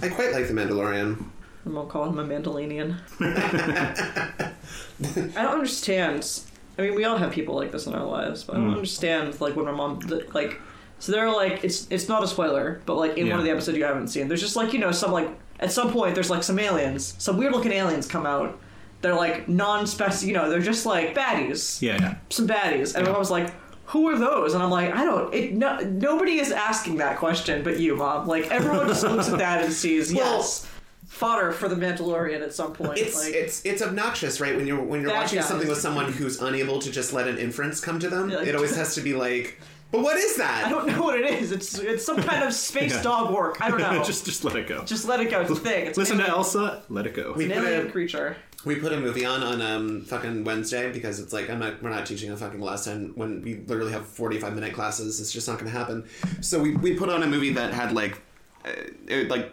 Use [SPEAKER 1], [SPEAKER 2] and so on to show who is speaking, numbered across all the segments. [SPEAKER 1] I quite like the Mandalorian.
[SPEAKER 2] I won't call him a Mandalorian. I don't understand. I mean, we all have people like this in our lives, but I don't understand. Like when my mom, the, like, so they're like, it's it's not a spoiler, but like in
[SPEAKER 3] Yeah.
[SPEAKER 2] one of the episodes you haven't seen, there's just like you know some like at some point there's like some aliens, some weird looking aliens come out. They're like non-spec, you know, they're just like baddies,
[SPEAKER 3] Yeah, yeah.
[SPEAKER 2] some baddies, and my mom's like. Who are those? And I'm like, I don't. It no, nobody is asking that question, but you, mom. Like everyone just looks at that and sees
[SPEAKER 1] Well-
[SPEAKER 2] yes, fodder for the Mandalorian at some point.
[SPEAKER 1] It's
[SPEAKER 2] like,
[SPEAKER 1] it's it's obnoxious, right? When you're when you're
[SPEAKER 2] Bad
[SPEAKER 1] watching
[SPEAKER 2] guys.
[SPEAKER 1] something with someone who's unable to just let an inference come to them,
[SPEAKER 2] Yeah, like-
[SPEAKER 1] it always has to be like, "But what is that?"
[SPEAKER 2] I don't know what it is. It's it's some kind of space
[SPEAKER 3] Yeah.
[SPEAKER 2] dog work. I don't know. just,
[SPEAKER 3] just just let it go.
[SPEAKER 2] let it go. It's a thing. It's
[SPEAKER 3] Listen
[SPEAKER 2] an
[SPEAKER 3] to Elsa. Let it go.
[SPEAKER 1] we put
[SPEAKER 2] alien
[SPEAKER 1] a
[SPEAKER 2] creature.
[SPEAKER 1] we put a movie on on um fucking Wednesday because it's like I'm not we're not teaching a fucking lesson when we literally have 45 minute classes. It's just not going to happen. So we we put on a movie that had like uh, it like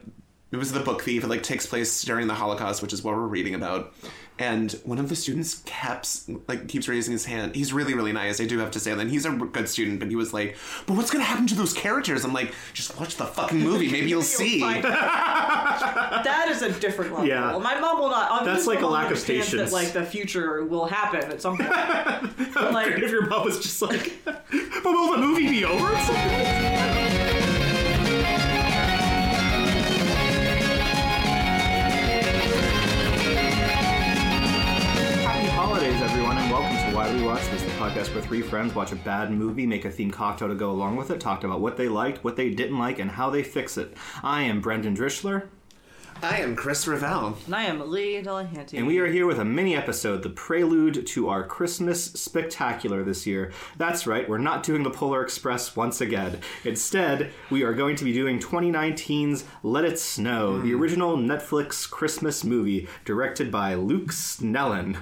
[SPEAKER 1] it was the book thief. It like takes place during the Holocaust, which is what we're reading about. And one of the students keeps like keeps raising his hand. He's really really nice. I do have to say that And he's a good student, but he was like, "But what's gonna happen to those characters?" I'm like, "Just watch the fucking movie. Maybe you'll see."
[SPEAKER 2] find out. that is a different level.
[SPEAKER 3] Yeah.
[SPEAKER 2] My mom will not. I'm
[SPEAKER 3] That's
[SPEAKER 2] just
[SPEAKER 3] like a
[SPEAKER 2] mom
[SPEAKER 3] lack of
[SPEAKER 2] understands
[SPEAKER 3] patience.
[SPEAKER 2] That, like the future will happen at some point. But, like,
[SPEAKER 3] if your mom was just like, but will the movie be over? at some point?"
[SPEAKER 4] Happy holidays, everyone, and welcome to Why We Watch This, the podcast where three friends watch a bad movie, make a themed cocktail to go along with it, talked about what they liked, what they didn't like, and how they fix it. I am Brendan Drischler,
[SPEAKER 1] I am Chris Ravel.
[SPEAKER 2] and I am Lee Delahanty.
[SPEAKER 4] and we are here with a mini episode, the prelude to our Christmas spectacular this year. That's right, we're not doing the Polar Express once again. Instead, we are going to be doing 2019's Let It Snow, the
[SPEAKER 1] Hmm.
[SPEAKER 4] original Netflix Christmas movie, directed by Luke Snellen.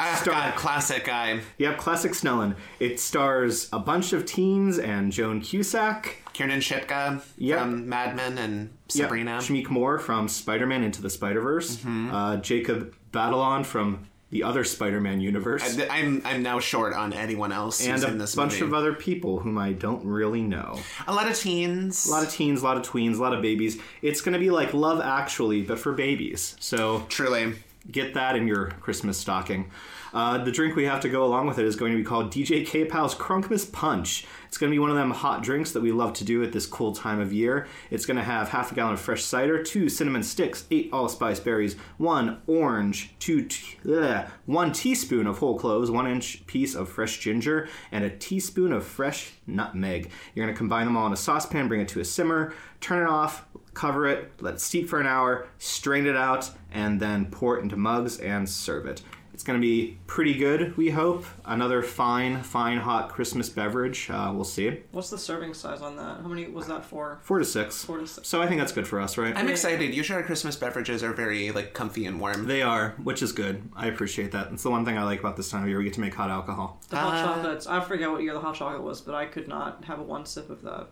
[SPEAKER 1] Ah,
[SPEAKER 4] Star-
[SPEAKER 1] God, classic guy.
[SPEAKER 4] Yep, classic Snellen. It stars a bunch of teens and Joan Cusack.
[SPEAKER 1] Kiernan Shipka
[SPEAKER 4] Yep.
[SPEAKER 1] from Mad Men and
[SPEAKER 4] Yep,
[SPEAKER 1] Sabrina. Mm-hmm.
[SPEAKER 4] Shamik Moore from Spider Man Into the Spider Verse. Uh, Jacob Batalon from the other Spider Man universe.
[SPEAKER 1] Th- I'm I'm now short on anyone else
[SPEAKER 4] and
[SPEAKER 1] who's
[SPEAKER 4] a
[SPEAKER 1] in this
[SPEAKER 4] bunch
[SPEAKER 1] movie.
[SPEAKER 4] of other people whom I don't really know.
[SPEAKER 1] a lot of teens.
[SPEAKER 4] A lot of teens, a lot of tweens, a lot of babies. It's going to be like Love Actually, but for babies. So
[SPEAKER 1] Truly,
[SPEAKER 4] get that in your Christmas stocking. Uh, the drink we have to go along with it is going to be called DJ K Pow's Crunkmas Punch. It's going to be one of them hot drinks that we love to do at this cool time of year. It's going to have half a gallon of fresh cider, two cinnamon sticks, eight allspice berries, one orange, two t- bleh, one teaspoon of whole cloves, one inch piece of fresh ginger, and a teaspoon of fresh nutmeg. You're going to combine them all in a saucepan, bring it to a simmer, turn it off, cover it, let it steep for an hour, strain it out, and then pour it into mugs and serve it. It's going to be pretty good, we hope. Another fine, fine hot Christmas beverage. Uh, we'll see.
[SPEAKER 2] What's the serving size on that? How many was that for?
[SPEAKER 4] Four to six.
[SPEAKER 2] Four to six.
[SPEAKER 4] So I think that's good for us, right?
[SPEAKER 1] I'm excited. Usually, our Christmas beverages are very like comfy and warm.
[SPEAKER 4] they are, which is good. I appreciate that. It's the one thing I like about this time of year. We get to make hot alcohol.
[SPEAKER 2] The hot chocolates. I forget what year the hot chocolate was, but I could not have one sip of that.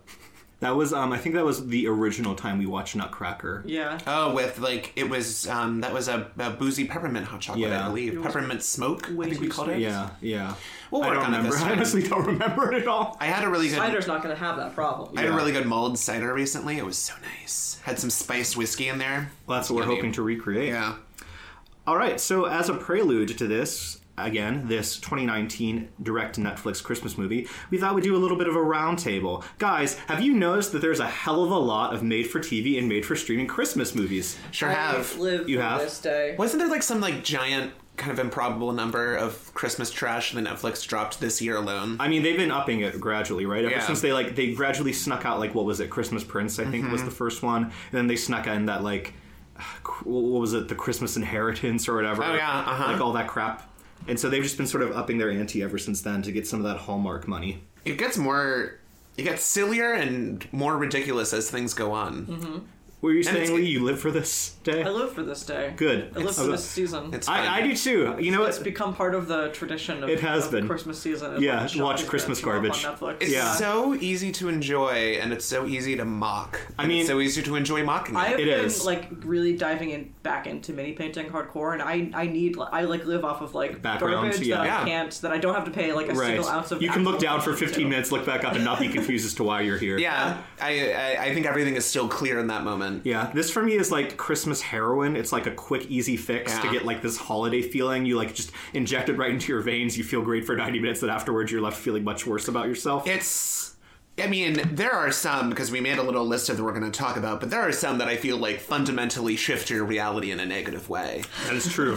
[SPEAKER 4] That was, um, I think that was the original time we watched Nutcracker.
[SPEAKER 2] Yeah.
[SPEAKER 1] Oh, with like it was um that was a, a boozy peppermint hot chocolate,
[SPEAKER 4] Yeah.
[SPEAKER 1] I believe. Peppermint smoke. I
[SPEAKER 2] way
[SPEAKER 1] think we
[SPEAKER 2] too
[SPEAKER 1] called
[SPEAKER 2] sweet.
[SPEAKER 1] it.
[SPEAKER 4] Yeah, yeah.
[SPEAKER 1] We'll
[SPEAKER 4] I
[SPEAKER 1] work on
[SPEAKER 4] don't
[SPEAKER 1] it
[SPEAKER 4] remember.
[SPEAKER 1] this
[SPEAKER 4] I
[SPEAKER 1] time.
[SPEAKER 4] honestly don't remember it at all.
[SPEAKER 1] I had a really good.
[SPEAKER 2] Cider's not going to have that problem.
[SPEAKER 1] I had
[SPEAKER 4] Yeah.
[SPEAKER 1] a really good mulled cider recently. It was so nice. Had some spiced whiskey in there.
[SPEAKER 4] Well, that's what we're
[SPEAKER 1] Yummy.
[SPEAKER 4] hoping to recreate.
[SPEAKER 1] Yeah.
[SPEAKER 4] All right, so as a prelude to this, again, this 2019 direct Netflix Christmas movie, we thought we'd do a little bit of a roundtable. Guys, have you noticed that there's a hell of a lot of made for TV and made for streaming Christmas movies?
[SPEAKER 1] Sure
[SPEAKER 2] I
[SPEAKER 1] have.
[SPEAKER 2] lived
[SPEAKER 4] You
[SPEAKER 2] for
[SPEAKER 4] have?
[SPEAKER 2] this day.
[SPEAKER 1] Wasn't there like some like giant kind of improbable number of Christmas trash that Netflix dropped this year alone?
[SPEAKER 4] I mean, they've been upping it gradually, right? Ever
[SPEAKER 1] Yeah.
[SPEAKER 4] since they like they gradually snuck out like what was it, Christmas Prince? I think
[SPEAKER 1] Mm-hmm.
[SPEAKER 4] was the first one, and then they snuck in that like what was it, the Christmas Inheritance or whatever?
[SPEAKER 1] Oh, yeah, uh-huh.
[SPEAKER 4] like all that crap. And so they've just been sort of upping their ante ever since then to get some of that Hallmark money.
[SPEAKER 1] It gets more. It gets sillier and more ridiculous as things go on.
[SPEAKER 4] Were you
[SPEAKER 1] it's-
[SPEAKER 4] saying, Lee, you live for this day?
[SPEAKER 2] I live for this day.
[SPEAKER 4] Good.
[SPEAKER 2] I live
[SPEAKER 4] It's-
[SPEAKER 2] for this season.
[SPEAKER 1] It's fun.
[SPEAKER 4] I, I do too. You know
[SPEAKER 2] it's
[SPEAKER 4] what?
[SPEAKER 2] become part of the tradition of
[SPEAKER 4] It has
[SPEAKER 2] of
[SPEAKER 4] been.
[SPEAKER 2] Christmas season. is
[SPEAKER 4] Yeah,
[SPEAKER 2] like shopping
[SPEAKER 4] watch
[SPEAKER 2] for
[SPEAKER 4] Christmas
[SPEAKER 2] it, show up
[SPEAKER 4] garbage.
[SPEAKER 2] on Netflix.
[SPEAKER 1] It's
[SPEAKER 4] Yeah.
[SPEAKER 1] so easy to enjoy, and it's so easy to mock. I
[SPEAKER 4] mean-
[SPEAKER 1] it's so easy to enjoy mocking.
[SPEAKER 2] I
[SPEAKER 1] it.
[SPEAKER 2] have
[SPEAKER 4] It
[SPEAKER 2] been
[SPEAKER 4] is.
[SPEAKER 2] like really diving in back into mini painting hardcore, and I I need I like live off of like
[SPEAKER 4] Background,
[SPEAKER 2] garbage
[SPEAKER 4] yeah.
[SPEAKER 2] that
[SPEAKER 1] Yeah.
[SPEAKER 2] I can't that I don't have to pay like a
[SPEAKER 4] Right.
[SPEAKER 2] single ounce of.
[SPEAKER 4] You can look
[SPEAKER 2] actual
[SPEAKER 4] down for
[SPEAKER 2] attention
[SPEAKER 4] 15
[SPEAKER 2] to.
[SPEAKER 4] minutes, look back up, and not be confused as to why you're here.
[SPEAKER 1] yeah, I, I I think everything is still clear in that moment. fun.
[SPEAKER 4] Yeah, this for me is like Christmas heroin. It's like a quick, easy fix to
[SPEAKER 1] Yeah.
[SPEAKER 4] get like this holiday feeling. You like just inject it right into your veins. You feel great for 90 minutes, then afterwards you're left feeling much worse about yourself.
[SPEAKER 1] It's. I mean, there are some because we made a little list of that we're going to talk about, but there are some that I feel like fundamentally shift your reality in a negative way.
[SPEAKER 4] that is true.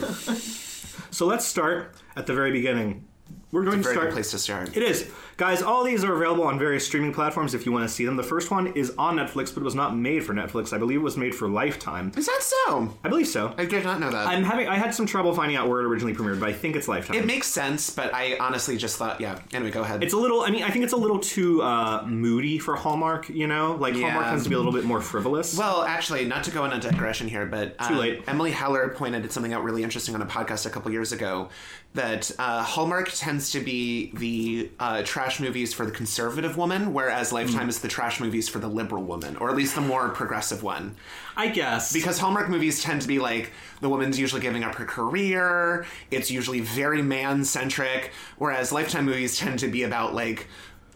[SPEAKER 4] so let's start at the very beginning. We're going to
[SPEAKER 1] Very
[SPEAKER 4] start
[SPEAKER 1] good place to start.
[SPEAKER 4] It is. Guys, all these are available on various streaming platforms if you want to see them. The first one is on Netflix, but it was not made for Netflix. I believe it was made for Lifetime.
[SPEAKER 1] Is that so?
[SPEAKER 4] I believe so.
[SPEAKER 1] I did not know that.
[SPEAKER 4] I'm having I had some trouble finding out where it originally premiered, but I think it's Lifetime.
[SPEAKER 1] Um, it makes sense, but I honestly just thought, yeah. Anyway, go ahead.
[SPEAKER 4] it's a little I mean, I think it's a little too uh, moody for Hallmark, you know? Like Hallmark
[SPEAKER 1] Yeah.
[SPEAKER 4] tends to be a little bit more frivolous.
[SPEAKER 1] Well, actually, not to go on a digression here, but um,
[SPEAKER 4] late.
[SPEAKER 1] Emily Heller pointed something out really interesting on a podcast a couple years ago that uh, Hallmark tends to be the uh, trash movies for the conservative woman, whereas Lifetime is the trash movies for the liberal woman, or at least the more progressive one.
[SPEAKER 4] I guess.
[SPEAKER 1] Because Hallmark movies tend to be like the woman's usually giving up her career, it's usually very man centric, whereas Lifetime movies tend to be about like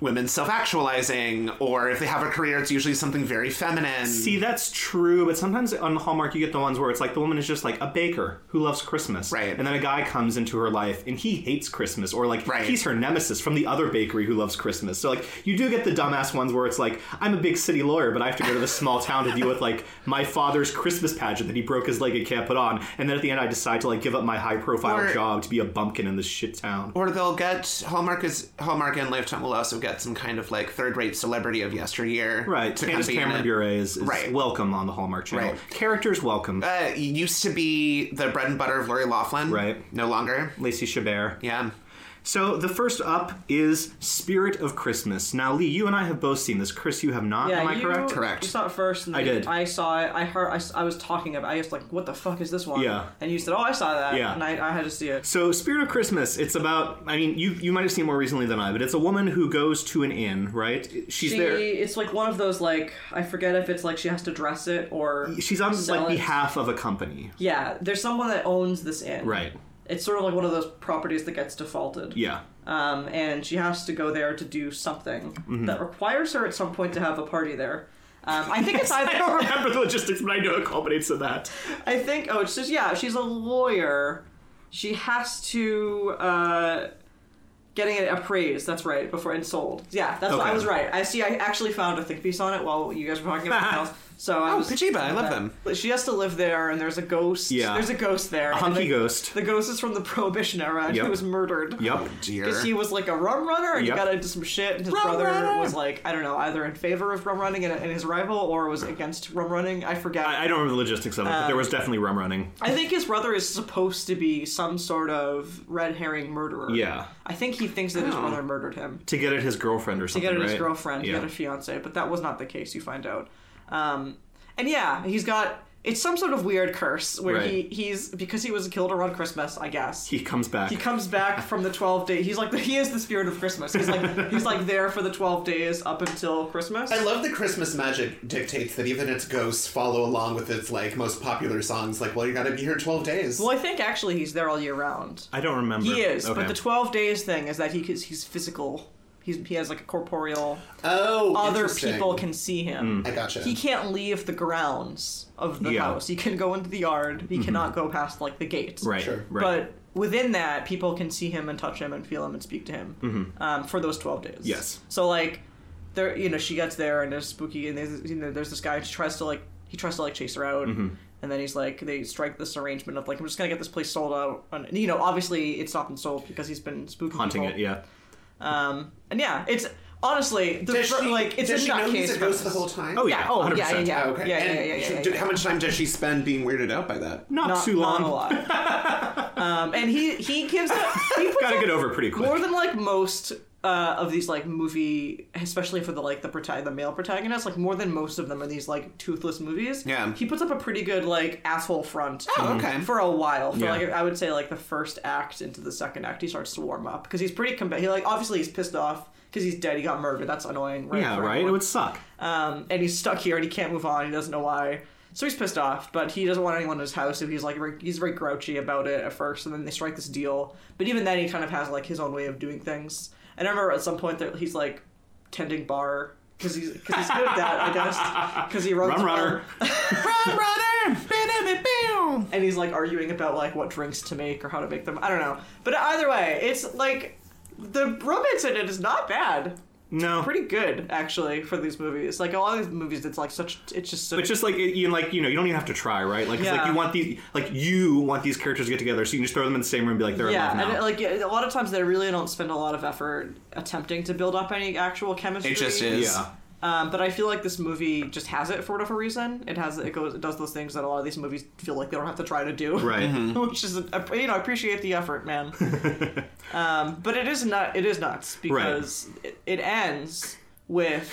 [SPEAKER 1] women self actualizing, or if they have a career, it's usually something very feminine.
[SPEAKER 4] See, that's true, but sometimes on Hallmark you get the ones where it's like the woman is just like a baker who loves Christmas.
[SPEAKER 1] Right.
[SPEAKER 4] And then a guy comes into her life and he hates Christmas, or like
[SPEAKER 1] Right.
[SPEAKER 4] he's her nemesis from the other bakery who loves Christmas. So, like, you do get the dumbass ones where it's like, I'm a big city lawyer, but I have to go to this small town to deal with like my father's Christmas pageant that he broke his leg and can't put on. And then at the end, I decide to like give up my high profile
[SPEAKER 1] Or-
[SPEAKER 4] job to be a bumpkin in this shit town.
[SPEAKER 1] Or they'll get Hallmark is Hallmark and Lifetime will also get some kind of like third rate celebrity of yesteryear.
[SPEAKER 4] Right,
[SPEAKER 1] To
[SPEAKER 4] Candace
[SPEAKER 1] come be in
[SPEAKER 4] Cameron
[SPEAKER 1] it.
[SPEAKER 4] Bure is, is
[SPEAKER 1] Right.
[SPEAKER 4] welcome on the Hallmark Channel.
[SPEAKER 1] Right.
[SPEAKER 4] Characters welcome.
[SPEAKER 1] Uh, it used to be the bread and butter of Lori Laughlin.
[SPEAKER 4] Right.
[SPEAKER 1] No longer.
[SPEAKER 4] Lacey Chabert.
[SPEAKER 1] Yeah.
[SPEAKER 4] So the first up is Spirit of Christmas. Now, Lee, you and I have both seen this. Chris, you have not.
[SPEAKER 2] Yeah,
[SPEAKER 4] Am I
[SPEAKER 2] you,
[SPEAKER 4] correct?
[SPEAKER 1] Correct.
[SPEAKER 2] You saw it first, and
[SPEAKER 4] I
[SPEAKER 2] then
[SPEAKER 4] did.
[SPEAKER 2] I saw it. I heard. I, s- I was talking about. I was like, "What the fuck is this one?"
[SPEAKER 4] Yeah.
[SPEAKER 2] And you said, "Oh, I saw that."
[SPEAKER 4] Yeah.
[SPEAKER 2] And I, I had to see it.
[SPEAKER 4] So, Spirit of Christmas. It's about. I mean, you you might have seen more recently than I, but it's a woman who goes to an inn. Right? She's
[SPEAKER 2] She,
[SPEAKER 4] there.
[SPEAKER 2] it's like one of those like I forget if it's like she has to dress it or
[SPEAKER 4] She's on
[SPEAKER 2] sell
[SPEAKER 4] like
[SPEAKER 2] it.
[SPEAKER 4] behalf of a company.
[SPEAKER 2] Yeah, there's someone that owns this inn.
[SPEAKER 4] Right.
[SPEAKER 2] It's sort of like one of those properties that gets defaulted.
[SPEAKER 4] Yeah.
[SPEAKER 2] Um, and she has to go there to do something
[SPEAKER 4] Mm-hmm.
[SPEAKER 2] that requires her at some point to have a party there. Um, I think it's
[SPEAKER 4] I
[SPEAKER 2] either.
[SPEAKER 4] don't remember the logistics, but I know it culminates in that.
[SPEAKER 2] I think. Oh, it's just yeah. She's a lawyer. She has to uh, getting it appraised. That's right. Before and sold. Yeah, that's what I
[SPEAKER 4] Okay.
[SPEAKER 2] was right. I see. I actually found a think piece on it while you guys were talking about something else. So I
[SPEAKER 1] Oh,
[SPEAKER 2] was,
[SPEAKER 1] Pajiba, I love them.
[SPEAKER 2] But She has to live there, and there's a ghost.
[SPEAKER 4] Yeah.
[SPEAKER 2] there's a ghost there. A
[SPEAKER 4] hunky ghost.
[SPEAKER 2] The ghost is from the Prohibition era. And
[SPEAKER 4] Yep.
[SPEAKER 2] He was murdered.
[SPEAKER 4] Yep.
[SPEAKER 1] Oh, Dear.
[SPEAKER 2] Because he was like a rum runner and
[SPEAKER 4] Yep.
[SPEAKER 2] he got into some shit, and his brother
[SPEAKER 1] runner!
[SPEAKER 2] was like, I don't know, either in favor of rum running and, and his rival, or was against rum running. I forget.
[SPEAKER 4] I I don't remember the logistics of it,
[SPEAKER 2] Uh.
[SPEAKER 4] but there was definitely rum running.
[SPEAKER 2] I think his brother is supposed to be some sort of red herring murderer.
[SPEAKER 4] Yeah.
[SPEAKER 2] I think he thinks that his brother murdered him
[SPEAKER 4] To get at his girlfriend or
[SPEAKER 2] to
[SPEAKER 4] something.
[SPEAKER 2] get at his
[SPEAKER 4] right?
[SPEAKER 2] girlfriend, to
[SPEAKER 4] Yeah.
[SPEAKER 2] get a fiance, but that was not the case, you find out. Um, and yeah, he's got it's some sort of weird curse where he,
[SPEAKER 4] Right.
[SPEAKER 2] he's because he was killed around Christmas, I guess.
[SPEAKER 4] he comes back.
[SPEAKER 2] he comes back from the 12 day he's like he is the spirit of christmas he's like he's like there for the 12 days up until christmas
[SPEAKER 1] I love that Christmas magic dictates that even its ghosts follow along with its like most popular songs. Like, well, you got to be here twelve days.
[SPEAKER 2] well i think actually he's there all year round
[SPEAKER 4] I don't remember.
[SPEAKER 2] he is
[SPEAKER 4] Okay.
[SPEAKER 2] but the 12 days thing is that he is- he's physical he's, he has like a corporeal
[SPEAKER 1] oh,
[SPEAKER 2] other
[SPEAKER 1] interesting.
[SPEAKER 2] people can see him
[SPEAKER 1] I gotcha.
[SPEAKER 2] he can't leave the grounds of the
[SPEAKER 4] Hmm. Yeah. Mm-hmm.
[SPEAKER 2] house he can go into the yard he cannot go past like the gate
[SPEAKER 4] right.
[SPEAKER 1] Sure.
[SPEAKER 4] Right.
[SPEAKER 2] But within that, people can see him and touch him and feel him and speak to him um, for those twelve days.
[SPEAKER 4] Mm-hmm. Yes.
[SPEAKER 2] So like, there, you know, she gets there and there's spooky and there's you know there's this guy and she tries to like he tries to like chase her out.
[SPEAKER 4] Mm-hmm.
[SPEAKER 2] And then he's like, they strike this arrangement of like, I'm just gonna get this place sold out. And, you know, obviously it's not been sold because he's been spooking
[SPEAKER 4] Haunting
[SPEAKER 2] people.
[SPEAKER 4] it, yeah.
[SPEAKER 2] Um, and yeah, it's honestly the,
[SPEAKER 1] does she,
[SPEAKER 2] like it's
[SPEAKER 1] does
[SPEAKER 2] a
[SPEAKER 1] she know he's
[SPEAKER 2] nutcase.
[SPEAKER 1] a ghost the
[SPEAKER 2] premise.
[SPEAKER 1] whole time?
[SPEAKER 4] Oh,
[SPEAKER 2] Yeah. Oh, yeah, yeah,
[SPEAKER 4] 100%.
[SPEAKER 2] yeah.
[SPEAKER 1] Okay.
[SPEAKER 2] Yeah, yeah,
[SPEAKER 1] And
[SPEAKER 2] yeah, yeah,
[SPEAKER 1] she-
[SPEAKER 2] yeah,
[SPEAKER 1] do-
[SPEAKER 2] yeah.
[SPEAKER 1] How much time does she spend being weirded out by that?
[SPEAKER 4] Not, too long.
[SPEAKER 2] Not a lot. um, and he he gives up. He puts
[SPEAKER 4] Gotta
[SPEAKER 2] up
[SPEAKER 4] get over pretty quick.
[SPEAKER 2] more than like most uh, of these like movie, especially for the like the prota- the male protagonist, like more than most of them are these like toothless movies.
[SPEAKER 1] Yeah.
[SPEAKER 2] he puts up a pretty good like asshole front.
[SPEAKER 1] Oh, okay.
[SPEAKER 2] For a while, for
[SPEAKER 4] Yeah.
[SPEAKER 2] like I would say like the first act into the second act, he starts to warm up because he's pretty combat. He like obviously he's pissed off because he's dead. He got murdered. That's annoying. Right?
[SPEAKER 4] yeah,
[SPEAKER 2] For
[SPEAKER 4] right? It
[SPEAKER 2] everyone.
[SPEAKER 4] would suck.
[SPEAKER 2] Um, and he's stuck here and he can't move on. He doesn't know why. So he's pissed off, but he doesn't want anyone in his house. So he's like, very- he's very grouchy about it at first, and then they strike this deal. But even then, he kind of has like his own way of doing things. And I remember at some point that he's like tending bar because he's because he's good at that, I guess. Because he runs
[SPEAKER 4] Rum
[SPEAKER 2] well.
[SPEAKER 4] runner.
[SPEAKER 2] and he's like arguing about like what drinks to make or how to make them. I don't know, but either way, it's like the romance in it is not bad.
[SPEAKER 4] No.
[SPEAKER 2] Pretty good actually for these movies. Like a lot of these movies, it's like such. It's just so.
[SPEAKER 4] But just like you like you know you don't even have to try right like 'cause, like
[SPEAKER 2] Yeah.
[SPEAKER 4] you want these like you want these characters to get together so you can just throw them in the same room and be like they're in
[SPEAKER 2] yeah,
[SPEAKER 4] love now.
[SPEAKER 2] and like yeah, a lot of times they really don't spend a lot of effort attempting to build up any actual chemistry.
[SPEAKER 1] It just is.
[SPEAKER 4] yeah.
[SPEAKER 2] Um, but I feel like this movie just has it for whatever reason. It has it goes it does those things that a lot of these movies feel like they don't have to try to do.
[SPEAKER 4] Right.
[SPEAKER 2] Which is I- you know I appreciate the effort, man. um, but it is not it is nuts because it, it ends with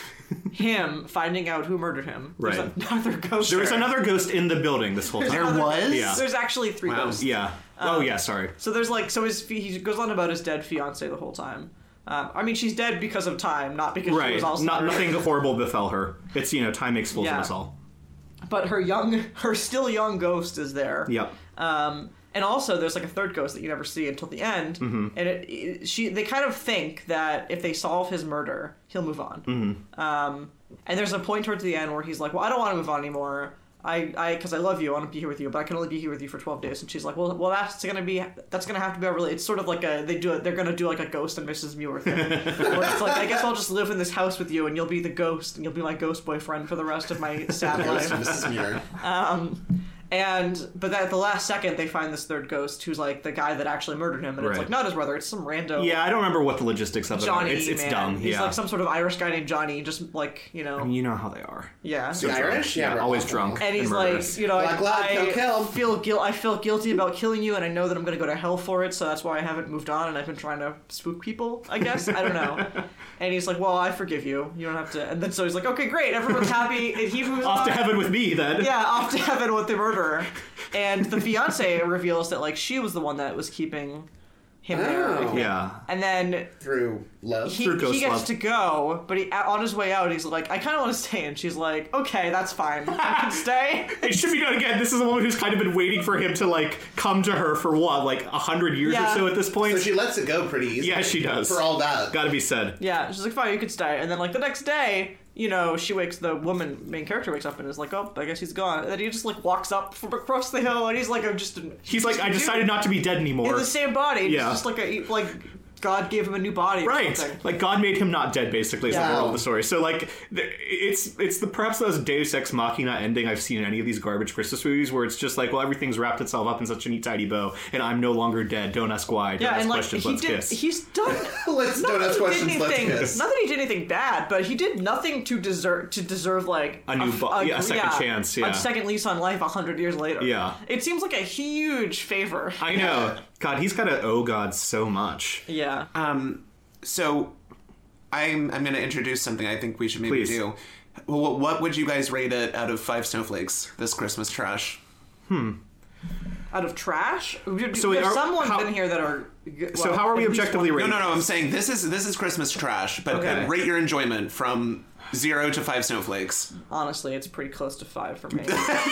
[SPEAKER 2] him finding out who murdered him.
[SPEAKER 4] Right.
[SPEAKER 2] There's another ghost.
[SPEAKER 4] There was
[SPEAKER 2] there.
[SPEAKER 4] another ghost in the building this whole
[SPEAKER 1] There
[SPEAKER 4] time.
[SPEAKER 1] was?
[SPEAKER 4] Yeah.
[SPEAKER 2] There's actually three
[SPEAKER 1] Wow.
[SPEAKER 2] ghosts.
[SPEAKER 4] Yeah.
[SPEAKER 2] Um,
[SPEAKER 4] oh yeah. Sorry.
[SPEAKER 2] So there's like so his he goes on about his dead fiance the whole time. Um, I mean she's dead because of time, not because she
[SPEAKER 4] Right.
[SPEAKER 2] was also
[SPEAKER 4] Not
[SPEAKER 2] murdered.
[SPEAKER 4] nothing horrible befell her. It's you know time makes fools of
[SPEAKER 2] Yeah.
[SPEAKER 4] us all.
[SPEAKER 2] But her young her still young ghost is there.
[SPEAKER 4] Yep.
[SPEAKER 2] Um, and also, there's like a third ghost that you never see until the end,
[SPEAKER 4] Mm-hmm.
[SPEAKER 2] and it, it- she they kind of think that if they solve his murder, he'll move on. Um, and there's a point towards the end where he's like, "Well, I don't want to move on anymore. I, I, because I love you, I want to be here with you, but I can only be here with you for 12 days." And she's like, "Well, well, that's gonna be that's gonna have to be a really. It's sort of like a they do it. They're gonna do like a ghost and Mrs. Muir thing. where it's like I guess I'll just live in this house with you, and you'll be the ghost, and you'll be my ghost boyfriend for the rest of my sad life." Um,
[SPEAKER 1] Mrs. Muir.
[SPEAKER 2] And but at the last second, they find this third ghost, who's like the guy that actually murdered him, and
[SPEAKER 4] Right.
[SPEAKER 2] it's like not his brother; it's some random
[SPEAKER 4] Yeah. I don't remember what the logistics of
[SPEAKER 2] Johnny
[SPEAKER 4] it. Are. It's it's
[SPEAKER 2] man.
[SPEAKER 4] dumb.
[SPEAKER 2] He's
[SPEAKER 4] yeah.
[SPEAKER 2] like some sort of Irish guy named Johnny, just like you know,
[SPEAKER 4] you know how they are.
[SPEAKER 2] yeah.
[SPEAKER 1] The Irish? Yeah. we're
[SPEAKER 4] always
[SPEAKER 1] awful.
[SPEAKER 4] drunk.
[SPEAKER 2] And he's
[SPEAKER 4] and
[SPEAKER 2] like,
[SPEAKER 4] murderous.
[SPEAKER 2] you know, I,
[SPEAKER 1] Black lad, kill,
[SPEAKER 2] I
[SPEAKER 1] kill.
[SPEAKER 2] feel guilt. I feel guilty about killing you, and I know that I'm going to go to hell for it. So that's why I haven't moved on, and I've been trying to spook people. I guess I don't know. and he's like, "Well, I forgive you. You don't have to." And then so he's like, "Okay, great. Everyone's happy." And he moves
[SPEAKER 4] Off
[SPEAKER 2] on.
[SPEAKER 4] to heaven with me then.
[SPEAKER 2] yeah, off to heaven with the murderer. And the fiance reveals that like she was the one that was keeping him
[SPEAKER 1] Oh.
[SPEAKER 2] there.
[SPEAKER 4] Yeah.
[SPEAKER 2] And then
[SPEAKER 1] Through love.
[SPEAKER 2] he,
[SPEAKER 4] Through ghost
[SPEAKER 2] he gets
[SPEAKER 4] love.
[SPEAKER 2] to go, but he on his way out, he's like, I kind of want to stay. And she's like, okay, that's fine. I can stay.
[SPEAKER 4] It should be known again. This is a woman who's kind of been waiting for him to like come to her for what, like a hundred years
[SPEAKER 2] Yeah.
[SPEAKER 4] or so at this point.
[SPEAKER 1] so she lets it go pretty easily.
[SPEAKER 4] yeah, she does.
[SPEAKER 1] For all that.
[SPEAKER 4] Gotta be said.
[SPEAKER 2] Yeah, she's like, fine, you can stay. And then like the next day, you know, she wakes the woman, main character wakes up and is like, oh, I guess he's gone. And then he just like walks up from across the hill, and he's like, I'm just. an-
[SPEAKER 4] He's like,
[SPEAKER 2] just a
[SPEAKER 4] I
[SPEAKER 2] dude
[SPEAKER 4] decided not to be dead anymore.
[SPEAKER 2] in the same body. It's
[SPEAKER 4] Yeah.
[SPEAKER 2] just like a like God gave him a new body. Or
[SPEAKER 4] Right,
[SPEAKER 2] something.
[SPEAKER 4] like God made him not dead, basically, is
[SPEAKER 2] Yeah.
[SPEAKER 4] the moral of the story. So, like, th- it's it's the perhaps the most Deus Ex Machina ending I've seen in any of these garbage Christmas movies, where it's just like, well, everything's wrapped itself up in such a neat tidy bow, and I'm no longer dead. Don't ask why. Don't
[SPEAKER 2] Yeah,
[SPEAKER 4] ask
[SPEAKER 2] and like
[SPEAKER 4] questions.
[SPEAKER 2] he
[SPEAKER 4] let's
[SPEAKER 2] did,
[SPEAKER 4] kiss.
[SPEAKER 2] he's done.
[SPEAKER 1] Let's
[SPEAKER 2] not
[SPEAKER 1] don't
[SPEAKER 2] that
[SPEAKER 1] ask questions,
[SPEAKER 2] he did
[SPEAKER 1] let's
[SPEAKER 2] anything-
[SPEAKER 1] kiss.
[SPEAKER 2] Not that he did anything bad, but he did nothing to deserve to deserve like
[SPEAKER 4] A new
[SPEAKER 2] f-
[SPEAKER 4] bo- yeah, a second chance, yeah.
[SPEAKER 2] a second lease on life a hundred years later.
[SPEAKER 4] Yeah.
[SPEAKER 2] it seems like a huge favor.
[SPEAKER 4] I know. God, he's gotta owe God so much.
[SPEAKER 2] yeah,
[SPEAKER 1] Um, so I'm I'm going to introduce something I think we should maybe
[SPEAKER 4] Please.
[SPEAKER 1] do. Well, what- what would you guys rate it out of five snowflakes? This Christmas trash.
[SPEAKER 2] out of trash.
[SPEAKER 4] So
[SPEAKER 2] So
[SPEAKER 4] are-
[SPEAKER 2] there's someone's
[SPEAKER 4] how-
[SPEAKER 2] been here that are.
[SPEAKER 4] so, how are we objectively
[SPEAKER 1] No,
[SPEAKER 4] rating?
[SPEAKER 1] no, no. I'm saying this is this is Christmas trash, but
[SPEAKER 2] Okay.
[SPEAKER 1] rate your enjoyment from zero to five snowflakes.
[SPEAKER 2] Honestly, it's pretty close to five for me.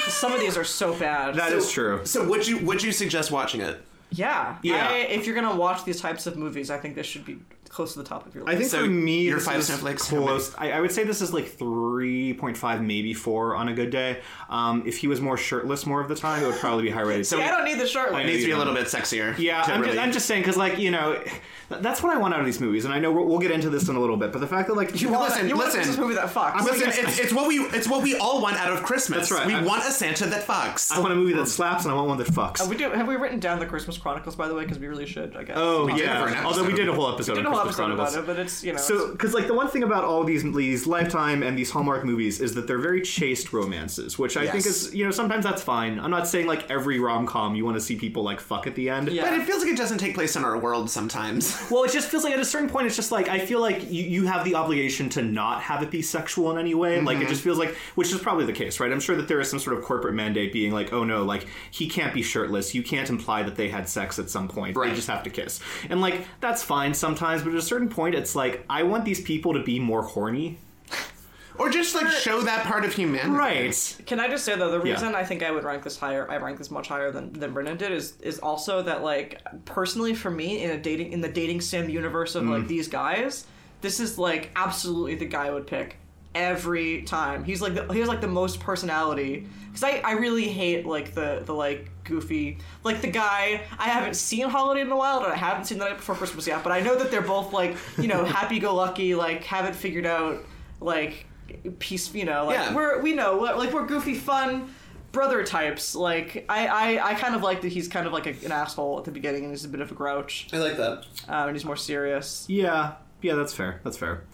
[SPEAKER 2] Some of these are so bad.
[SPEAKER 4] That is true.
[SPEAKER 1] So would you would you suggest watching it?
[SPEAKER 2] yeah,
[SPEAKER 4] Yeah.
[SPEAKER 2] I, if you're gonna watch these types of movies, I think this should be close to the top of your list.
[SPEAKER 4] I think
[SPEAKER 1] So
[SPEAKER 4] for me,
[SPEAKER 1] your
[SPEAKER 4] this
[SPEAKER 1] five
[SPEAKER 4] is
[SPEAKER 1] snowflakes, how many?
[SPEAKER 4] close. I, I would say this is like three point five, maybe four on a good day. Um, if he was more shirtless more of the time, it would probably be high rated.
[SPEAKER 1] So
[SPEAKER 2] See, I don't need the shirt.
[SPEAKER 1] It
[SPEAKER 2] list.
[SPEAKER 1] needs to be a little bit sexier.
[SPEAKER 4] Yeah,
[SPEAKER 1] to
[SPEAKER 4] I'm,
[SPEAKER 1] really-
[SPEAKER 4] just, I'm just saying because, like, you know, that's what I want out of these movies, and I know we'll, we'll get into this in a little bit. But the fact that, like, you
[SPEAKER 1] want-
[SPEAKER 2] you want
[SPEAKER 1] listen.
[SPEAKER 2] this movie that fucks.
[SPEAKER 1] Listen, it's, it's what we it's what we all want out of Christmas.
[SPEAKER 4] That's right.
[SPEAKER 1] We
[SPEAKER 4] I-
[SPEAKER 1] want a Santa that fucks.
[SPEAKER 4] I want a movie that slaps, and I want one that fucks.
[SPEAKER 2] uh, We do. Have we written down the Christmas Chronicles, by the way? Because we really should, I guess.
[SPEAKER 4] Oh
[SPEAKER 1] did for an
[SPEAKER 4] yeah,
[SPEAKER 1] episode.
[SPEAKER 4] although we did a whole episode
[SPEAKER 2] did
[SPEAKER 4] on
[SPEAKER 2] a whole
[SPEAKER 4] Christmas
[SPEAKER 2] episode
[SPEAKER 4] Chronicles.
[SPEAKER 2] about it, but it's you know.
[SPEAKER 4] So, because like the one thing about all these these Lifetime and these Hallmark movies is that they're very chaste romances, which I think
[SPEAKER 1] Yes.
[SPEAKER 4] is you know sometimes that's fine. I'm not saying like every rom com you want to see people like fuck at the end,
[SPEAKER 2] Yeah.
[SPEAKER 1] But it feels like it doesn't take place in our world sometimes.
[SPEAKER 4] Well, it just feels like at a certain point, it's just like I feel like you, you have the obligation to not have it be sexual in any way. Like
[SPEAKER 1] Mm-hmm.
[SPEAKER 4] it just feels like, which is probably the case, right? I'm sure that there is some sort of corporate mandate being like, oh no, like he can't be shirtless. You can't imply that they had sex at some point. They
[SPEAKER 1] Right.
[SPEAKER 4] just have to kiss, and like that's fine sometimes. But at a certain point, it's like I want these people to be more horny,
[SPEAKER 1] Or just like show that part of humanity.
[SPEAKER 4] right?
[SPEAKER 2] Can I just say though, the reason I think I would rank this higher, I rank this much higher than than Brennan did, is is also that like personally for me in a dating in the dating sim universe of like these guys, this is like absolutely the guy I would pick every time. He's like the, he has like the most personality. Cause I, I really hate like the the like goofy like the guy I haven't seen Holiday in a while and I haven't seen the night before Christmas yet. But I know that they're both like you know happy go lucky like haven't figured out like peace you know like
[SPEAKER 1] Yeah.
[SPEAKER 2] we're we know like we're goofy fun brother types like I, I i kind of like that he's kind of like a, an asshole at the beginning and he's a bit of a grouch
[SPEAKER 1] I like that.
[SPEAKER 2] um, and he's more serious
[SPEAKER 4] Yeah, yeah, that's fair. That's fair.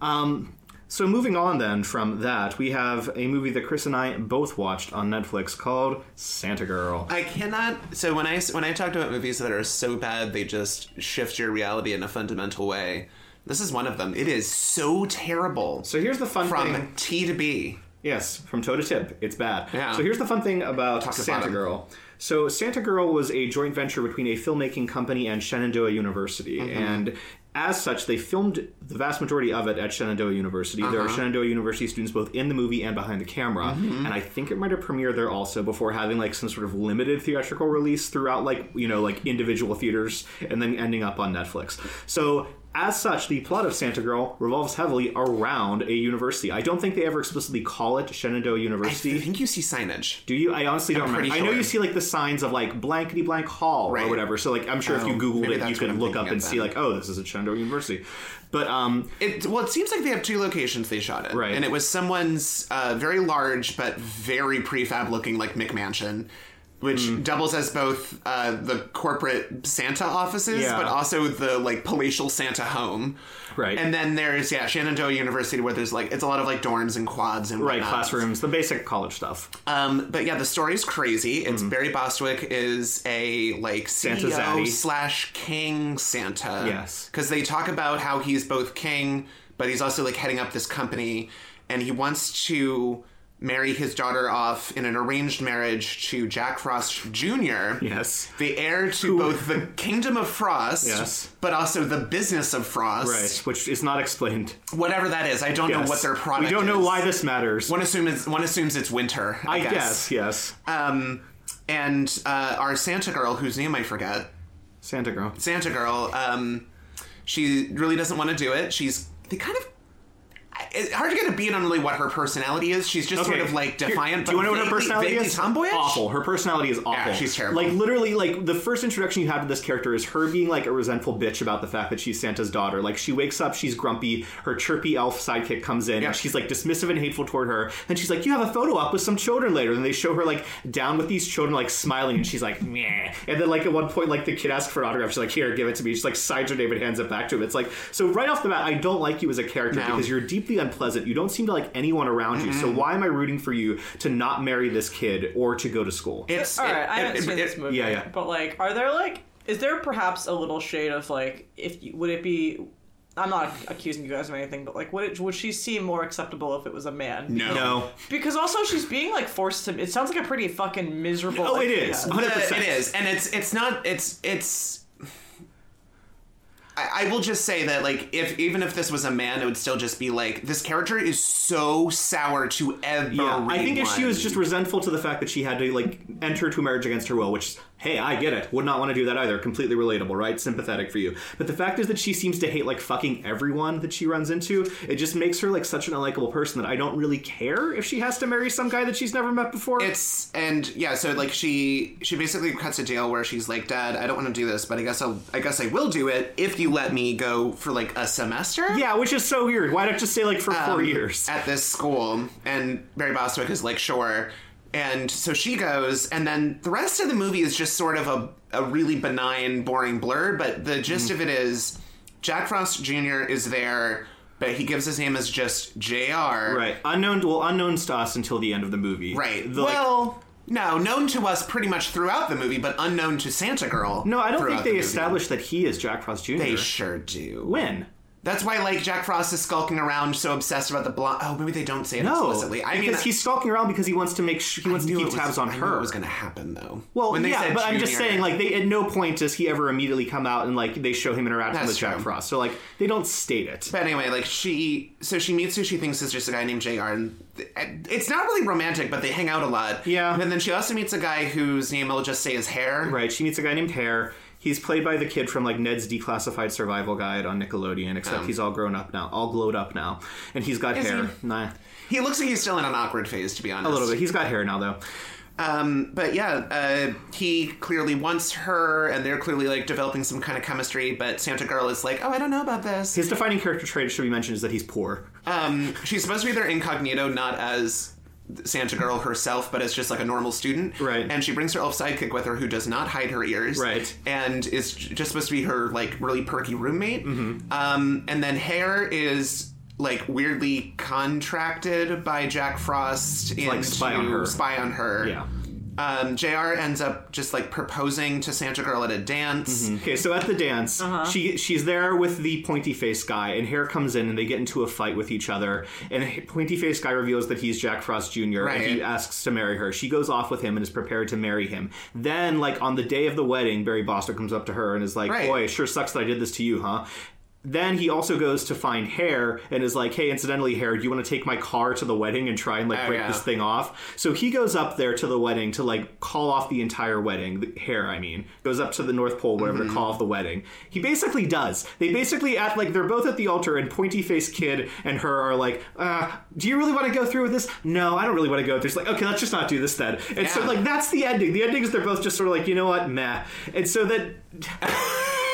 [SPEAKER 4] Um, so moving on then from that, we have a movie that Chris and I both watched on Netflix called Santa Girl.
[SPEAKER 1] I cannot. So when I when I talked about movies that are so bad they just shift your reality in a fundamental way, this is one of them. It is so terrible
[SPEAKER 4] So here's the fun
[SPEAKER 1] from
[SPEAKER 4] thing.
[SPEAKER 1] T to B.
[SPEAKER 4] Yes, from toe to tip, it's bad.
[SPEAKER 1] Yeah.
[SPEAKER 4] So here's the fun thing about
[SPEAKER 1] Top to
[SPEAKER 4] Santa
[SPEAKER 1] bottom.
[SPEAKER 4] Girl. So Santa Girl was a joint venture between a filmmaking company and Shenandoah University,
[SPEAKER 1] Mm-hmm.
[SPEAKER 4] and as such, they filmed the vast majority of it at Shenandoah University. There are
[SPEAKER 1] Uh-huh.
[SPEAKER 4] Shenandoah University students both in the movie and behind the camera,
[SPEAKER 1] Mm-hmm.
[SPEAKER 4] and I think it might have premiered there also before having like some sort of limited theatrical release throughout like you know like individual theaters and then ending up on Netflix. So as such, the plot of Santa Girl revolves heavily around a university. I don't think they ever explicitly call it Shenandoah
[SPEAKER 1] I
[SPEAKER 4] University.
[SPEAKER 1] think you see signage.
[SPEAKER 4] Do you? I honestly don't remember.
[SPEAKER 1] pretty
[SPEAKER 4] I know
[SPEAKER 1] sure.
[SPEAKER 4] you see like the signs of like blankety blank hall or
[SPEAKER 1] Right.
[SPEAKER 4] whatever. So like I'm sure if
[SPEAKER 1] Oh,
[SPEAKER 4] you Googled
[SPEAKER 1] maybe
[SPEAKER 4] it, you
[SPEAKER 1] that's
[SPEAKER 4] could
[SPEAKER 1] what I'm
[SPEAKER 4] look up
[SPEAKER 1] thinking
[SPEAKER 4] and
[SPEAKER 1] of
[SPEAKER 4] see
[SPEAKER 1] then.
[SPEAKER 4] like, oh, this is at Shenandoah University. But um,
[SPEAKER 1] It well, it seems like they have two locations they shot it,
[SPEAKER 4] Right.
[SPEAKER 1] And it was someone's uh, very large but very prefab-looking like McMansion, which
[SPEAKER 4] Hmm.
[SPEAKER 1] doubles as both uh, the corporate Santa offices,
[SPEAKER 4] Yeah.
[SPEAKER 1] but also the like palatial Santa home.
[SPEAKER 4] Right.
[SPEAKER 1] And then there's yeah Shenandoah University, where there's like it's a lot of like dorms and quads and
[SPEAKER 4] right
[SPEAKER 1] whatnot.
[SPEAKER 4] classrooms, the basic college stuff.
[SPEAKER 1] Um, but yeah, the story's crazy.
[SPEAKER 4] Mm-hmm.
[SPEAKER 1] It's Barry Bostwick is a like
[SPEAKER 4] Santa
[SPEAKER 1] CEO
[SPEAKER 4] Zaddy.
[SPEAKER 1] slash King Santa.
[SPEAKER 4] Yes.
[SPEAKER 1] because they talk about how he's both king, but he's also like heading up this company, and he wants to marry his daughter off in an arranged marriage to Jack Frost Jr.
[SPEAKER 4] Yes.
[SPEAKER 1] the heir to both the kingdom of Frost,
[SPEAKER 4] Yes.
[SPEAKER 1] but also the business of Frost,
[SPEAKER 4] Right, which is not explained.
[SPEAKER 1] whatever that is. I don't know
[SPEAKER 4] Yes.
[SPEAKER 1] what their product.
[SPEAKER 4] We don't know
[SPEAKER 1] is.
[SPEAKER 4] why this matters.
[SPEAKER 1] One assumes one assumes it's winter. I,
[SPEAKER 4] I guess. yes.
[SPEAKER 1] um, and uh, our Santa girl, whose name I forget,
[SPEAKER 4] Santa Girl.
[SPEAKER 1] Santa girl, um, she really doesn't want to do it. She's they kind of it's hard to get a beat on really what her personality is. She's just sort
[SPEAKER 4] Okay,
[SPEAKER 1] of like
[SPEAKER 4] here-
[SPEAKER 1] defiant.
[SPEAKER 4] do you
[SPEAKER 1] but
[SPEAKER 4] want to know what her
[SPEAKER 1] vaguely-
[SPEAKER 4] personality
[SPEAKER 1] vaguely
[SPEAKER 4] is?
[SPEAKER 1] Tomboyish.
[SPEAKER 4] Awful. Her personality is awful.
[SPEAKER 1] she's terrible.
[SPEAKER 4] Like literally, like the first introduction you have to this character is her being like a resentful bitch about the fact that she's Santa's daughter. Like she wakes up, she's grumpy. Her chirpy elf sidekick comes in,
[SPEAKER 1] Yeah.
[SPEAKER 4] and she's like dismissive and hateful toward her. And she's like, "You have a photo up with some children later." And they show her like down with these children, like smiling, and she's like, "Meh." And then like at one point, like the kid asks for an autograph. She's like, "Here, give it to me." She's like, signs her name and hands it back to him. It's like so right off the bat, I don't like you as a character
[SPEAKER 1] No.
[SPEAKER 4] because you're deeply unpleasant. You don't seem to like anyone around you. So why am I rooting for you to not marry this kid or to go to school?
[SPEAKER 1] It's
[SPEAKER 2] all right
[SPEAKER 1] it-
[SPEAKER 2] i haven't
[SPEAKER 1] it-
[SPEAKER 2] seen
[SPEAKER 1] it-
[SPEAKER 2] this movie
[SPEAKER 4] yeah, yeah.
[SPEAKER 2] but like are there like is there perhaps a little shade of like if you, would it be i'm not accusing you guys of anything but like would it would she seem more acceptable if it was a man
[SPEAKER 1] No.
[SPEAKER 4] no.
[SPEAKER 2] because also she's being like forced to it sounds like a pretty fucking miserable
[SPEAKER 4] Oh, it
[SPEAKER 2] idea.
[SPEAKER 4] is.
[SPEAKER 1] The-
[SPEAKER 4] 100%.
[SPEAKER 1] it is, and it's it's not it's it's. I, I will just say that like if even if this was a man, it would still just be like this character is so sour to everyone.
[SPEAKER 4] Yeah, I think if she was just resentful to the fact that she had to like enter to marriage against her will, which hey, I get it, would not want to do that either. Completely relatable, right? Sympathetic for you. But the fact is that she seems to hate like fucking everyone that she runs into. It just makes her like such an unlikable person that I don't really care if she has to marry some guy that she's never met before.
[SPEAKER 1] it's and yeah so like she she basically cuts a deal where she's like dad i don't want to do this but i guess i'll i guess i will do it if you let me go for like a semester
[SPEAKER 4] yeah, which is so weird. Why not just say like for four
[SPEAKER 1] um,
[SPEAKER 4] years?
[SPEAKER 1] at this school and barry bostwick is like sure and so she goes and then the rest of the movie is just sort of a, a really benign boring blur but the gist of it is jack frost jr is there but he gives his name as just jr
[SPEAKER 4] Right, unknown. Well, unknowns to us until the end of the movie.
[SPEAKER 1] right
[SPEAKER 4] The, like,
[SPEAKER 1] well no, known to us pretty much throughout the movie, but unknown to Santa Girl.
[SPEAKER 4] no, I don't
[SPEAKER 1] throughout
[SPEAKER 4] think
[SPEAKER 1] the
[SPEAKER 4] they
[SPEAKER 1] movie.
[SPEAKER 4] established that he is Jack Frost Jr.
[SPEAKER 1] They sure do.
[SPEAKER 4] when.
[SPEAKER 1] That's why, like, Jack Frost is skulking around, so obsessed about the blonde. Oh, maybe they don't say it
[SPEAKER 4] No,
[SPEAKER 1] explicitly. I mean,
[SPEAKER 4] because he's stalking around because he wants to make sh- he
[SPEAKER 1] I
[SPEAKER 4] wants to
[SPEAKER 1] knew it
[SPEAKER 4] keep
[SPEAKER 1] was-
[SPEAKER 4] tabs on
[SPEAKER 1] I knew
[SPEAKER 4] her.
[SPEAKER 1] it was going to happen though.
[SPEAKER 4] well,
[SPEAKER 1] When they
[SPEAKER 4] yeah,
[SPEAKER 1] said
[SPEAKER 4] but I'm just
[SPEAKER 1] junior-
[SPEAKER 4] saying, like, they at no point does he ever immediately come out and like they show him interacting
[SPEAKER 1] That's
[SPEAKER 4] with Jack
[SPEAKER 1] true.
[SPEAKER 4] Frost. So like they don't state it.
[SPEAKER 1] But anyway, like she, so she meets who she thinks is just a guy named Jr. And th- it's not really romantic, but they hang out a lot.
[SPEAKER 4] Yeah.
[SPEAKER 1] And then she also meets a guy whose name I'll just say is Hair.
[SPEAKER 4] Right? She meets a guy named Hare. He's played by the kid from like Ned's Declassified Survival Guide on Nickelodeon, except
[SPEAKER 1] Um.
[SPEAKER 4] he's all grown up now, all glowed up now, and he's got
[SPEAKER 1] Is
[SPEAKER 4] hair.
[SPEAKER 1] he?
[SPEAKER 4] Nah,
[SPEAKER 1] He looks like he's still in an awkward phase, to be honest.
[SPEAKER 4] a little bit. He's got hair now though.
[SPEAKER 1] Um, but yeah, uh, he clearly wants her, and they're clearly like developing some kind of chemistry. But Santa Girl is like, "Oh, I don't know about this."
[SPEAKER 4] His defining character trait should be mentioned is that he's poor.
[SPEAKER 1] Um, she's supposed to be there incognito, not as Santa Girl herself, but as just like a normal student.
[SPEAKER 4] Right.
[SPEAKER 1] And she brings her elf sidekick with her, who does not hide her ears.
[SPEAKER 4] Right.
[SPEAKER 1] And is j- just supposed to be her like really perky roommate.
[SPEAKER 4] Mm-hmm.
[SPEAKER 1] Um, and then Hair is like weirdly contracted by Jack Frost into
[SPEAKER 4] like spy on her.
[SPEAKER 1] Spy on her.
[SPEAKER 4] Yeah.
[SPEAKER 1] Um, Jr. ends up just like proposing to Santa Girl at a dance.
[SPEAKER 4] Okay, so at the dance, she she's there with the pointy face guy, and Hare comes in, and they get into a fight with each other. And pointy face guy reveals that he's Jack Frost Jr. and
[SPEAKER 1] Right.
[SPEAKER 4] he asks to marry her. She goes off with him and is prepared to marry him. Then, like on the day of the wedding, Barry Bostwick comes up to her and is like,
[SPEAKER 1] Right.
[SPEAKER 4] "Boy, it sure sucks that I did this to you, huh?" Then he also goes to find Hare and is like, "Hey, incidentally, Hare, do you want to take my car to the wedding and try and like
[SPEAKER 1] Oh,
[SPEAKER 4] break
[SPEAKER 1] yeah.
[SPEAKER 4] this thing off?" So he goes up there to the wedding to like call off the entire wedding. The Hare, I mean, goes up to the North Pole, whatever, to call off the wedding. He basically does. They basically act like they're both at the altar, and pointy faced kid and her are like, uh, "Do you really want to go through with this?" No, I don't really want to go. Through. It's like, okay, let's just not do this then. And so
[SPEAKER 1] Yeah.
[SPEAKER 4] like that's the ending. The ending is they're both just sort of like, you know what, meh. And so that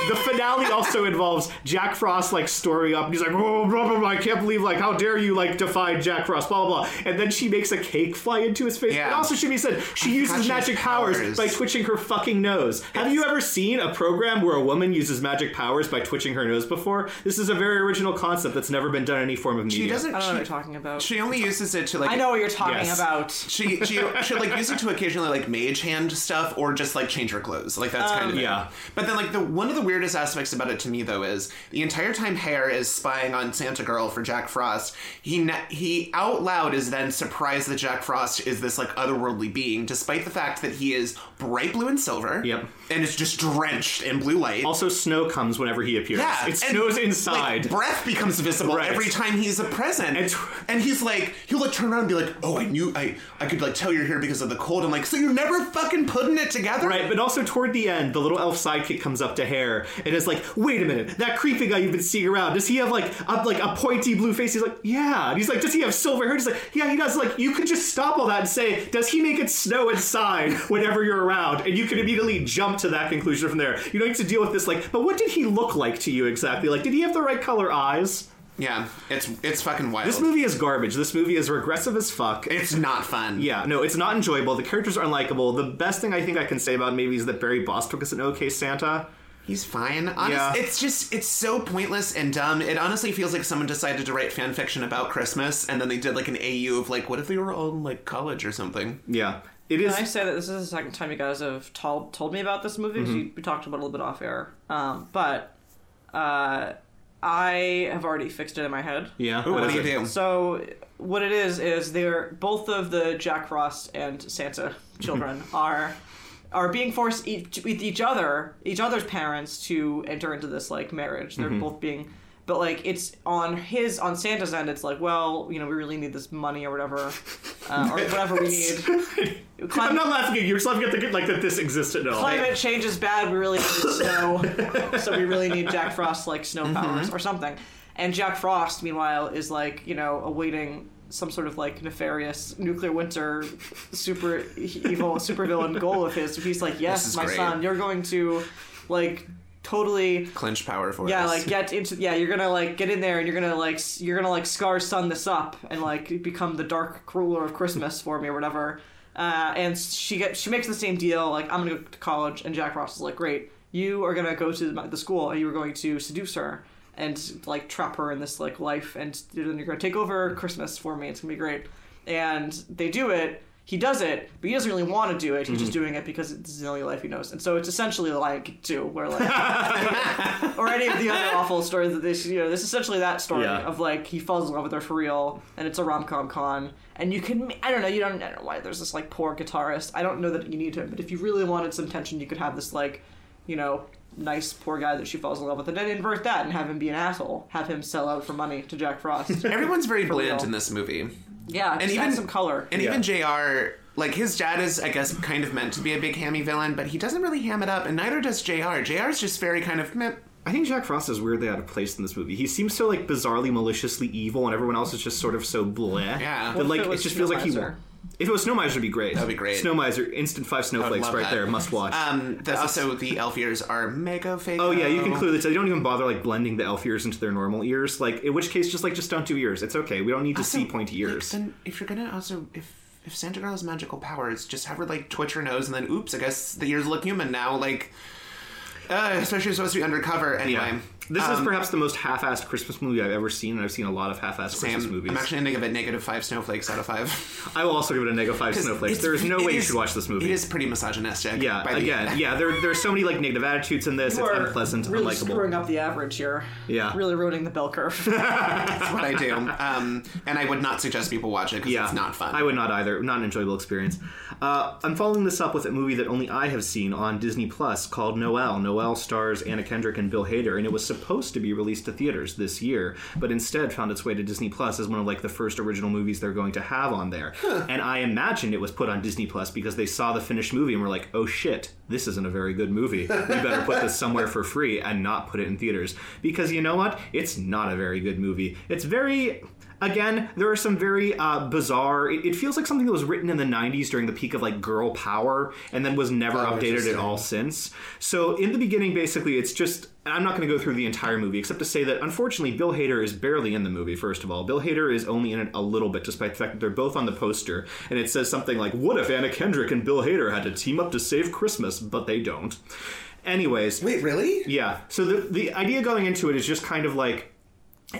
[SPEAKER 4] the finale also involves Jack Frost like story up. And he's like, oh, blah, blah, blah, I can't believe like how dare you like defy Jack Frost, blah blah. blah. And then she makes a cake fly into his face.
[SPEAKER 1] Yeah.
[SPEAKER 4] It also should be said she
[SPEAKER 1] how
[SPEAKER 4] uses
[SPEAKER 1] she has
[SPEAKER 4] magic powers,
[SPEAKER 1] powers.
[SPEAKER 4] by twitching her fucking nose. Have you ever seen a program where a woman uses magic powers by twitching her nose before? This is a very original concept that's never been done in any form of media.
[SPEAKER 1] She doesn't.
[SPEAKER 2] I don't know what
[SPEAKER 1] She,
[SPEAKER 2] you're talking about.
[SPEAKER 1] she only uses it to like.
[SPEAKER 2] I know what you're talking
[SPEAKER 4] Yes.
[SPEAKER 2] about.
[SPEAKER 1] She she should like use it to occasionally like mage hand stuff or just like change her clothes. Like that's kind of it.
[SPEAKER 4] Um, yeah.
[SPEAKER 1] But then like the one of the weirdest aspects about it to me though is the entire time Hare is spying on Santa Girl for Jack Frost, he na- he out loud is then surprised that Jack Frost is this like otherworldly being, despite the fact that he is bright blue and silver.
[SPEAKER 4] Yep.
[SPEAKER 1] And is just drenched in blue light.
[SPEAKER 4] Also, snow comes whenever he appears.
[SPEAKER 1] Yeah,
[SPEAKER 4] it
[SPEAKER 1] and,
[SPEAKER 4] snows
[SPEAKER 1] like,
[SPEAKER 4] inside.
[SPEAKER 1] breath becomes visible
[SPEAKER 4] Right.
[SPEAKER 1] every time he's a present,
[SPEAKER 4] And-
[SPEAKER 1] and, he's like, he'll like turn around and be like, "Oh, I knew, I, I could like tell you're here because of the cold." I'm like, "So you're never fucking putting it together,
[SPEAKER 4] Right, but also toward the end, the little elf sidekick comes up to Hare and is like, "Wait a minute, that creepy guy you've been seeing around. Does he have like a like a pointy blue face?" He's like, "Yeah." And he's like, "Does he have silver hair?" He's like, "Yeah, he does." Like, you could just stop all that and say, "Does he make it snow inside whenever you're around?" And you could immediately jump to that conclusion from there. You don't need to deal with this. Like, but what did he look like to you exactly? Like, did he have the right color eyes?
[SPEAKER 1] Yeah, it's it's fucking wild.
[SPEAKER 4] This movie is garbage. This movie is regressive as fuck.
[SPEAKER 1] it's not fun.
[SPEAKER 4] Yeah, no, it's not enjoyable. The characters are unlikable. The best thing I think I can say about it maybe is that Barry Bostwick is an okay Santa.
[SPEAKER 1] he's fine. Honest,
[SPEAKER 4] Yeah.
[SPEAKER 1] it's just it's so pointless and dumb. It honestly feels like someone decided to write fan fiction about Christmas, and then they did like an AU of like, what if they were all in like college or something?
[SPEAKER 4] Yeah, it
[SPEAKER 2] Can I
[SPEAKER 4] is.
[SPEAKER 2] say that this is the second time you guys have told told me about this movie? 'Cause you- We talked about it a little bit off air, um, but uh, I have already fixed it in my head.
[SPEAKER 4] Yeah,
[SPEAKER 1] What,
[SPEAKER 4] is
[SPEAKER 1] do you
[SPEAKER 4] it?
[SPEAKER 1] do?
[SPEAKER 2] So what it is is they're both of the Jack Frost and Santa children are are being forced each, with each other, each other's parents to enter into this like marriage. They're both being but like it's on his on Santa's end it's like, well, you know, we really need this money or whatever uh, or whatever we need.
[SPEAKER 4] I'm
[SPEAKER 2] Climate,
[SPEAKER 4] not laughing at you. You're just laughing at the like that. This existed at all.
[SPEAKER 2] climate change is bad, we really need snow. so we really need Jack Frost like
[SPEAKER 1] Mm-hmm.
[SPEAKER 2] snow powers or something. And Jack Frost, meanwhile, is like, you know, awaiting some sort of like nefarious nuclear winter super evil supervillain goal of his. He's like, Yes,
[SPEAKER 1] is
[SPEAKER 2] my
[SPEAKER 1] great.
[SPEAKER 2] son, you're going to like totally
[SPEAKER 1] Clinch power for
[SPEAKER 2] yeah,
[SPEAKER 1] us.
[SPEAKER 2] like get into yeah, you're gonna like get in there and you're gonna like s- you're gonna like scar sun this up and like become the dark ruler of Christmas for me or whatever. Uh, and she get she makes the same deal like I'm gonna go to college and Jack Ross is like great you are gonna go to the- the school and you are going to seduce her and like trap her in this like life and then you're gonna take over Christmas for me it's gonna be great and they do it he does it but he doesn't really want to do it he's just doing it because this is the only life he knows and so it's essentially like two where like or any of the other awful stories that this you know this is essentially that story
[SPEAKER 4] Yeah.
[SPEAKER 2] of like he falls in love with her for real and it's a rom-com con and you can i don't know you don't I don't know why there's this like poor guitarist i don't know that you need him but if you really wanted some tension you could have this like you know nice poor guy that she falls in love with and then invert that and have him be an asshole have him sell out for money to jack frost
[SPEAKER 1] everyone's very bland
[SPEAKER 2] real.
[SPEAKER 1] in this movie.
[SPEAKER 2] yeah and even
[SPEAKER 1] even-
[SPEAKER 2] some color
[SPEAKER 1] And
[SPEAKER 4] Yeah.
[SPEAKER 1] even JR like his dad is, I guess, kind of meant to be a big hammy villain, but he doesn't really ham it up, and neither does Jr. Jr.'s just very kind of meh.
[SPEAKER 4] I think Jack Frost is weirdly out of place in this movie. He seems so like bizarrely maliciously evil, and everyone else is just sort of so bleh.
[SPEAKER 1] Yeah. What
[SPEAKER 4] that
[SPEAKER 1] if
[SPEAKER 4] like
[SPEAKER 2] it
[SPEAKER 4] it,
[SPEAKER 2] was
[SPEAKER 4] just feels like he.
[SPEAKER 2] Snowmiser?
[SPEAKER 4] If it was Snowmiser, it'd be great. That'd
[SPEAKER 1] be great.
[SPEAKER 4] Snowmiser, instant five snowflakes
[SPEAKER 1] love
[SPEAKER 4] right
[SPEAKER 1] that.
[SPEAKER 4] there, must watch.
[SPEAKER 1] Um, the, also the elf ears are mega fake.
[SPEAKER 4] oh yeah, you can clue this. They don't even bother like blending the elf ears into their normal ears. Like in which case, just like just don't do ears. It's okay. We don't need to see pointy ears.
[SPEAKER 1] Then if you're gonna also if if Santa Girl has magical powers, just have her like twitch her nose and then oops, I guess the ears look human now. Like, uh, especially supposed to be undercover anyway.
[SPEAKER 4] Yeah. This is
[SPEAKER 1] Um,
[SPEAKER 4] perhaps the most half-assed Christmas movie I've ever seen, and I've seen a lot of half-assed Christmas
[SPEAKER 1] I'm-
[SPEAKER 4] movies.
[SPEAKER 1] I'm actually ending up at negative five snowflakes out of five.
[SPEAKER 4] I will also give it a negative five snowflakes.
[SPEAKER 1] It's-
[SPEAKER 4] There is no
[SPEAKER 1] it
[SPEAKER 4] way you
[SPEAKER 1] is-
[SPEAKER 4] should watch this movie.
[SPEAKER 1] It is pretty misogynistic.
[SPEAKER 4] yeah,
[SPEAKER 1] by the-
[SPEAKER 4] again, yeah. There, there are so many like negative attitudes in this.
[SPEAKER 2] You
[SPEAKER 4] it's
[SPEAKER 2] are
[SPEAKER 4] unpleasant,
[SPEAKER 2] really
[SPEAKER 4] unlikable.
[SPEAKER 2] screwing up the average here.
[SPEAKER 4] Yeah.
[SPEAKER 2] Really ruining the bell curve.
[SPEAKER 1] that's what I do. Um, and I would not suggest people watch it because
[SPEAKER 4] Yeah,
[SPEAKER 1] it's not fun.
[SPEAKER 4] I would not either. Not an enjoyable experience. Uh, I'm following this up with a movie that only I have seen on Disney Plus called Noel. Noel stars Anna Kendrick and Bill Hader, and it was supposed to be released to theaters this year, but instead found its way to Disney Plus as one of like the first original movies they're going to have on there. And I imagine it was put on Disney Plus because they saw the finished movie and were like, "Oh shit, this isn't a very good movie. We better put this somewhere for free and not put it in theaters." Because you know what? It's not a very good movie. It's very Again, there are some very uh, bizarre. It, it feels like something that was written in the '90s during the peak of like girl power, and then was never updated at
[SPEAKER 1] interesting.
[SPEAKER 4] all since. So in the beginning, basically, it's just. And I'm not going to go through the entire movie, except to say that unfortunately, Bill Hader is barely in the movie. First of all, Bill Hader is only in it a little bit, despite the fact that they're both on the poster, and it says something like, "What if Anna Kendrick and Bill Hader had to team up to save Christmas?" But they don't. Anyways,
[SPEAKER 1] Wait, really?
[SPEAKER 4] yeah. So the the idea going into it is just kind of like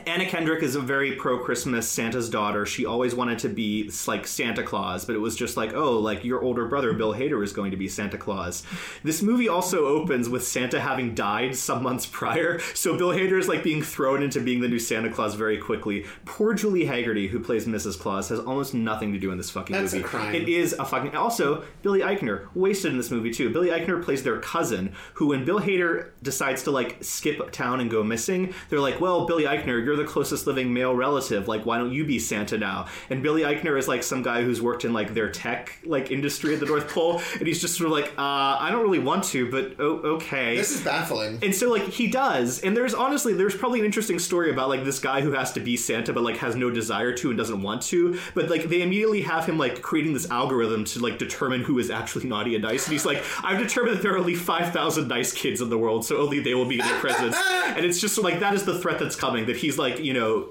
[SPEAKER 4] Anna Kendrick is a very pro Christmas Santa's daughter. She always wanted to be like Santa Claus, but it was just like, oh, like your older brother Bill Hader is going to be Santa Claus. This movie also opens with Santa having died some months prior, so Bill Hader is like being thrown into being the new Santa Claus very quickly. Poor Julie Haggerty, who plays Mrs. Claus, has almost nothing to do in this fucking
[SPEAKER 1] That's a
[SPEAKER 4] movie.
[SPEAKER 1] crime.
[SPEAKER 4] It is a fucking. Also, Billy Eichner wasted in this movie too. Billy Eichner plays their cousin, who when Bill Hader decides to like skip town and go missing, they're like, "Well, Billy Eichner, you're the closest living male relative. Like, why don't you be Santa now?" And Billy Eichner is like some guy who's worked in like their tech like industry at the North Pole, and he's just sort of like, uh, "I don't really want to, but oh, okay."
[SPEAKER 1] is baffling.
[SPEAKER 4] and so like he does and there's honestly there's probably an interesting story about like this guy who has to be santa but like has no desire to and doesn't want to but like they immediately have him like creating this algorithm to like determine who is actually naughty and nice and he's like i've determined that there are only 5000 nice kids in the world so only they will be their presents and it's just like that is the threat that's coming that he's like you know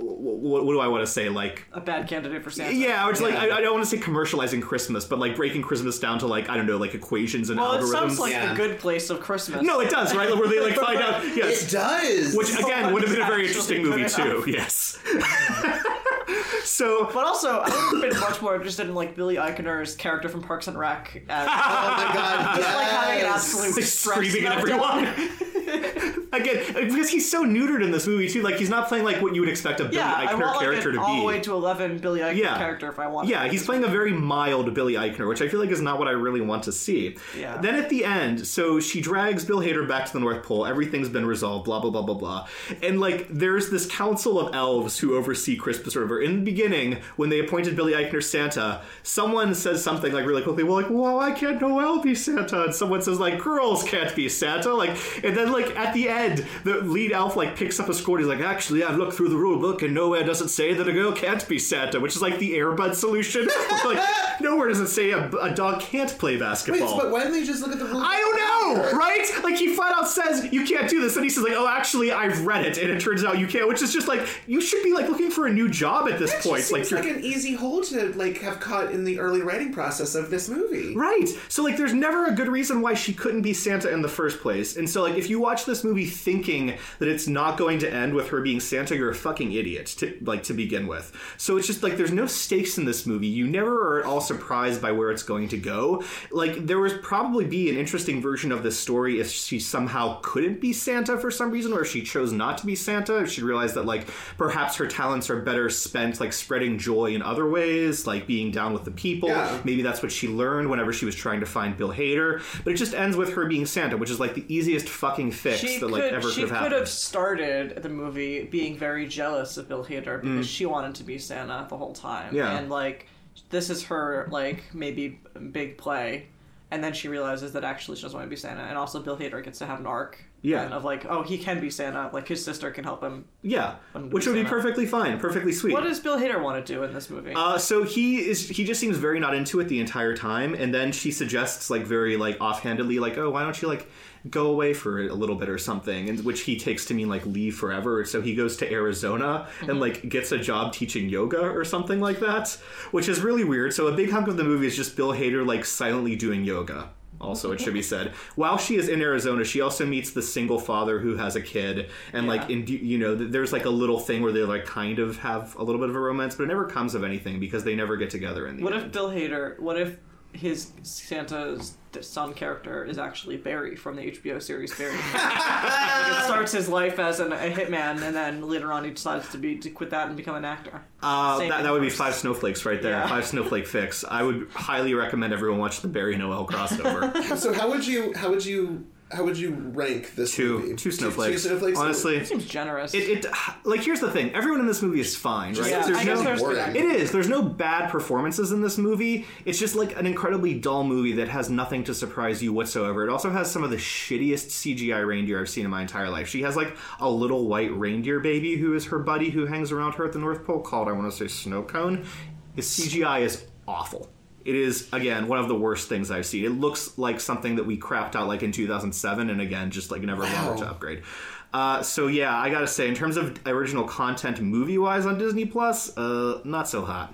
[SPEAKER 4] what, what do i want to say like
[SPEAKER 2] a bad candidate for Santa.
[SPEAKER 4] yeah, or it's like I, I don't want to say commercializing Christmas, but like breaking Christmas down to like I don't know, like equations and
[SPEAKER 2] Well, it
[SPEAKER 4] algorithms.
[SPEAKER 2] sounds like
[SPEAKER 1] Yeah.
[SPEAKER 2] the good place of Christmas.
[SPEAKER 4] no, it does, right? Where they like find out. Yes,
[SPEAKER 1] does.
[SPEAKER 4] which again would have been a very interesting
[SPEAKER 2] Actually,
[SPEAKER 4] movie
[SPEAKER 2] good
[SPEAKER 4] too. Yes. so
[SPEAKER 2] But also, I would have been much more interested in like Billy Eichner's character from Parks and Rec as
[SPEAKER 1] oh my god,
[SPEAKER 2] just like having an absolute
[SPEAKER 4] like
[SPEAKER 2] stress
[SPEAKER 4] screaming at
[SPEAKER 2] meltdown.
[SPEAKER 4] everyone. Again, because he's so neutered in this movie too. Like he's not playing like what you would expect a Billy
[SPEAKER 2] Yeah, I
[SPEAKER 4] Eichner
[SPEAKER 2] want like
[SPEAKER 4] character
[SPEAKER 2] an
[SPEAKER 4] to
[SPEAKER 2] all
[SPEAKER 4] be.
[SPEAKER 2] the way to eleven Billy Eichner
[SPEAKER 4] Yeah.
[SPEAKER 2] character if I want.
[SPEAKER 4] Yeah, he's playing a very mild Billy Eichner, which I feel like is not what I really want to see.
[SPEAKER 2] Yeah.
[SPEAKER 4] Then at the end, so she drags Bill Hader back to the North Pole. Everything's been resolved. Blah blah blah blah blah. And like, there's this council of elves who oversee Christmas River. In the beginning, when they appointed Billy Eichner Santa, someone says something like really quickly, "Well, like, well, why can't Noel be Santa?" And someone says like, "Girls can't be Santa." Like, and then like at the end, the lead elf like picks up a score. And he's like, "Actually, I've looked through the rule book, and nowhere does it say that a girl can't be Santa," which is like the Airbud solution. like, nowhere does it say a, a dog can't play basketball.
[SPEAKER 1] why didn't they just look at the rules?
[SPEAKER 4] I don't know, right? Like he flat out says you can't do this, and he says like, "Oh, actually, I've read it, and it turns out you can't," which is just like you should be like looking for a new job at this
[SPEAKER 1] That just
[SPEAKER 4] point.
[SPEAKER 1] seems
[SPEAKER 4] you're-
[SPEAKER 1] like an easy hole to like have caught in the early writing process of this movie.
[SPEAKER 4] Right. So like there's never a good reason why she couldn't be Santa in the first place. And so like if you watch this movie thinking that it's not going to end with her being Santa, you're a fucking idiot to like to begin with. So it's just like there's no stakes in this movie. You never are at all surprised by where it's going to go. Like there would probably be an interesting version of this story if she somehow couldn't be Santa for some reason or if she chose not to be Santa, if she realized that like perhaps her talents are better spent like spreading joy in other ways, like being down with the people,
[SPEAKER 1] Yeah.
[SPEAKER 4] Maybe that's what she learned whenever she was trying to find Bill Hader. But it just ends with her being Santa, which is like the easiest fucking fix
[SPEAKER 2] She
[SPEAKER 4] that
[SPEAKER 2] could,
[SPEAKER 4] like ever
[SPEAKER 2] she
[SPEAKER 4] could have
[SPEAKER 2] could
[SPEAKER 4] happened.
[SPEAKER 2] have started the movie being very jealous of Bill Hader because she wanted to be Santa the whole time.
[SPEAKER 4] Mm. Yeah.
[SPEAKER 2] And like this is her like maybe big play, and then she realizes that actually she doesn't want to be Santa, and also Bill Hader gets to have an arc.
[SPEAKER 4] Yeah.
[SPEAKER 2] and of like, oh, he can be Santa. Like his sister can help him.
[SPEAKER 4] Yeah,
[SPEAKER 2] I'm
[SPEAKER 4] which would be
[SPEAKER 2] gonna-
[SPEAKER 4] perfectly fine, perfectly sweet.
[SPEAKER 2] What does Bill Hader want to do in this movie?
[SPEAKER 4] Uh, so he is he just seems very not into it the entire time and then she suggests like very like offhandedly like oh why don't you like go away for a little bit or something and which he takes to mean like leave forever so he goes to arizona and like gets a job teaching yoga or something like that which is really weird so a big hunk of the movie is just bill hader like silently doing yoga also it should be said while she is in arizona she also meets the single father who has a kid and like in you know th- there's like a little thing where they like kind of have a little bit of a romance but it never comes of anything because they never get together in the
[SPEAKER 2] what
[SPEAKER 4] end.
[SPEAKER 2] if Bill Hader? What if his Santa's son character is actually Barry from the HBO series Barry? Like, it starts his life as an, a hitman, and then later on he decides to be to quit that and become an actor.
[SPEAKER 4] uh,
[SPEAKER 2] Same
[SPEAKER 4] that, that would be
[SPEAKER 2] universe.
[SPEAKER 4] five snowflakes right there
[SPEAKER 2] Yeah.
[SPEAKER 4] five snowflake fix i would highly recommend everyone watch the barry noel crossover
[SPEAKER 1] So how would you how would you how would you rank this
[SPEAKER 4] two
[SPEAKER 1] movie?
[SPEAKER 4] two snowflakes,
[SPEAKER 1] Two snowflakes.
[SPEAKER 4] honestly
[SPEAKER 2] It seems generous.
[SPEAKER 4] it, it like here's the thing everyone in this movie is fine right
[SPEAKER 2] Yeah,
[SPEAKER 4] There's
[SPEAKER 2] I guess
[SPEAKER 4] no-
[SPEAKER 2] there's
[SPEAKER 1] boring.
[SPEAKER 2] that.
[SPEAKER 4] It is. There's no bad performances in this movie. It's just like an incredibly dull movie that has nothing to surprise you whatsoever. It also has some of the shittiest CGI reindeer I've seen in my entire life. She has like a little white reindeer baby who is her buddy who hangs around her at the North Pole called, I want to say, Snowcone. His CGI is awful. It is again one of the worst things I've seen. It looks like something that we crapped out like in 2007, and again just like never bothered to upgrade. Uh, so yeah, I gotta say, in terms of original content movie wise on Disney Plus, uh, not so hot.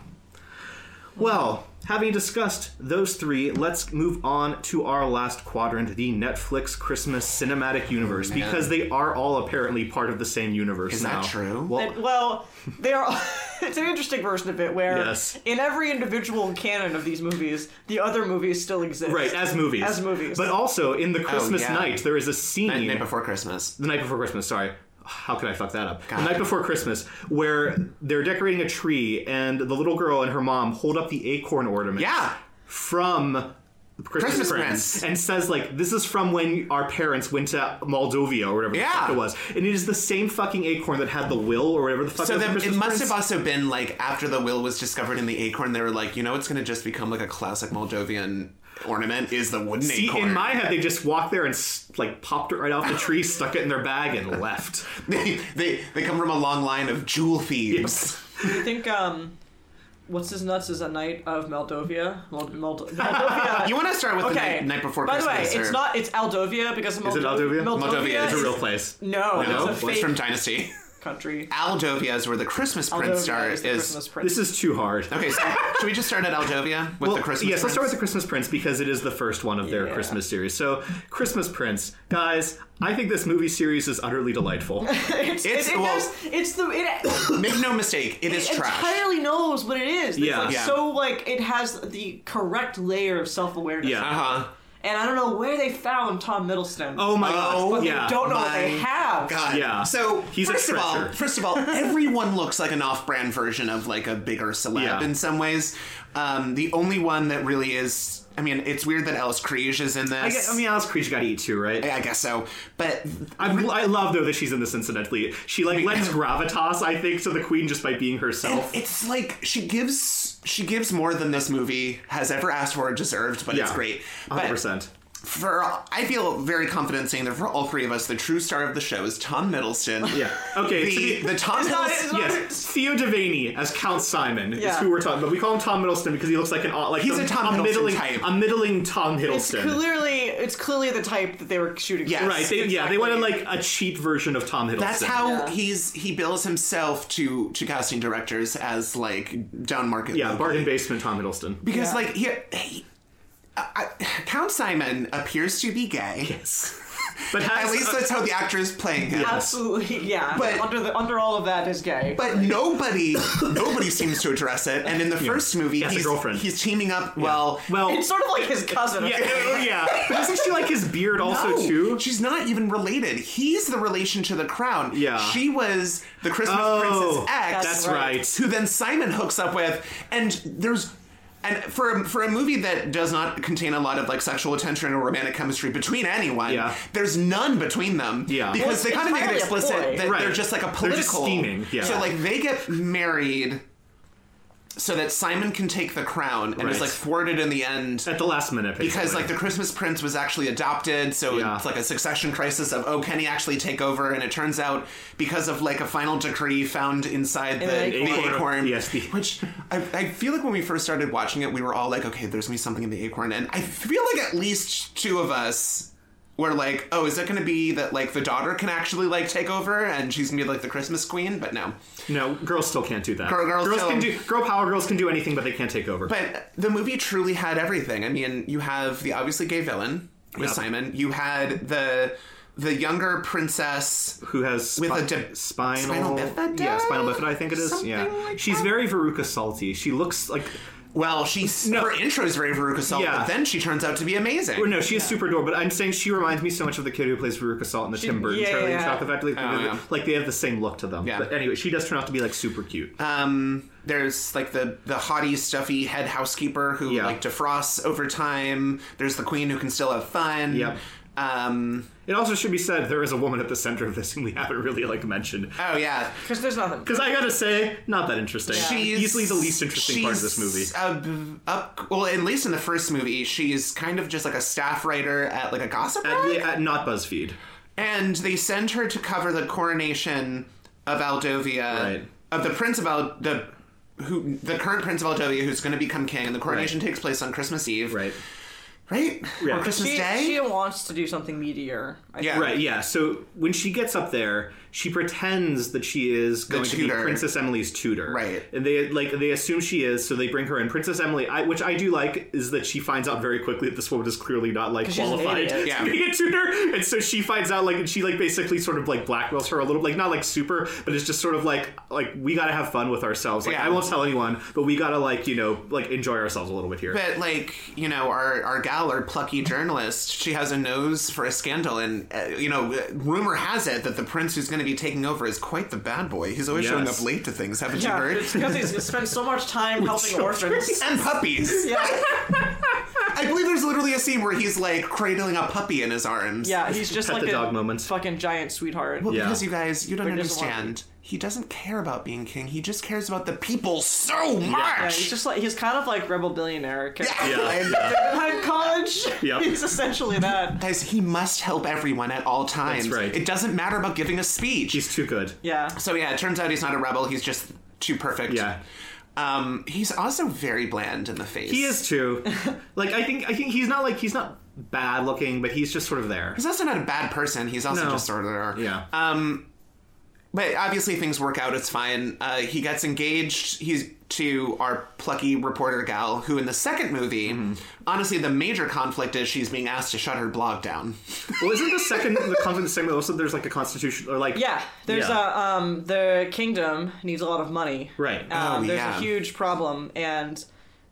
[SPEAKER 4] Well, having discussed those three, let's move on to our last quadrant, the Netflix Christmas Cinematic Universe, because they are all apparently part of the same universe.
[SPEAKER 1] Is
[SPEAKER 4] now.
[SPEAKER 1] that true?
[SPEAKER 4] Well,
[SPEAKER 2] And, well, they are. it's an interesting version of it where,
[SPEAKER 4] Yes.
[SPEAKER 2] in every individual canon of these movies, the other movies still exist.
[SPEAKER 4] right as movies,
[SPEAKER 2] As movies.
[SPEAKER 4] but also in the Christmas
[SPEAKER 1] Oh, yeah.
[SPEAKER 4] night, there is a scene
[SPEAKER 1] Night Night before Christmas.
[SPEAKER 4] the night before Christmas. Sorry. How could I fuck that up?
[SPEAKER 1] God.
[SPEAKER 4] The night before Christmas, where they're decorating a tree, and the little girl and her mom hold up the acorn ornament.
[SPEAKER 1] Yeah.
[SPEAKER 4] From Christmas,
[SPEAKER 1] Christmas
[SPEAKER 4] Prince,
[SPEAKER 1] Prince.
[SPEAKER 4] and says like, "This is from when our parents went to Moldova or whatever
[SPEAKER 1] Yeah.
[SPEAKER 4] the fuck it was." And it is the same fucking acorn that had the will or whatever the fuck.
[SPEAKER 1] So
[SPEAKER 4] was in
[SPEAKER 1] then it
[SPEAKER 4] Christmas
[SPEAKER 1] must
[SPEAKER 4] Prince.
[SPEAKER 1] have also been like after the will was discovered in the acorn, they were like, you know, it's going to just become like a classic Moldovan ornament is the wooden
[SPEAKER 4] See,
[SPEAKER 1] acorn.
[SPEAKER 4] in my head, they just walked there and s- like popped it right off the tree, stuck it in their bag, and left.
[SPEAKER 1] they, they they come from a long line of jewel thieves.
[SPEAKER 2] I think, um, what's his nuts is a knight of Moldovia. Mold- Mold- Moldovia.
[SPEAKER 1] You want to start with
[SPEAKER 2] okay.
[SPEAKER 1] the night, night before
[SPEAKER 2] By
[SPEAKER 1] Christmas?
[SPEAKER 2] the
[SPEAKER 1] or-
[SPEAKER 2] way, it's not. It's Aldovia because Mold-
[SPEAKER 4] Is it Aldovia?
[SPEAKER 2] Moldovia
[SPEAKER 1] Moldovia
[SPEAKER 4] It's
[SPEAKER 2] is
[SPEAKER 4] a real place.
[SPEAKER 1] No,
[SPEAKER 2] No, it's
[SPEAKER 1] it's
[SPEAKER 2] a fake
[SPEAKER 1] from Dynasty.
[SPEAKER 2] country.
[SPEAKER 1] Aldovia is where the Christmas
[SPEAKER 2] Aldovia
[SPEAKER 1] prince star
[SPEAKER 2] is
[SPEAKER 1] is.
[SPEAKER 2] the Christmas prince.
[SPEAKER 4] This is too hard.
[SPEAKER 1] Okay, so should we just start at Aldovia with the
[SPEAKER 4] Well,
[SPEAKER 1] Christmas?
[SPEAKER 4] Yes, let's start
[SPEAKER 1] prince?
[SPEAKER 4] with the Christmas Prince because it is the first one of their
[SPEAKER 2] Yeah.
[SPEAKER 4] Christmas series. So, Christmas Prince, guys, I think this movie series is utterly delightful.
[SPEAKER 1] it's-
[SPEAKER 2] it's, it, it
[SPEAKER 1] well-
[SPEAKER 2] knows- it's the it,
[SPEAKER 1] Make no mistake, it is
[SPEAKER 2] it
[SPEAKER 1] trash.
[SPEAKER 2] entirely knows what it is. It's
[SPEAKER 4] Yeah.
[SPEAKER 2] like
[SPEAKER 1] Yeah.
[SPEAKER 2] so like it has the correct layer of self awareness.
[SPEAKER 4] Yeah.
[SPEAKER 1] Uh huh.
[SPEAKER 2] And I don't know where they found Tom Middleston.
[SPEAKER 4] oh my
[SPEAKER 1] Oh,
[SPEAKER 4] god!
[SPEAKER 1] but
[SPEAKER 2] They
[SPEAKER 4] Yeah,
[SPEAKER 2] don't know what they
[SPEAKER 1] my
[SPEAKER 2] have.
[SPEAKER 1] God.
[SPEAKER 4] Yeah.
[SPEAKER 1] So
[SPEAKER 4] He's a
[SPEAKER 1] first of all,
[SPEAKER 4] treasure.
[SPEAKER 1] first of all, everyone looks like an off-brand version of like a bigger celeb
[SPEAKER 4] Yeah.
[SPEAKER 1] in some ways. Um, the only one that really is, I mean, it's weird that Alice Kriege is in this.
[SPEAKER 4] I, guess, I mean, Alice Creech got to eat too, right?
[SPEAKER 1] I guess so. But
[SPEAKER 4] I, I love though that she's in this incidentally. She like lends gravitas, I think, to the queen just by being herself.
[SPEAKER 1] it's like she gives she gives more than this movie has ever asked for or deserved. But it's
[SPEAKER 4] Yeah.
[SPEAKER 1] great.
[SPEAKER 4] Hundred
[SPEAKER 1] But
[SPEAKER 4] percent.
[SPEAKER 1] for I feel very confident saying that for all three of us, the true star of the show is Tom Middleston.
[SPEAKER 4] Yeah. Okay. to
[SPEAKER 1] The,
[SPEAKER 4] be-
[SPEAKER 1] the Tom
[SPEAKER 2] not-
[SPEAKER 1] Hiddleston-
[SPEAKER 2] it's not-
[SPEAKER 4] Yes, Theo Devaney as Count Simon is
[SPEAKER 2] Yeah.
[SPEAKER 4] who we're talking about. We call him Tom Middleston because he looks like an odd- like
[SPEAKER 1] He's
[SPEAKER 4] the-
[SPEAKER 1] a Tom Hiddleston
[SPEAKER 4] middling
[SPEAKER 1] type.
[SPEAKER 4] a middling Tom Hiddleston.
[SPEAKER 2] It's clearly it's clearly the type that they were shooting
[SPEAKER 1] Yes.
[SPEAKER 2] for.
[SPEAKER 4] Right. They, Yeah, they wanted like a cheap version of Tom Hiddleston.
[SPEAKER 1] That's how
[SPEAKER 2] Yeah.
[SPEAKER 1] he's he bills himself to to casting directors as like down market.
[SPEAKER 4] Yeah,
[SPEAKER 1] local.
[SPEAKER 4] bargain basement Tom Hiddleston.
[SPEAKER 1] Because
[SPEAKER 2] Yeah.
[SPEAKER 1] like he, he I, I- Count Simon appears to be gay.
[SPEAKER 4] But has
[SPEAKER 1] At least
[SPEAKER 4] a-
[SPEAKER 1] that's how the actor is playing him.
[SPEAKER 2] Absolutely, yeah.
[SPEAKER 1] But-
[SPEAKER 2] under the under all of that is gay.
[SPEAKER 1] But nobody, nobody seems to address it. And in the first movie,
[SPEAKER 4] has a
[SPEAKER 1] he's,
[SPEAKER 4] girlfriend.
[SPEAKER 1] he's teaming up. Well,
[SPEAKER 4] well,
[SPEAKER 2] it's sort of like his cousin.
[SPEAKER 4] yeah, oh, yeah. But doesn't she like his beard also
[SPEAKER 1] no,
[SPEAKER 4] too?
[SPEAKER 1] she's not even related. He's the relation to the crown.
[SPEAKER 4] Yeah.
[SPEAKER 1] she was the Christmas
[SPEAKER 4] Oh,
[SPEAKER 1] Princess X.
[SPEAKER 4] that's
[SPEAKER 2] That's
[SPEAKER 4] right.
[SPEAKER 2] right.
[SPEAKER 1] who then Simon hooks up with, and there's. And for a, for a movie that does not contain a lot of like sexual attention or romantic chemistry between anyone,
[SPEAKER 4] Yeah.
[SPEAKER 1] there's none between them.
[SPEAKER 4] Yeah. Well,
[SPEAKER 1] because
[SPEAKER 2] it's
[SPEAKER 1] they kind of make it
[SPEAKER 2] entirely a ploy.
[SPEAKER 1] explicit that
[SPEAKER 4] Right.
[SPEAKER 1] they're just like a
[SPEAKER 4] They're just
[SPEAKER 1] political.
[SPEAKER 4] scheming, yeah.
[SPEAKER 1] So like they get married so that Simon can take the crown and is
[SPEAKER 4] Right.
[SPEAKER 1] like thwarted in the end
[SPEAKER 4] at the last minute basically.
[SPEAKER 1] because like the Christmas Prince was actually adopted, so
[SPEAKER 4] Yeah.
[SPEAKER 1] it's like a succession crisis of oh, can he actually take over? And it turns out because of like a final decree found inside the, the
[SPEAKER 2] acorn.
[SPEAKER 1] acorn,
[SPEAKER 4] Yes, the-
[SPEAKER 1] which I, I feel like when we first started watching it, we were all like, okay, there's gonna be something in the acorn, and I feel like at least two of us. were like, oh, is it going to be that like the daughter can actually like take over and she's gonna be like the Christmas queen? But no,
[SPEAKER 4] no girls still can't do that.
[SPEAKER 1] Girl- girls still-
[SPEAKER 4] can do girl power. Girls can do anything, but they can't take over.
[SPEAKER 1] But the movie truly had everything. I mean, you have the obviously gay villain with
[SPEAKER 4] Yep.
[SPEAKER 1] Simon. You had the the younger princess.
[SPEAKER 4] who has
[SPEAKER 1] With
[SPEAKER 4] spi-
[SPEAKER 1] a dip-
[SPEAKER 4] spinal,
[SPEAKER 1] spinal bifida?
[SPEAKER 4] Yeah, spinal bifida. I think it is.
[SPEAKER 1] Something
[SPEAKER 4] yeah,
[SPEAKER 1] like
[SPEAKER 4] she's
[SPEAKER 1] that.
[SPEAKER 4] very Veruca Salty. She looks like.
[SPEAKER 1] Well, she's
[SPEAKER 4] No.
[SPEAKER 1] her intro is very Veruca Salt,
[SPEAKER 4] Yeah.
[SPEAKER 1] but then she turns out to be amazing.
[SPEAKER 4] Well, no, she is super adorable. But I'm saying she reminds me so much of the kid who plays Veruca Salt in the Tim Burton
[SPEAKER 2] yeah,
[SPEAKER 4] Charlie and
[SPEAKER 2] yeah.
[SPEAKER 4] Chocolate Factory. Like,
[SPEAKER 1] Oh, yeah.
[SPEAKER 4] like, they have the same look to them.
[SPEAKER 1] Yeah.
[SPEAKER 4] But anyway, she does turn out to be like super cute.
[SPEAKER 1] Um, there's like the the haughty, stuffy head housekeeper who
[SPEAKER 4] Yeah.
[SPEAKER 1] like defrosts over time. There's the queen who can still have fun.
[SPEAKER 4] Yep.
[SPEAKER 1] Um,
[SPEAKER 4] it also should be said there is a woman at the center of this, and we haven't really like mentioned.
[SPEAKER 1] oh yeah,
[SPEAKER 2] Because there's nothing.
[SPEAKER 4] Because I gotta say, not that interesting.
[SPEAKER 1] She's
[SPEAKER 4] easily the least interesting part of this movie.
[SPEAKER 1] she's, uh, b- up, well, at least in the first movie, she's kind of just like a staff writer at like a gossip
[SPEAKER 4] At-
[SPEAKER 1] rag,
[SPEAKER 4] at- not BuzzFeed.
[SPEAKER 1] and they send her to cover the coronation of Aldovia
[SPEAKER 4] Right.
[SPEAKER 1] of the prince of Al the who the current prince of Aldovia who's going to become king, and the coronation takes place on Christmas Eve,
[SPEAKER 4] Right.
[SPEAKER 1] Right?
[SPEAKER 4] Yeah.
[SPEAKER 1] Or Christmas
[SPEAKER 2] She,
[SPEAKER 1] Day.
[SPEAKER 2] she wants to do something meteor. I
[SPEAKER 1] Yeah.
[SPEAKER 2] think.
[SPEAKER 4] Right, yeah. So when she gets up there, she pretends that she is going to be
[SPEAKER 1] tutor.
[SPEAKER 4] Princess Emily's tutor.
[SPEAKER 1] Right.
[SPEAKER 4] And they like they assume she is, so they bring her in. Princess Emily, I, which I do like, is that she finds out very quickly that this woman is clearly not like
[SPEAKER 2] she's an
[SPEAKER 4] qualified
[SPEAKER 2] idiot.
[SPEAKER 4] to
[SPEAKER 1] Yeah.
[SPEAKER 4] be a tutor, and so she finds out like and she like basically sort of like blackmails her a little, like not like super, but it's just sort of like like we gotta have fun with ourselves. Like
[SPEAKER 1] Yeah.
[SPEAKER 4] I won't tell anyone, but we gotta like you know like enjoy ourselves a little bit here.
[SPEAKER 1] But like you know, our our gal, our plucky journalist, she has a nose for a scandal, and uh, you know, rumor has it that the prince who's going to be taking over is quite the bad boy. He's always showing
[SPEAKER 4] Yes.
[SPEAKER 1] up late to things, haven't
[SPEAKER 2] Yeah,
[SPEAKER 1] you
[SPEAKER 2] it's
[SPEAKER 1] heard?
[SPEAKER 2] because he's- he spends so much time helping orphans.
[SPEAKER 1] and puppies.
[SPEAKER 2] Yeah,
[SPEAKER 1] I believe there's literally a scene where he's like cradling a puppy in his arms.
[SPEAKER 2] yeah, he's just
[SPEAKER 4] Pet
[SPEAKER 2] like
[SPEAKER 4] the
[SPEAKER 2] a
[SPEAKER 4] dog moments.
[SPEAKER 2] fucking giant sweetheart.
[SPEAKER 1] Well,
[SPEAKER 4] Yeah.
[SPEAKER 1] because you guys, you don't
[SPEAKER 2] he doesn't want
[SPEAKER 1] understand. He doesn't care about being king. He just cares about the people so
[SPEAKER 2] Yeah, he's
[SPEAKER 1] much.
[SPEAKER 2] just like he's kind of like rebel billionaire. character.
[SPEAKER 4] Yeah.
[SPEAKER 2] At college,
[SPEAKER 4] Yeah.
[SPEAKER 2] he's essentially that.
[SPEAKER 1] Guys, he must help everyone at all times.
[SPEAKER 4] right.
[SPEAKER 1] It doesn't matter about giving a speech.
[SPEAKER 4] She's too good.
[SPEAKER 2] Yeah,
[SPEAKER 1] So yeah, it turns out he's not a rebel. He's just too perfect.
[SPEAKER 4] Yeah.
[SPEAKER 1] Um, he's also very bland in the face.
[SPEAKER 4] He is too. like I think I think he's not like he's not bad looking, but he's just sort of there.
[SPEAKER 1] He's also not a bad person. He's also
[SPEAKER 4] No.
[SPEAKER 1] just sort of
[SPEAKER 4] Yeah. Um,
[SPEAKER 1] But obviously things work out. It's fine. Uh, he gets engaged. He's to our plucky reporter gal, who in the second movie,
[SPEAKER 2] Mm-hmm.
[SPEAKER 1] honestly, the major conflict is she's being asked to shut her blog down.
[SPEAKER 4] well, isn't the second the conflict the same? Also, there's like a constitution or like
[SPEAKER 2] yeah. There's
[SPEAKER 4] Yeah.
[SPEAKER 2] a um, the kingdom needs a lot of money.
[SPEAKER 4] Right.
[SPEAKER 2] Um,
[SPEAKER 1] Oh,
[SPEAKER 2] there's
[SPEAKER 1] yeah.
[SPEAKER 2] a huge problem, and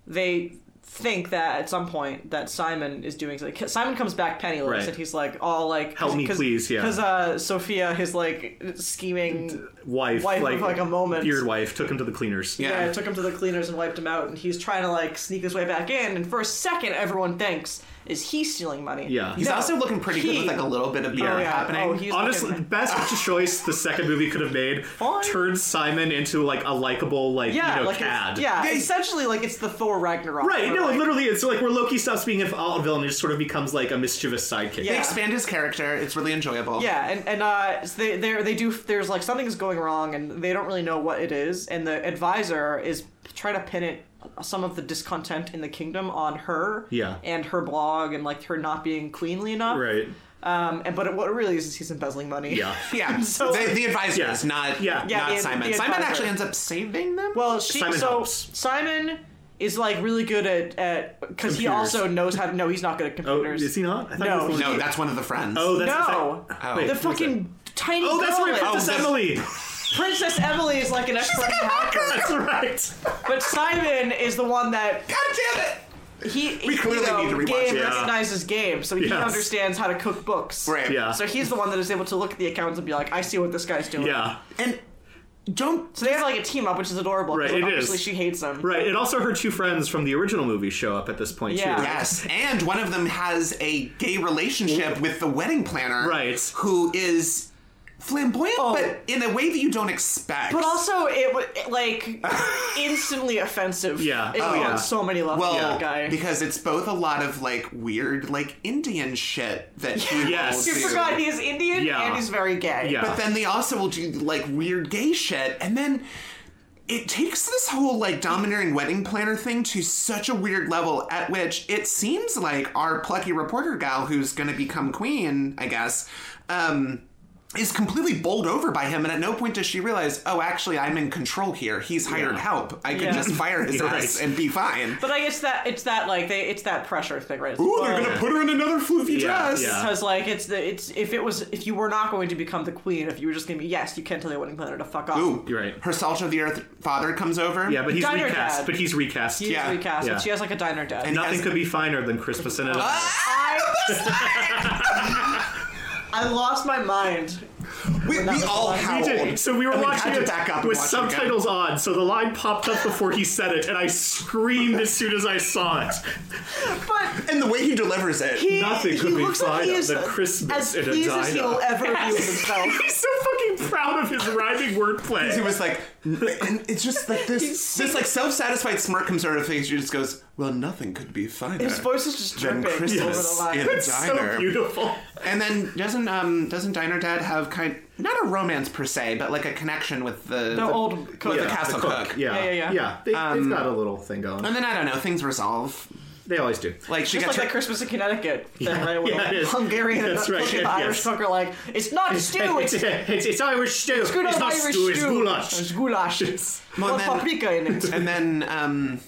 [SPEAKER 2] they think that at some point that Simon is doing something. 'Cause Simon comes back penniless,
[SPEAKER 4] Right.
[SPEAKER 2] and he's like, all like,
[SPEAKER 4] Help me, please, yeah.
[SPEAKER 2] because uh, Sophia, his like scheming
[SPEAKER 4] wife,
[SPEAKER 2] Wife of,
[SPEAKER 4] like,
[SPEAKER 2] like, a moment.
[SPEAKER 4] Beard wife took him to the cleaners.
[SPEAKER 1] Yeah.
[SPEAKER 2] Yeah, I took him to the cleaners and wiped him out, and he's trying to like sneak his way back in. And for a second, everyone thinks is he stealing money?
[SPEAKER 4] Yeah.
[SPEAKER 1] He's
[SPEAKER 2] No,
[SPEAKER 1] also looking pretty good with
[SPEAKER 2] Oh, he-
[SPEAKER 1] like a little bit of beer
[SPEAKER 2] oh, yeah.
[SPEAKER 1] happening.
[SPEAKER 2] Oh, he's
[SPEAKER 4] Honestly,
[SPEAKER 2] looking-
[SPEAKER 4] best choice the second movie could have made
[SPEAKER 2] Fine.
[SPEAKER 4] turned Simon into like a likable like
[SPEAKER 2] yeah,
[SPEAKER 4] you know
[SPEAKER 2] like it's-
[SPEAKER 4] cad.
[SPEAKER 2] yeah, essentially like it's the Thor Ragnarok.
[SPEAKER 4] Right,
[SPEAKER 2] where,
[SPEAKER 4] no,
[SPEAKER 2] like,
[SPEAKER 4] literally, it's like where Loki stops being a all villain and just sort of becomes like a mischievous sidekick.
[SPEAKER 1] They
[SPEAKER 2] Yeah.
[SPEAKER 1] expand his character. It's really enjoyable.
[SPEAKER 2] Yeah, and and uh, so they they they do. There's like something's going wrong, and they don't really know what it is. And the advisor is trying to pin it some of the discontent in the kingdom on her.
[SPEAKER 4] Yeah.
[SPEAKER 2] and her blog, and like her not being queenly enough.
[SPEAKER 4] Right.
[SPEAKER 2] Um, and but it, what it really is is he's embezzling money.
[SPEAKER 4] Yeah.
[SPEAKER 1] Yeah.
[SPEAKER 2] So-
[SPEAKER 1] the, the advisor
[SPEAKER 4] Yeah.
[SPEAKER 1] is not,
[SPEAKER 4] Yeah. Yeah,
[SPEAKER 1] not
[SPEAKER 2] the-
[SPEAKER 1] Simon.
[SPEAKER 2] the
[SPEAKER 1] Simon
[SPEAKER 2] advisor.
[SPEAKER 1] actually ends up saving them.
[SPEAKER 2] Well, she
[SPEAKER 4] Simon
[SPEAKER 2] so
[SPEAKER 4] helps.
[SPEAKER 2] Simon is like really good at at because he
[SPEAKER 4] Computers.
[SPEAKER 2] also knows how. No, he's not good at
[SPEAKER 4] Oh,
[SPEAKER 2] computers.
[SPEAKER 4] is he not? I
[SPEAKER 2] No,
[SPEAKER 4] thought he was the one-
[SPEAKER 1] no, that's one of the friends.
[SPEAKER 4] Oh, that's
[SPEAKER 2] No,
[SPEAKER 4] the sec-
[SPEAKER 1] Oh.
[SPEAKER 4] Wait,
[SPEAKER 2] the
[SPEAKER 4] what's that?
[SPEAKER 2] fucking tiny.
[SPEAKER 4] Oh, that's right,
[SPEAKER 2] girl
[SPEAKER 4] Princess
[SPEAKER 1] that's-
[SPEAKER 4] Emily.
[SPEAKER 2] is- Princess Emily is like an expert hacker,
[SPEAKER 4] That's right.
[SPEAKER 2] but Simon is the one that
[SPEAKER 1] God damn it!
[SPEAKER 2] he we
[SPEAKER 1] clearly need to rewatch
[SPEAKER 2] Gabe
[SPEAKER 4] it. Yeah.
[SPEAKER 2] recognizes Gabe, so he
[SPEAKER 4] Yes.
[SPEAKER 2] understands how to cook books.
[SPEAKER 1] Right.
[SPEAKER 4] Yeah.
[SPEAKER 2] So he's the one that is able to look at the accounts and be like, I see what this guy's doing.
[SPEAKER 4] Yeah.
[SPEAKER 1] And don't
[SPEAKER 2] So they have like a team up, which is adorable. 'cause
[SPEAKER 4] Right, it
[SPEAKER 2] obviously
[SPEAKER 4] is.
[SPEAKER 2] she hates him.
[SPEAKER 4] Right. It also her two friends from the original movie show up at this point
[SPEAKER 2] Yeah.
[SPEAKER 4] too.
[SPEAKER 1] Yes, and one of them has a gay relationship with the wedding planner,
[SPEAKER 4] Right.
[SPEAKER 1] Who is flamboyant,
[SPEAKER 2] Oh.
[SPEAKER 1] but in a way that you don't expect.
[SPEAKER 2] But also, it was like instantly offensive.
[SPEAKER 4] Yeah.
[SPEAKER 2] it
[SPEAKER 4] Oh,
[SPEAKER 2] was
[SPEAKER 4] yeah.
[SPEAKER 2] on so many levels.
[SPEAKER 1] well,
[SPEAKER 2] that guy.
[SPEAKER 1] because it's both a lot of like weird, like Indian shit that he
[SPEAKER 4] Yes.
[SPEAKER 1] will
[SPEAKER 2] you
[SPEAKER 1] do.
[SPEAKER 2] forgot he is Indian
[SPEAKER 4] Yeah.
[SPEAKER 2] and he's very gay.
[SPEAKER 4] Yeah.
[SPEAKER 1] But then they also will do like weird gay shit, and then it takes this whole like domineering wedding planner thing to such a weird level at which it seems like our plucky reporter gal who's going to become queen, I guess, um, is completely bowled over by him, and at no point does she realize, oh, actually, I'm in control here. He's hired help. I could
[SPEAKER 2] Yeah.
[SPEAKER 1] just fire his ass
[SPEAKER 4] Right.
[SPEAKER 1] and be fine.
[SPEAKER 2] But I guess that it's that like they it's that pressure thing, right? It's
[SPEAKER 1] Ooh,
[SPEAKER 2] like,
[SPEAKER 1] they're
[SPEAKER 2] well,
[SPEAKER 1] going to put her in another floofy
[SPEAKER 4] Yeah,
[SPEAKER 1] dress.
[SPEAKER 4] yeah.
[SPEAKER 2] because like it's the it's if it was if you were not going to become the queen if you were just gonna be yes you can tell the wedding planner to fuck off.
[SPEAKER 1] Ooh,
[SPEAKER 4] You're right.
[SPEAKER 1] Her Salt of the Earth father comes over.
[SPEAKER 4] Yeah, but he's
[SPEAKER 2] Diner
[SPEAKER 4] recast.
[SPEAKER 2] Dad.
[SPEAKER 4] But he's recast.
[SPEAKER 2] He's
[SPEAKER 1] Yeah.
[SPEAKER 2] recast,
[SPEAKER 4] Yeah.
[SPEAKER 2] and she has Oh! like a diner dad.
[SPEAKER 1] And-
[SPEAKER 4] Nothing
[SPEAKER 1] Yes.
[SPEAKER 4] could be finer than Christmas in a
[SPEAKER 2] I lost my mind.
[SPEAKER 1] we, we all howled.
[SPEAKER 4] did. So we were
[SPEAKER 1] And
[SPEAKER 4] watching
[SPEAKER 1] had to
[SPEAKER 4] it
[SPEAKER 1] back up and
[SPEAKER 4] with
[SPEAKER 1] watch it again.
[SPEAKER 4] subtitles on, so the line popped up before he said it, and I screamed as soon as I saw it.
[SPEAKER 2] But
[SPEAKER 1] And the way he delivers it.
[SPEAKER 2] he,
[SPEAKER 4] Nothing
[SPEAKER 2] he
[SPEAKER 4] could be
[SPEAKER 2] looks like
[SPEAKER 4] finer
[SPEAKER 2] he is
[SPEAKER 4] than Christmas
[SPEAKER 2] as
[SPEAKER 4] in a
[SPEAKER 2] pleased as
[SPEAKER 4] diner.
[SPEAKER 2] he'll ever be with himself.
[SPEAKER 4] He's so fucking proud of his rhyming wordplay.
[SPEAKER 1] he was like, and it's just like this, this like self-satisfied smirk comes out of his face. He just goes, "Well, nothing could be finer."
[SPEAKER 2] His voice is just
[SPEAKER 1] than
[SPEAKER 2] dripping over the
[SPEAKER 1] Christmas
[SPEAKER 2] line.
[SPEAKER 1] in a
[SPEAKER 4] It's
[SPEAKER 1] diner.
[SPEAKER 4] so beautiful.
[SPEAKER 1] and then doesn't um doesn't Diner Dad have kind not a romance per se, but like a connection with the the,
[SPEAKER 2] old
[SPEAKER 1] with
[SPEAKER 2] cook.
[SPEAKER 1] the
[SPEAKER 2] Yeah,
[SPEAKER 1] castle cook.
[SPEAKER 2] Yeah, yeah, yeah.
[SPEAKER 4] They, have got a little thing going.
[SPEAKER 1] And then I don't know, things resolve.
[SPEAKER 4] They always do.
[SPEAKER 1] Like she
[SPEAKER 2] Just like
[SPEAKER 1] gets
[SPEAKER 2] that Christmas in Connecticut thing, right? Where
[SPEAKER 4] yeah, it
[SPEAKER 2] the
[SPEAKER 4] is.
[SPEAKER 2] Hungarian
[SPEAKER 4] That's
[SPEAKER 2] cook
[SPEAKER 4] right,
[SPEAKER 2] and the
[SPEAKER 4] yeah,
[SPEAKER 2] Irish
[SPEAKER 4] yes.
[SPEAKER 2] cook are like, it's not stew, it's, it's
[SPEAKER 4] it's, it's Irish stew. It's,
[SPEAKER 2] good old
[SPEAKER 4] not
[SPEAKER 2] Irish
[SPEAKER 4] stew, it's
[SPEAKER 2] stew.
[SPEAKER 4] goulash.
[SPEAKER 2] It's goulash. It's
[SPEAKER 1] Well,
[SPEAKER 2] well,
[SPEAKER 1] then-
[SPEAKER 2] paprika in it.
[SPEAKER 1] and then um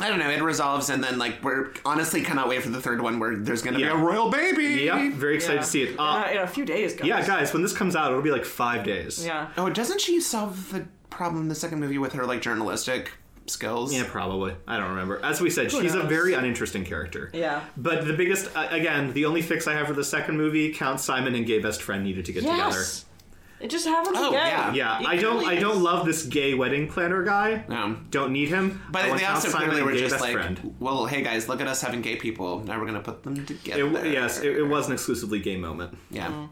[SPEAKER 1] I don't know, it resolves and then like we're honestly cannot wait for the third one where there's gonna
[SPEAKER 4] Yeah.
[SPEAKER 1] be a royal baby.
[SPEAKER 4] Yep, very excited
[SPEAKER 2] Yeah.
[SPEAKER 4] to see it. Uh,
[SPEAKER 2] in, a, in a few days, guys.
[SPEAKER 4] yeah, guys, when this comes out, it'll be like five days.
[SPEAKER 2] Yeah.
[SPEAKER 1] Oh, doesn't she solve the problem in the second movie with her like journalistic skills?
[SPEAKER 4] Yeah, probably. I don't remember. As we said, she's a
[SPEAKER 2] knows?
[SPEAKER 4] very uninteresting character.
[SPEAKER 2] Yeah.
[SPEAKER 4] But the biggest, uh, again, the only fix I have for the second movie, Count Simon and gay best friend needed to get
[SPEAKER 2] Yes. It just happens
[SPEAKER 1] Oh,
[SPEAKER 2] again.
[SPEAKER 1] yeah.
[SPEAKER 4] together. Yeah,
[SPEAKER 2] It
[SPEAKER 4] I don't,
[SPEAKER 2] really
[SPEAKER 4] I don't
[SPEAKER 2] is.
[SPEAKER 4] love this gay wedding planner guy.
[SPEAKER 1] No.
[SPEAKER 4] Don't need him. I
[SPEAKER 1] But
[SPEAKER 4] want
[SPEAKER 1] they
[SPEAKER 4] Count
[SPEAKER 1] also
[SPEAKER 4] Simon
[SPEAKER 1] clearly
[SPEAKER 4] and
[SPEAKER 1] were
[SPEAKER 4] gay
[SPEAKER 1] just
[SPEAKER 4] best
[SPEAKER 1] like,
[SPEAKER 4] friend.
[SPEAKER 1] well, hey guys, look at us having gay people. Now we're gonna put them together.
[SPEAKER 4] It- yes, it, it was an exclusively gay moment.
[SPEAKER 1] yeah.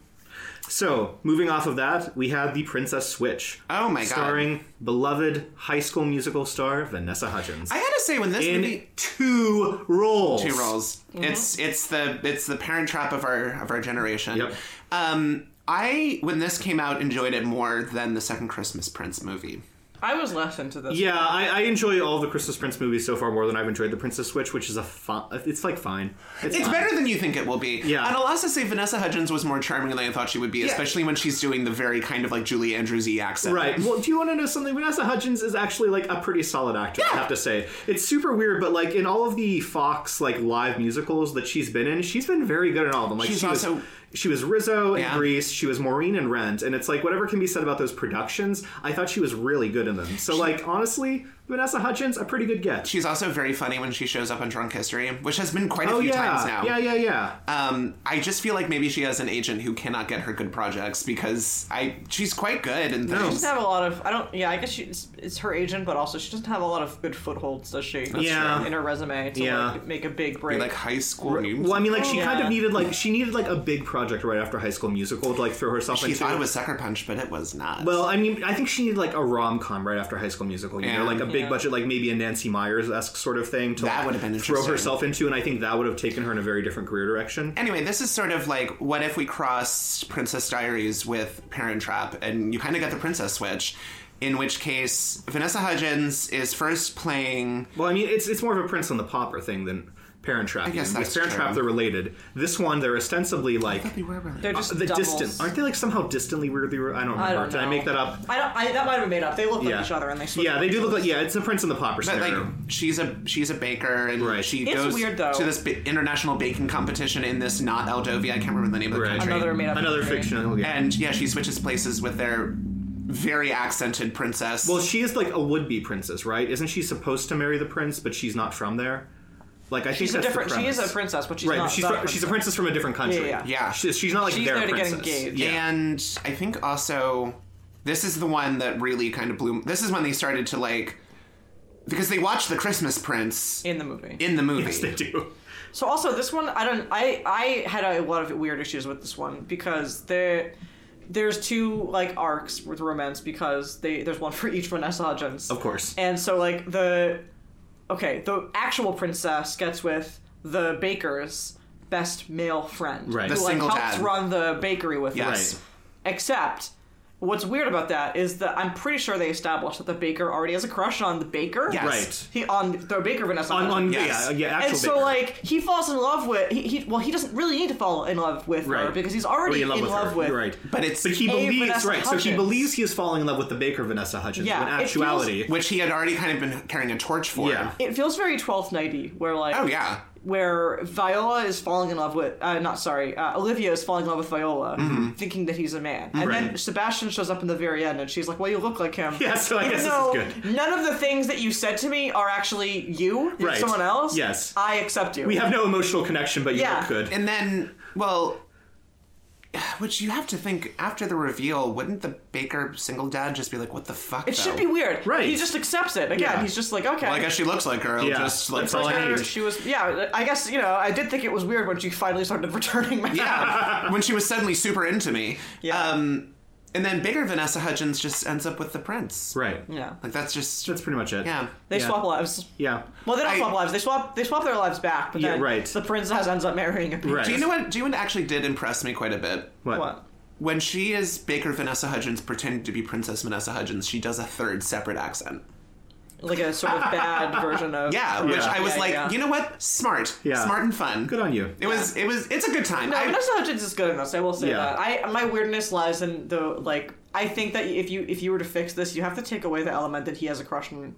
[SPEAKER 4] So, moving off of that, we have the Princess Switch.
[SPEAKER 1] Oh my God.
[SPEAKER 4] Starring beloved High School Musical star Vanessa Hudgens
[SPEAKER 1] I gotta say, when this
[SPEAKER 4] in
[SPEAKER 1] movie
[SPEAKER 4] two roles.
[SPEAKER 1] two roles, it's it's the it's the Parent Trap of our of our generation.
[SPEAKER 4] Yep.
[SPEAKER 1] Um, I when this came out enjoyed it more than the second Christmas Prince movie.
[SPEAKER 2] I was less into this.
[SPEAKER 4] Yeah, I, I enjoy all the Christmas Prince movies so far more than I've enjoyed the Princess Switch, which is a fun. It's like fine.
[SPEAKER 1] It's
[SPEAKER 4] fine.
[SPEAKER 1] better than you think it will be.
[SPEAKER 4] Yeah.
[SPEAKER 1] And I'll also say Vanessa Hudgens was more charming than I thought she would be, especially when she's doing the very kind of like Julie Andrews y accent.
[SPEAKER 4] Right. Well, do you want to know something? Vanessa Hudgens is actually like a pretty solid actor. I have to say, it's super weird, but like in all of the Fox like live musicals that she's been in, she's been very good in all of them. Like
[SPEAKER 1] She's
[SPEAKER 4] she
[SPEAKER 1] also-
[SPEAKER 4] was, she was Rizzo in
[SPEAKER 1] Yeah.
[SPEAKER 4] Grease, she was Maureen in Rent, and it's like whatever can be said about those productions, I thought she was really good in them. So like honestly, Vanessa Hudgens, a pretty good get.
[SPEAKER 1] She's also very funny when she shows up on Drunk History, which has been quite a
[SPEAKER 4] oh
[SPEAKER 1] few
[SPEAKER 4] yeah,
[SPEAKER 1] times now.
[SPEAKER 4] yeah, yeah, yeah.
[SPEAKER 1] Um, I just feel like maybe she has an agent who cannot get her good projects because I she's quite good and
[SPEAKER 2] She
[SPEAKER 1] things.
[SPEAKER 2] doesn't have a lot of. I don't. Yeah, I guess she, it's, it's her agent, but also she doesn't have a lot of good footholds, does she?
[SPEAKER 4] Yeah.
[SPEAKER 2] In her resume to
[SPEAKER 4] Yeah.
[SPEAKER 2] like, make a big break.
[SPEAKER 1] like high school. music.
[SPEAKER 4] Well, I mean, like she
[SPEAKER 1] oh,
[SPEAKER 2] Yeah.
[SPEAKER 4] kind of needed like she needed like a big project right after High School Musical to like throw herself
[SPEAKER 1] she
[SPEAKER 4] into.
[SPEAKER 1] thought it was Sucker Punch, but it was not.
[SPEAKER 4] Well, I mean, I think she needed like a rom com right after High School Musical, you
[SPEAKER 1] Yeah.
[SPEAKER 4] know, like a big
[SPEAKER 2] Yeah.
[SPEAKER 4] budget, like maybe a Nancy Myers esque sort of thing to
[SPEAKER 1] That
[SPEAKER 4] like,
[SPEAKER 1] would've been
[SPEAKER 4] throw
[SPEAKER 1] interesting.
[SPEAKER 4] herself into, and I think that would have taken her in a very different career direction.
[SPEAKER 1] anyway, this is sort of like what if we crossed Princess Diaries with Parent Trap, and you kind of get the princess switch. In which case, Vanessa Hudgens is first playing.
[SPEAKER 4] Well, I mean, it's it's more of a Prince and the Pauper thing than Parent Trap. I
[SPEAKER 1] guess that's
[SPEAKER 4] With Parent
[SPEAKER 1] true.
[SPEAKER 4] Trap, they're related. This one, they're ostensibly like
[SPEAKER 2] They're just
[SPEAKER 4] the
[SPEAKER 2] doubles.
[SPEAKER 4] distant. Aren't they like somehow distantly weirdly? re- I don't remember.
[SPEAKER 2] I don't know.
[SPEAKER 4] Did I make that up?
[SPEAKER 2] I don't. I, that might have been made up. They look like
[SPEAKER 4] yeah.
[SPEAKER 2] each other and they. switch
[SPEAKER 4] yeah, they do look like yeah. It's a Prince and the Pauper
[SPEAKER 1] But like
[SPEAKER 4] scenario.
[SPEAKER 1] she's a she's a baker and
[SPEAKER 4] Right.
[SPEAKER 1] she
[SPEAKER 2] It's
[SPEAKER 1] goes
[SPEAKER 2] weird, though.
[SPEAKER 1] to this bi- international baking competition in this not Aldovia. I can't remember the name of the
[SPEAKER 4] Right.
[SPEAKER 1] country.
[SPEAKER 2] Another made up.
[SPEAKER 4] Another
[SPEAKER 2] theory.
[SPEAKER 4] fictional. Yeah.
[SPEAKER 1] and yeah, she switches places with their very accented princess.
[SPEAKER 4] Well, she is like a would-be princess, right? Isn't she supposed to marry the prince, but she's not from there? Like I
[SPEAKER 2] She's a
[SPEAKER 4] think that's
[SPEAKER 2] different.
[SPEAKER 4] The
[SPEAKER 2] She
[SPEAKER 4] premise.
[SPEAKER 2] is a princess, but she's
[SPEAKER 4] right?
[SPEAKER 2] not.
[SPEAKER 4] But she's
[SPEAKER 2] the
[SPEAKER 4] fr- she's a princess from a different country.
[SPEAKER 2] Yeah, yeah, yeah.
[SPEAKER 1] Yeah.
[SPEAKER 4] She's, she's not like
[SPEAKER 2] She's
[SPEAKER 4] their
[SPEAKER 2] there to get
[SPEAKER 4] princess.
[SPEAKER 2] engaged.
[SPEAKER 4] Yeah.
[SPEAKER 1] and I think also this is the one that really kind of blew. This is when they started to like because they watched the Christmas Prince
[SPEAKER 2] in the movie.
[SPEAKER 1] in the movie.
[SPEAKER 4] Yes, they do.
[SPEAKER 2] So also this one, I don't, I I had a lot of weird issues with this one because the there's two like arcs with romance because they there's one for each Vanessa Hudgens.
[SPEAKER 4] Of course.
[SPEAKER 2] And so like the okay, the actual princess gets with the baker's best male friend.
[SPEAKER 4] Right.
[SPEAKER 2] Who
[SPEAKER 4] The
[SPEAKER 2] like
[SPEAKER 1] single
[SPEAKER 2] helps
[SPEAKER 1] dad.
[SPEAKER 2] run the bakery with
[SPEAKER 1] Yes.
[SPEAKER 2] her. Except what's weird about that is that I'm pretty sure they established that the baker already has a crush on the baker.
[SPEAKER 1] Yes.
[SPEAKER 4] Right.
[SPEAKER 2] He on the baker Vanessa.
[SPEAKER 4] On,
[SPEAKER 2] Hudgens
[SPEAKER 4] on
[SPEAKER 1] Yes.
[SPEAKER 4] yeah, yeah, actual
[SPEAKER 2] and so
[SPEAKER 4] Baker.
[SPEAKER 2] like he falls in love with he, he well he doesn't really need to fall in love with her
[SPEAKER 4] Right.
[SPEAKER 2] because he's already
[SPEAKER 4] Or
[SPEAKER 2] in love with,
[SPEAKER 4] her. You're right.
[SPEAKER 1] But it's-
[SPEAKER 4] but he
[SPEAKER 2] A
[SPEAKER 4] believes
[SPEAKER 2] Vanessa
[SPEAKER 4] right. So he
[SPEAKER 2] Hudgens.
[SPEAKER 4] believes he is falling in love with the baker Vanessa Hudgens.
[SPEAKER 2] Yeah,
[SPEAKER 4] when
[SPEAKER 2] it feels-
[SPEAKER 4] actuality,
[SPEAKER 1] Which he had already kind of been carrying a torch for.
[SPEAKER 4] yeah,
[SPEAKER 2] It feels very twelfth nighty where like
[SPEAKER 1] Oh yeah.
[SPEAKER 2] where Viola is falling in love with uh, not sorry uh, Olivia is falling in love with Viola thinking that he's a man and then
[SPEAKER 4] Mm-hmm. Right.
[SPEAKER 2] Sebastian shows up in the very end and she's like well you look like him
[SPEAKER 4] yeah. So I guess this is
[SPEAKER 2] no,
[SPEAKER 4] good.
[SPEAKER 2] none of the things that you said to me are actually you. You're
[SPEAKER 4] Right.
[SPEAKER 2] someone else.
[SPEAKER 4] Yes.
[SPEAKER 2] I accept you.
[SPEAKER 4] We have no emotional connection, but you
[SPEAKER 2] Yeah.
[SPEAKER 4] look good.
[SPEAKER 1] And then, well, which you have to think after the reveal, wouldn't the baker single dad just be like, "What the fuck?"
[SPEAKER 2] It should be weird.
[SPEAKER 4] Right.
[SPEAKER 2] He just accepts it. Again,
[SPEAKER 4] Yeah.
[SPEAKER 2] he's just like, okay.
[SPEAKER 1] Well, I guess she looks like her. It'll
[SPEAKER 4] Yeah,
[SPEAKER 1] just like
[SPEAKER 4] that's all I
[SPEAKER 1] pretend.
[SPEAKER 4] need.
[SPEAKER 2] She was, yeah. I guess you know. I did think it was weird when she finally started returning. My
[SPEAKER 1] Yeah, when she was suddenly super into me.
[SPEAKER 2] Yeah.
[SPEAKER 1] Um, and then bigger Vanessa Hudgens just ends up with the prince.
[SPEAKER 4] Right.
[SPEAKER 2] yeah.
[SPEAKER 1] Like that's just
[SPEAKER 4] That's pretty much it.
[SPEAKER 1] yeah.
[SPEAKER 2] They
[SPEAKER 4] Yeah.
[SPEAKER 2] swap lives.
[SPEAKER 4] Yeah.
[SPEAKER 2] Well, they don't
[SPEAKER 1] I-
[SPEAKER 2] swap lives. They swap. They swap their lives back. But
[SPEAKER 4] Yeah,
[SPEAKER 2] then
[SPEAKER 4] right.
[SPEAKER 2] the princess ends up marrying a prince.
[SPEAKER 4] Right.
[SPEAKER 1] Do you know what? Do you know what actually did impress me quite a bit?
[SPEAKER 4] What? Uh,
[SPEAKER 2] What?
[SPEAKER 1] When she is Baker Vanessa Hudgens pretending to be Princess Vanessa Hudgens, she does a third separate accent.
[SPEAKER 2] Like a sort of bad version of
[SPEAKER 1] Yeah, which I was
[SPEAKER 2] Yeah,
[SPEAKER 1] like,
[SPEAKER 2] yeah.
[SPEAKER 1] you know what? Smart.
[SPEAKER 4] Yeah.
[SPEAKER 1] Smart and fun.
[SPEAKER 4] Good on you.
[SPEAKER 1] It was. It was. It's a good time.
[SPEAKER 2] No,
[SPEAKER 1] I-
[SPEAKER 2] Vanessa Hudgens is good in this. I will say
[SPEAKER 4] Yeah.
[SPEAKER 2] that. I my weirdness lies in the like. I think that if you if you were to fix this, you have to take away the element that he has a crush on.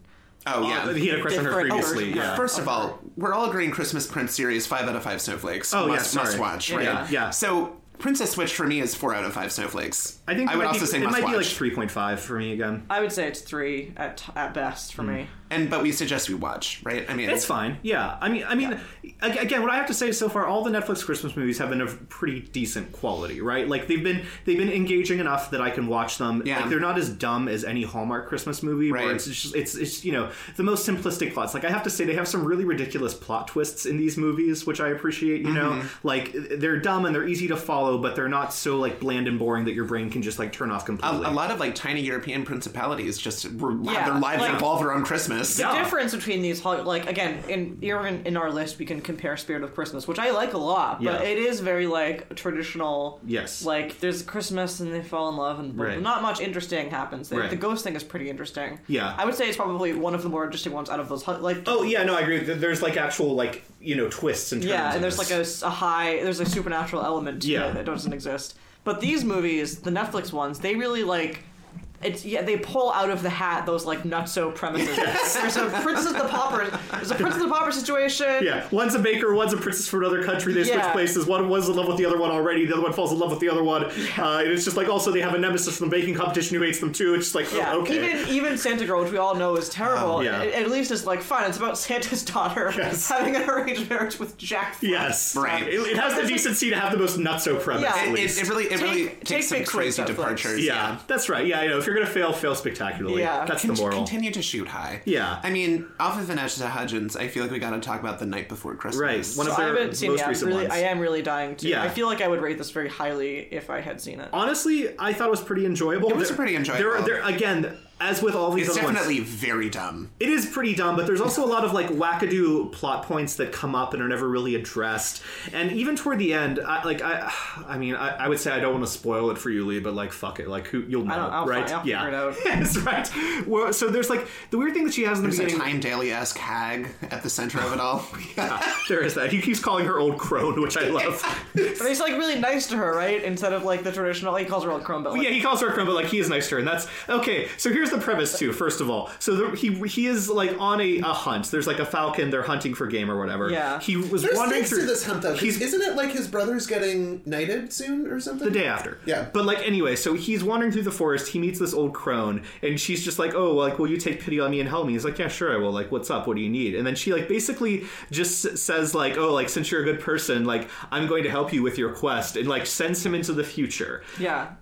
[SPEAKER 1] oh yeah.
[SPEAKER 4] He had a crush on her
[SPEAKER 2] Different
[SPEAKER 4] previously.
[SPEAKER 2] version.
[SPEAKER 4] Yeah.
[SPEAKER 1] First of all, we're all agreeing Christmas Prince series five out of five snowflakes.
[SPEAKER 4] Oh, yeah,
[SPEAKER 1] must,
[SPEAKER 4] sorry.
[SPEAKER 1] must watch. Right?
[SPEAKER 4] Yeah, yeah.
[SPEAKER 1] So Princess Switch for me is four out of five snowflakes.
[SPEAKER 4] I think
[SPEAKER 1] I
[SPEAKER 4] it
[SPEAKER 1] would
[SPEAKER 4] might be-
[SPEAKER 1] also say
[SPEAKER 4] it
[SPEAKER 1] must
[SPEAKER 4] might
[SPEAKER 1] watch.
[SPEAKER 4] be like three point five for me again.
[SPEAKER 2] I would say it's three at at best
[SPEAKER 1] Hmm.
[SPEAKER 2] for me.
[SPEAKER 1] and but we suggest we watch. Right? I mean,
[SPEAKER 4] It's fine. Yeah. I mean, I mean, ag- again, what I have to say so far, all the Netflix Christmas movies have been of pretty decent quality, right? Like they've been they've been engaging enough that I can watch them.
[SPEAKER 1] Yeah.
[SPEAKER 4] Like they're not as dumb as any Hallmark Christmas movie,
[SPEAKER 1] Right.
[SPEAKER 4] where it's just it's it's you know the most simplistic plots. Like I have to say, they have some really ridiculous plot twists in these movies, which I appreciate. You know,
[SPEAKER 1] Mm-hmm.
[SPEAKER 4] like they're dumb and they're easy to follow, but they're not so like bland and boring that your brain can just like turn off
[SPEAKER 1] A,
[SPEAKER 4] completely.
[SPEAKER 1] a lot of like tiny European principalities just were,
[SPEAKER 2] Yeah,
[SPEAKER 1] their lives
[SPEAKER 2] like-
[SPEAKER 1] revolve around Christmas.
[SPEAKER 4] Yeah.
[SPEAKER 2] The difference between these, hol- like again, in even in our list, we can compare Spirit of Christmas, which I like a lot, but
[SPEAKER 4] Yeah.
[SPEAKER 2] it is very like traditional.
[SPEAKER 4] Yes.
[SPEAKER 2] Like there's Christmas and they fall in love, and blah, blah,
[SPEAKER 4] Right.
[SPEAKER 2] not much interesting happens. there.
[SPEAKER 4] Right.
[SPEAKER 2] The ghost thing is pretty interesting.
[SPEAKER 4] Yeah.
[SPEAKER 2] I would say it's probably one of the more interesting ones out of those. hol- Like
[SPEAKER 4] Oh yeah, no, I agree. There- There's like actual like you know twists and turns.
[SPEAKER 2] yeah,
[SPEAKER 4] in
[SPEAKER 2] and there's
[SPEAKER 4] this.
[SPEAKER 2] like a, s- a high, there's a supernatural element to
[SPEAKER 4] Yeah.
[SPEAKER 2] it that doesn't exist. But these movies, the Netflix ones, they really like. It's, yeah, they pull out of the hat those like nutso premises. There's a Princess of the Pauper, there's a Princess of the Pauper situation.
[SPEAKER 4] Yeah, one's a baker, one's a princess from another country. They switch
[SPEAKER 2] Yeah.
[SPEAKER 4] places. One was in love with the other one already. The other one falls in love with the other one. Uh, and it's just like also they have a nemesis from the baking competition who hates them too. It's just like oh,
[SPEAKER 2] Yeah,
[SPEAKER 4] okay. Oh,
[SPEAKER 2] even even Santa Girl, which we all know is terrible,
[SPEAKER 4] yeah.
[SPEAKER 2] at, at least it's like fun. It's about Santa's daughter having an arranged marriage with Jack. Frost.
[SPEAKER 4] yes,
[SPEAKER 1] Right.
[SPEAKER 4] It, it has the decency to have the most nutso premise.
[SPEAKER 2] Yeah.
[SPEAKER 4] at
[SPEAKER 1] It,
[SPEAKER 4] least.
[SPEAKER 1] it, it really, it
[SPEAKER 2] Take-
[SPEAKER 1] really
[SPEAKER 2] take
[SPEAKER 1] takes some
[SPEAKER 2] big swings
[SPEAKER 1] crazy
[SPEAKER 2] at folks.
[SPEAKER 1] departures.
[SPEAKER 4] yeah, that's right. Yeah, I know. If you're gonna fail, fail spectacularly.
[SPEAKER 2] Yeah.
[SPEAKER 4] that's
[SPEAKER 1] Con-
[SPEAKER 4] the moral.
[SPEAKER 1] Continue to shoot high.
[SPEAKER 4] Yeah.
[SPEAKER 1] I mean, off of Vanessa Hudgens, I feel like we got to talk about the night before Christmas.
[SPEAKER 4] Right, one of
[SPEAKER 2] So I
[SPEAKER 4] their
[SPEAKER 2] haven't seen
[SPEAKER 4] most
[SPEAKER 2] yeah,
[SPEAKER 4] recent
[SPEAKER 2] really,
[SPEAKER 4] ones.
[SPEAKER 2] I am really dying to.
[SPEAKER 4] Yeah.
[SPEAKER 2] I feel like I would rate this very highly if I had seen it.
[SPEAKER 4] Honestly, I thought it was pretty enjoyable. It
[SPEAKER 1] was pretty enjoyable.
[SPEAKER 4] There, are- there, again, as with all these
[SPEAKER 1] It's
[SPEAKER 4] other ones-
[SPEAKER 1] definitely very dumb.
[SPEAKER 4] It is pretty dumb, but there's also a lot of like wackadoo plot points that come up and are never really addressed. And even toward the end, I, like I, I mean, I, I would say I don't want to spoil it for you, Lee, but like fuck it, like who you'll know,
[SPEAKER 2] don't- I'll fi-
[SPEAKER 4] right?
[SPEAKER 2] I'll
[SPEAKER 4] yeah,
[SPEAKER 2] figure it out.
[SPEAKER 4] yes, right. Well, so there's like the weird thing that she has in the
[SPEAKER 1] There's a Time
[SPEAKER 4] beginning.
[SPEAKER 1] Daily esque hag at the center of it all.
[SPEAKER 4] there is that. He keeps calling her old crone, which I love.
[SPEAKER 2] But he's like really nice to her, right? Instead of like the traditional, he calls her old crumb, but like,
[SPEAKER 4] yeah, he calls her a crone, but like he is nice to her, and that's okay. So here's the premise too. First of all, so the, he he is like on a, a hunt. There's like a falcon. They're hunting for game or whatever.
[SPEAKER 2] Yeah.
[SPEAKER 4] he was
[SPEAKER 5] There's
[SPEAKER 4] wandering
[SPEAKER 5] stakes
[SPEAKER 4] through
[SPEAKER 5] to this hunt, though.
[SPEAKER 4] He's
[SPEAKER 5] Isn't it like his brother's getting knighted soon or something?
[SPEAKER 4] the day after.
[SPEAKER 5] Yeah.
[SPEAKER 4] But like anyway, so he's wandering through the forest. He meets this old crone, and she's just like, "Oh, like, will you take pity on me and help me?" He's like, "Yeah, sure, I will. Like, what's up? What do you need?" And then she like basically just s- says like, "Oh, like since you're a good person, like I'm going to help you with your quest," and like sends him into the future.
[SPEAKER 2] yeah.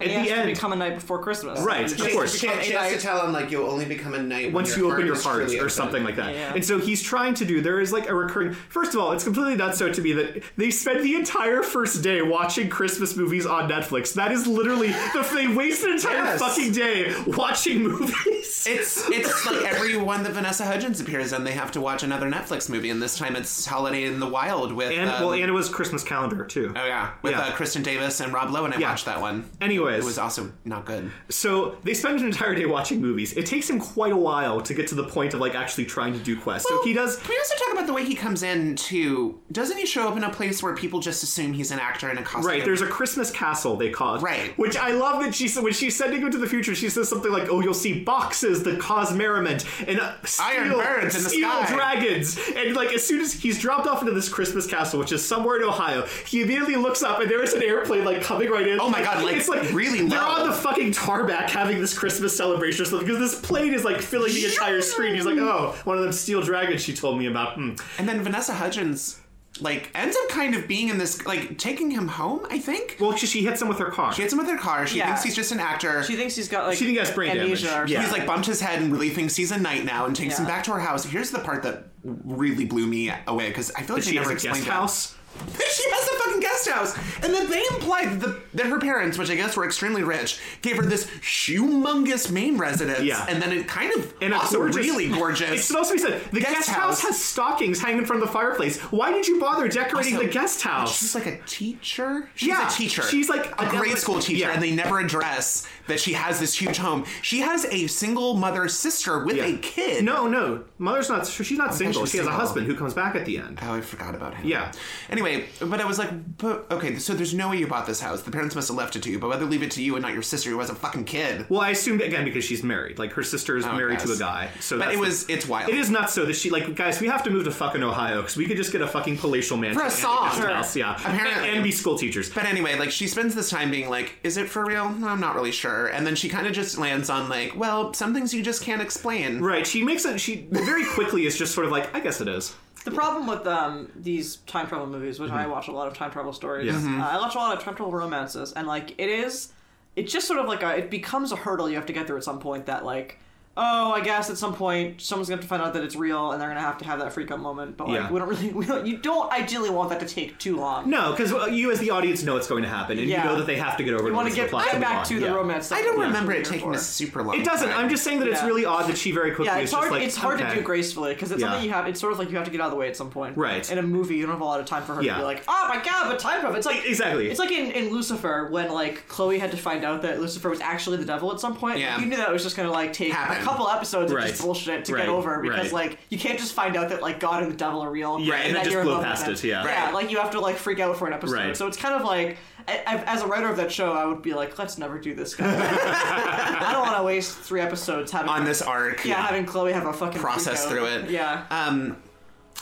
[SPEAKER 4] At
[SPEAKER 2] he
[SPEAKER 4] the
[SPEAKER 2] has
[SPEAKER 4] end,
[SPEAKER 2] to become a night before Christmas.
[SPEAKER 4] Right,
[SPEAKER 2] And
[SPEAKER 4] of
[SPEAKER 1] She-
[SPEAKER 4] course.
[SPEAKER 1] she can't- She has to tell him like you'll only become a knight when
[SPEAKER 4] once you open your
[SPEAKER 1] is
[SPEAKER 4] heart
[SPEAKER 1] truly
[SPEAKER 4] or
[SPEAKER 1] open.
[SPEAKER 4] something like that.
[SPEAKER 2] Yeah.
[SPEAKER 4] And so he's trying to do there is like a recurring first of all, it's completely not so to me that they spent the entire first day watching Christmas movies on Netflix. That is literally the they waste an entire
[SPEAKER 1] Yes.
[SPEAKER 4] fucking day watching movies.
[SPEAKER 1] It's it's like every one that Vanessa Hudgens appears in, they have to watch another Netflix movie, and this time it's Holiday in the Wild with
[SPEAKER 4] and
[SPEAKER 1] um,
[SPEAKER 4] well and it was Christmas calendar too.
[SPEAKER 1] oh yeah with
[SPEAKER 4] Yeah.
[SPEAKER 1] Uh, Kristen Davis and Rob Lowe, and I watched that one.
[SPEAKER 4] Anyways,
[SPEAKER 1] It was also not good.
[SPEAKER 4] so they spend an entire day watching movies. It takes him quite a while to get to the point of like actually trying to do quests. so he does
[SPEAKER 1] Can we also talk about the way he comes in too? Doesn't he show up in a place where people just assume he's an actor in a costume?
[SPEAKER 4] Right, there's a Christmas castle they call it.
[SPEAKER 1] Right.
[SPEAKER 4] Which I love that she said when she's sending him to the future, she says something like, "Oh, you'll see boxes that cause merriment and uh, steel,
[SPEAKER 1] Iron birds in the
[SPEAKER 4] steel
[SPEAKER 1] sky."
[SPEAKER 4] dragons." And like as soon as he's dropped off into this Christmas castle, which is somewhere in Ohio, he immediately looks up and there is an airplane like coming right in.
[SPEAKER 1] Oh my God, like,
[SPEAKER 4] it's like
[SPEAKER 1] really
[SPEAKER 4] they're
[SPEAKER 1] low.
[SPEAKER 4] on the fucking tarmac having this Christmas celebration or something because this plane is like filling the entire screen. He's like, "Oh, one of them steel dragons she told me about." Hmm.
[SPEAKER 1] and then Vanessa Hudgens like ends up kind of being in this like taking him home. I think
[SPEAKER 4] Well, she, she hits him with her car.
[SPEAKER 1] she hits him with her car. She
[SPEAKER 2] Yeah.
[SPEAKER 1] thinks he's just an actor.
[SPEAKER 2] She thinks he's got like
[SPEAKER 4] She think he has brain
[SPEAKER 2] amnesia
[SPEAKER 4] damage.
[SPEAKER 2] or
[SPEAKER 4] Yeah.
[SPEAKER 1] He's like bumped his head and really thinks he's a knight now and takes him
[SPEAKER 2] Yeah.
[SPEAKER 1] back to her house. Here's the part that really blew me away because I feel like they
[SPEAKER 4] she has
[SPEAKER 1] never
[SPEAKER 4] a guest
[SPEAKER 1] explained that.
[SPEAKER 4] house.
[SPEAKER 1] she has a fucking guest house, and then they imply that, the, that her parents, which I guess were extremely rich, gave her this humongous main residence.
[SPEAKER 4] Yeah.
[SPEAKER 1] and then it kind of
[SPEAKER 4] And a
[SPEAKER 1] also
[SPEAKER 4] gorgeous-
[SPEAKER 1] really
[SPEAKER 4] It
[SPEAKER 1] gorgeous.
[SPEAKER 4] should also be said the guest,
[SPEAKER 1] Guest
[SPEAKER 4] house.
[SPEAKER 1] house.
[SPEAKER 4] has stockings hanging from the fireplace. Why did you bother decorating
[SPEAKER 1] Also,
[SPEAKER 4] the guest house?
[SPEAKER 1] She's like a teacher. She's
[SPEAKER 4] Yeah,
[SPEAKER 1] a teacher.
[SPEAKER 4] she's like
[SPEAKER 1] a,
[SPEAKER 4] a
[SPEAKER 1] grade
[SPEAKER 4] delicate-
[SPEAKER 1] school teacher,
[SPEAKER 4] yeah.
[SPEAKER 1] and they never address that she has this huge home. She has a single mother sister with a kid. Oh
[SPEAKER 4] No, no, mother's not. She's not single.
[SPEAKER 1] she's
[SPEAKER 4] She has a
[SPEAKER 1] single.
[SPEAKER 4] husband who comes back at the end.
[SPEAKER 1] Oh, I forgot about him.
[SPEAKER 4] Yeah.
[SPEAKER 1] Anyway, but I was like, but, okay, so there's no way you bought this house. The parents must have left it to you, but whether leave it to you and not your sister who has a fucking kid.
[SPEAKER 4] Well, I assumed again because she's married. Like her sister is married to
[SPEAKER 1] Oh, yes.
[SPEAKER 4] a guy. So
[SPEAKER 1] but
[SPEAKER 4] that's
[SPEAKER 1] it was, it's wild.
[SPEAKER 4] It is not so that she like guys. We have to move to fucking Ohio because we could just get a fucking palatial mansion
[SPEAKER 1] For a
[SPEAKER 4] and
[SPEAKER 1] song.
[SPEAKER 4] guest house, yeah,
[SPEAKER 1] Apparently.
[SPEAKER 4] and, and be school teachers.
[SPEAKER 1] But anyway, like she spends this time being like, is it for real? No, I'm not really sure. And then she kind of just lands on like, well, some things you just can't explain.
[SPEAKER 4] Right? She makes it. She very quickly is just sort of like, I guess it is.
[SPEAKER 2] The problem with um, these time travel movies, which I watch a lot of time travel stories,
[SPEAKER 4] Mm-hmm. Yeah. Mhm.
[SPEAKER 2] uh, I watch a lot of time travel romances, and like it is, it's just sort of like a, it becomes a hurdle you have to get through at some point. That like, oh, I guess at some point someone's gonna have to find out that it's real, and they're gonna have to have that freak out moment. But like,
[SPEAKER 4] Yeah.
[SPEAKER 2] we don't really, we don't, you don't ideally want that to take too long.
[SPEAKER 4] No, because you as the audience know it's going to happen, and
[SPEAKER 2] Yeah.
[SPEAKER 4] you know that they have to get over.
[SPEAKER 2] you
[SPEAKER 4] want to
[SPEAKER 2] get
[SPEAKER 4] plot
[SPEAKER 2] right
[SPEAKER 4] move
[SPEAKER 2] back
[SPEAKER 4] on.
[SPEAKER 2] to the
[SPEAKER 4] Yeah.
[SPEAKER 2] romance. stuff
[SPEAKER 1] I don't
[SPEAKER 2] that we're
[SPEAKER 1] remember it
[SPEAKER 2] here
[SPEAKER 1] taking a
[SPEAKER 2] for.
[SPEAKER 1] super long
[SPEAKER 4] It doesn't.
[SPEAKER 1] time.
[SPEAKER 4] I'm just saying that it's
[SPEAKER 2] Yeah.
[SPEAKER 4] really odd that she very quickly
[SPEAKER 2] Yeah,
[SPEAKER 4] is
[SPEAKER 2] it's
[SPEAKER 4] just
[SPEAKER 2] hard.
[SPEAKER 4] like.
[SPEAKER 2] it's hard to
[SPEAKER 4] okay.
[SPEAKER 2] do gracefully because it's
[SPEAKER 4] Yeah.
[SPEAKER 2] something you have. It's sort of like you have to get out of the way at some point.
[SPEAKER 4] Right.
[SPEAKER 2] In a movie, you don't have a lot of time for her
[SPEAKER 4] Yeah.
[SPEAKER 2] to be like, "Oh my god, but time travel." It's like
[SPEAKER 4] Exactly.
[SPEAKER 2] It's like in, in Lucifer when like Chloe had to find out that Lucifer was actually the devil at some point.
[SPEAKER 1] Yeah.
[SPEAKER 2] You knew that it was just gonna like take
[SPEAKER 1] Happen.
[SPEAKER 2] a couple episodes
[SPEAKER 4] Right.
[SPEAKER 2] of just bullshit to
[SPEAKER 4] Right.
[SPEAKER 2] get over because
[SPEAKER 4] Right.
[SPEAKER 2] like you can't just find out that like God and the devil are real.
[SPEAKER 4] and then
[SPEAKER 2] that
[SPEAKER 4] just
[SPEAKER 2] you're in
[SPEAKER 4] blow
[SPEAKER 2] love with
[SPEAKER 4] past
[SPEAKER 2] them.
[SPEAKER 4] it, yeah.
[SPEAKER 1] Right.
[SPEAKER 2] Yeah. Like you have to like freak out for an episode.
[SPEAKER 4] Right.
[SPEAKER 2] So it's kind of like I, I, as a writer of that show, I would be like, "Let's never do this." Guy. I don't want to waste three episodes having
[SPEAKER 1] on this arc.
[SPEAKER 2] yeah, having Chloe have a fucking
[SPEAKER 1] Process
[SPEAKER 2] freak out.
[SPEAKER 1] through it.
[SPEAKER 2] Yeah.
[SPEAKER 1] Um,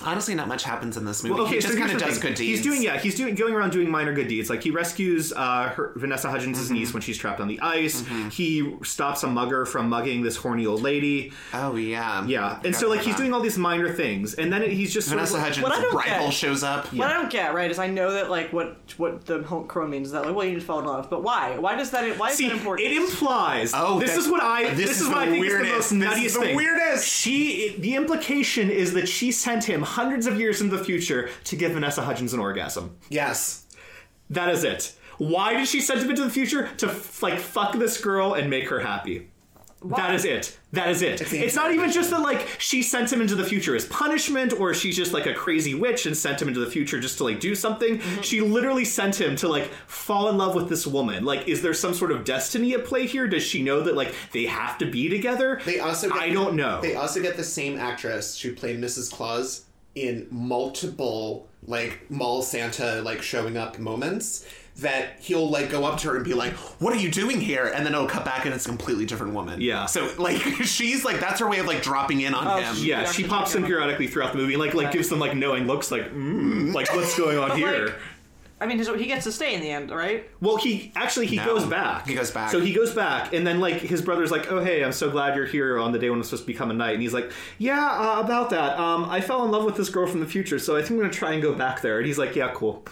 [SPEAKER 1] honestly, not much happens in this movie.
[SPEAKER 4] Well, okay,
[SPEAKER 1] he just
[SPEAKER 4] so
[SPEAKER 1] kind of
[SPEAKER 4] here's the
[SPEAKER 1] does
[SPEAKER 4] thing.
[SPEAKER 1] good deeds.
[SPEAKER 4] He's doing yeah. He's doing going around doing minor good deeds. Like he rescues uh, her, Vanessa Hudgens'
[SPEAKER 2] Mm-hmm.
[SPEAKER 4] niece when she's trapped on the ice. He stops a mugger from mugging this horny old lady.
[SPEAKER 1] Oh yeah.
[SPEAKER 4] Yeah, and so like he's doing all these minor things, and then it, he's just sort of
[SPEAKER 1] Vanessa
[SPEAKER 4] like-
[SPEAKER 1] Hudgens'
[SPEAKER 2] What I don't
[SPEAKER 1] rival
[SPEAKER 2] get-
[SPEAKER 1] shows up.
[SPEAKER 2] What I don't get right is I know that like what what the home crow means is that like well you need to fall in love, but why? Why does that? Why is
[SPEAKER 4] See,
[SPEAKER 2] that important?
[SPEAKER 4] it implies.
[SPEAKER 1] Oh,
[SPEAKER 4] this
[SPEAKER 1] that-
[SPEAKER 4] is what I.
[SPEAKER 1] this
[SPEAKER 4] This,
[SPEAKER 1] is
[SPEAKER 4] is, what
[SPEAKER 1] the
[SPEAKER 4] I think
[SPEAKER 1] weirdest.
[SPEAKER 4] is the
[SPEAKER 1] This
[SPEAKER 4] most nuttiest
[SPEAKER 1] is the
[SPEAKER 4] thing.
[SPEAKER 1] weirdest.
[SPEAKER 4] She. The implication is that she sent him hundreds of years into the future to give Vanessa Hudgens an orgasm.
[SPEAKER 1] Yes.
[SPEAKER 4] That is it. Why did she send him into the future to f- like fuck this girl and make her happy? That is it. That is it. It's,
[SPEAKER 1] the
[SPEAKER 4] not even just that like she sent him into the future as punishment, or she's just like a crazy witch and sent him into the future just to like do something.
[SPEAKER 1] Mm-hmm.
[SPEAKER 4] She literally sent him to like fall in love with this woman. Like, is there some sort of destiny at play here? Does she know that like they have to be together?
[SPEAKER 1] They also. Get,
[SPEAKER 4] I don't know.
[SPEAKER 1] They also get the same actress who played Mrs. Claus in multiple like mall Santa like showing up moments. That he'll like go up to her and be like, "What are you doing here?" And then it'll cut back and it's a completely different woman.
[SPEAKER 4] Yeah.
[SPEAKER 1] So like she's like that's her way of like dropping in on him.
[SPEAKER 4] yeah, she pops in periodically throughout the movie and like like gives them like knowing looks like mm, like what's going on here.
[SPEAKER 2] like, I mean, his- he gets to stay in the end, right?
[SPEAKER 4] Well, he actually he
[SPEAKER 1] No.
[SPEAKER 4] goes back.
[SPEAKER 1] He goes back.
[SPEAKER 4] So he goes back, and then like his brother's like, "Oh hey, I'm so glad you're here on the day when I'm supposed to become a knight." And he's like, "Yeah, uh, about that. Um, I fell in love with this girl from the future, so I think I'm gonna try and go back there." And he's like, "Yeah, cool."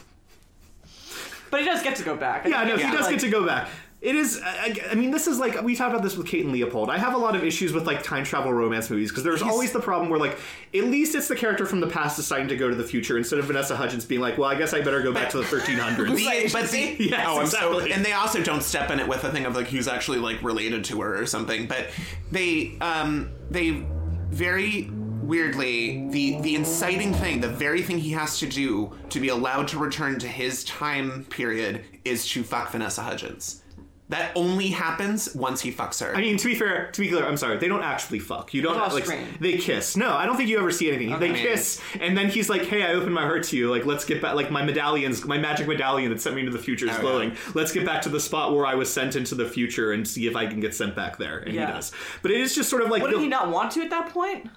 [SPEAKER 2] But he does get to go back.
[SPEAKER 4] Yeah, no, he
[SPEAKER 1] Yeah,
[SPEAKER 4] does
[SPEAKER 2] like-
[SPEAKER 4] get to go back. It is. uh, I, I- I mean, this is like we talked about this with Kate and Leopold. I have a lot of issues with like time travel romance movies because there's always the problem where like at least it's the character from the past deciding to go to the future instead of Vanessa Hudgens being like, well, I guess I better go back to the 1300s.
[SPEAKER 1] The- but they,
[SPEAKER 4] Yes,
[SPEAKER 1] oh, I'm so,
[SPEAKER 4] exactly.
[SPEAKER 1] and they also don't step in it with a thing of like who's actually like related to her or something. But they, um, they very weirdly the the inciting thing, the very thing he has to do to be allowed to return to his time period is to fuck Vanessa Hudgens. That only happens once he fucks her.
[SPEAKER 4] I mean, to be fair, to be clear, I'm sorry. They don't actually fuck. You don't
[SPEAKER 2] Off
[SPEAKER 4] like
[SPEAKER 2] screen.
[SPEAKER 4] they kiss. No, I don't think you ever see anything. They
[SPEAKER 1] man.
[SPEAKER 4] kiss, and then he's like, "Hey, I opened my heart to you. Like, let's get back. Like, my medallions, my magic medallion that sent me into the future is
[SPEAKER 1] Oh, yeah.
[SPEAKER 4] glowing. Let's get back to the spot where I was sent into the future and see if I can get sent back there." And
[SPEAKER 2] Yeah.
[SPEAKER 4] he does. But it is just sort of like
[SPEAKER 2] Wouldn't
[SPEAKER 4] the-
[SPEAKER 2] he not want to at that point?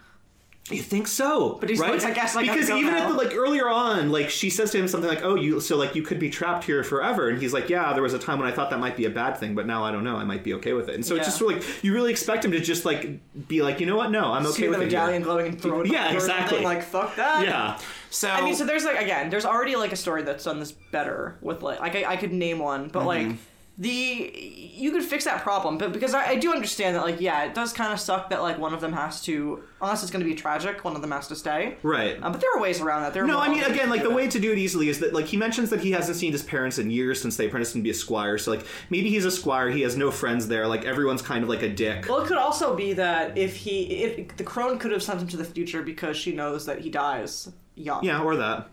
[SPEAKER 4] you think so? But
[SPEAKER 2] he's
[SPEAKER 4] right?
[SPEAKER 2] like, "I guess I gotta
[SPEAKER 4] because
[SPEAKER 2] go
[SPEAKER 4] even
[SPEAKER 2] now."
[SPEAKER 4] at the like earlier on, like she says to him something like, "Oh, you so like you could be trapped here forever," and he's like, "Yeah, there was a time when I thought that might be a bad thing, but now I don't know. I might be okay with it." And so it's
[SPEAKER 2] Yeah.
[SPEAKER 4] just like you really expect him to just like be like, "You know what? No, I'm okay
[SPEAKER 2] See the
[SPEAKER 4] with it." here."
[SPEAKER 2] medallion glowing and throwing it
[SPEAKER 4] Yeah,
[SPEAKER 2] over or something,
[SPEAKER 4] exactly.
[SPEAKER 2] Like fuck that.
[SPEAKER 4] Yeah,
[SPEAKER 1] so
[SPEAKER 2] I mean, so there's like again, there's already like a story that's done this better with like like I, I could name one, but
[SPEAKER 4] Mm-hmm.
[SPEAKER 2] like the you could fix that problem, but because I, I do understand that like yeah, it does kind of suck that like one of them has to unless it's going to be tragic, one of them has to stay.
[SPEAKER 4] right.
[SPEAKER 2] Um, but there are ways around that. There are
[SPEAKER 4] no,
[SPEAKER 2] more
[SPEAKER 4] I mean,
[SPEAKER 2] ways
[SPEAKER 4] again,
[SPEAKER 2] to
[SPEAKER 4] like
[SPEAKER 2] do
[SPEAKER 4] the
[SPEAKER 2] it.
[SPEAKER 4] way to do it easily is that, like, he mentions that he hasn't seen his parents in years since they apprenticed him to be a squire. So, like, maybe he's a squire. He has no friends there. Like, everyone's kind of like a dick.
[SPEAKER 2] Well, it could also be that if he, if the crone could have sent him to the future because she knows that he dies young.
[SPEAKER 4] yeah, or that.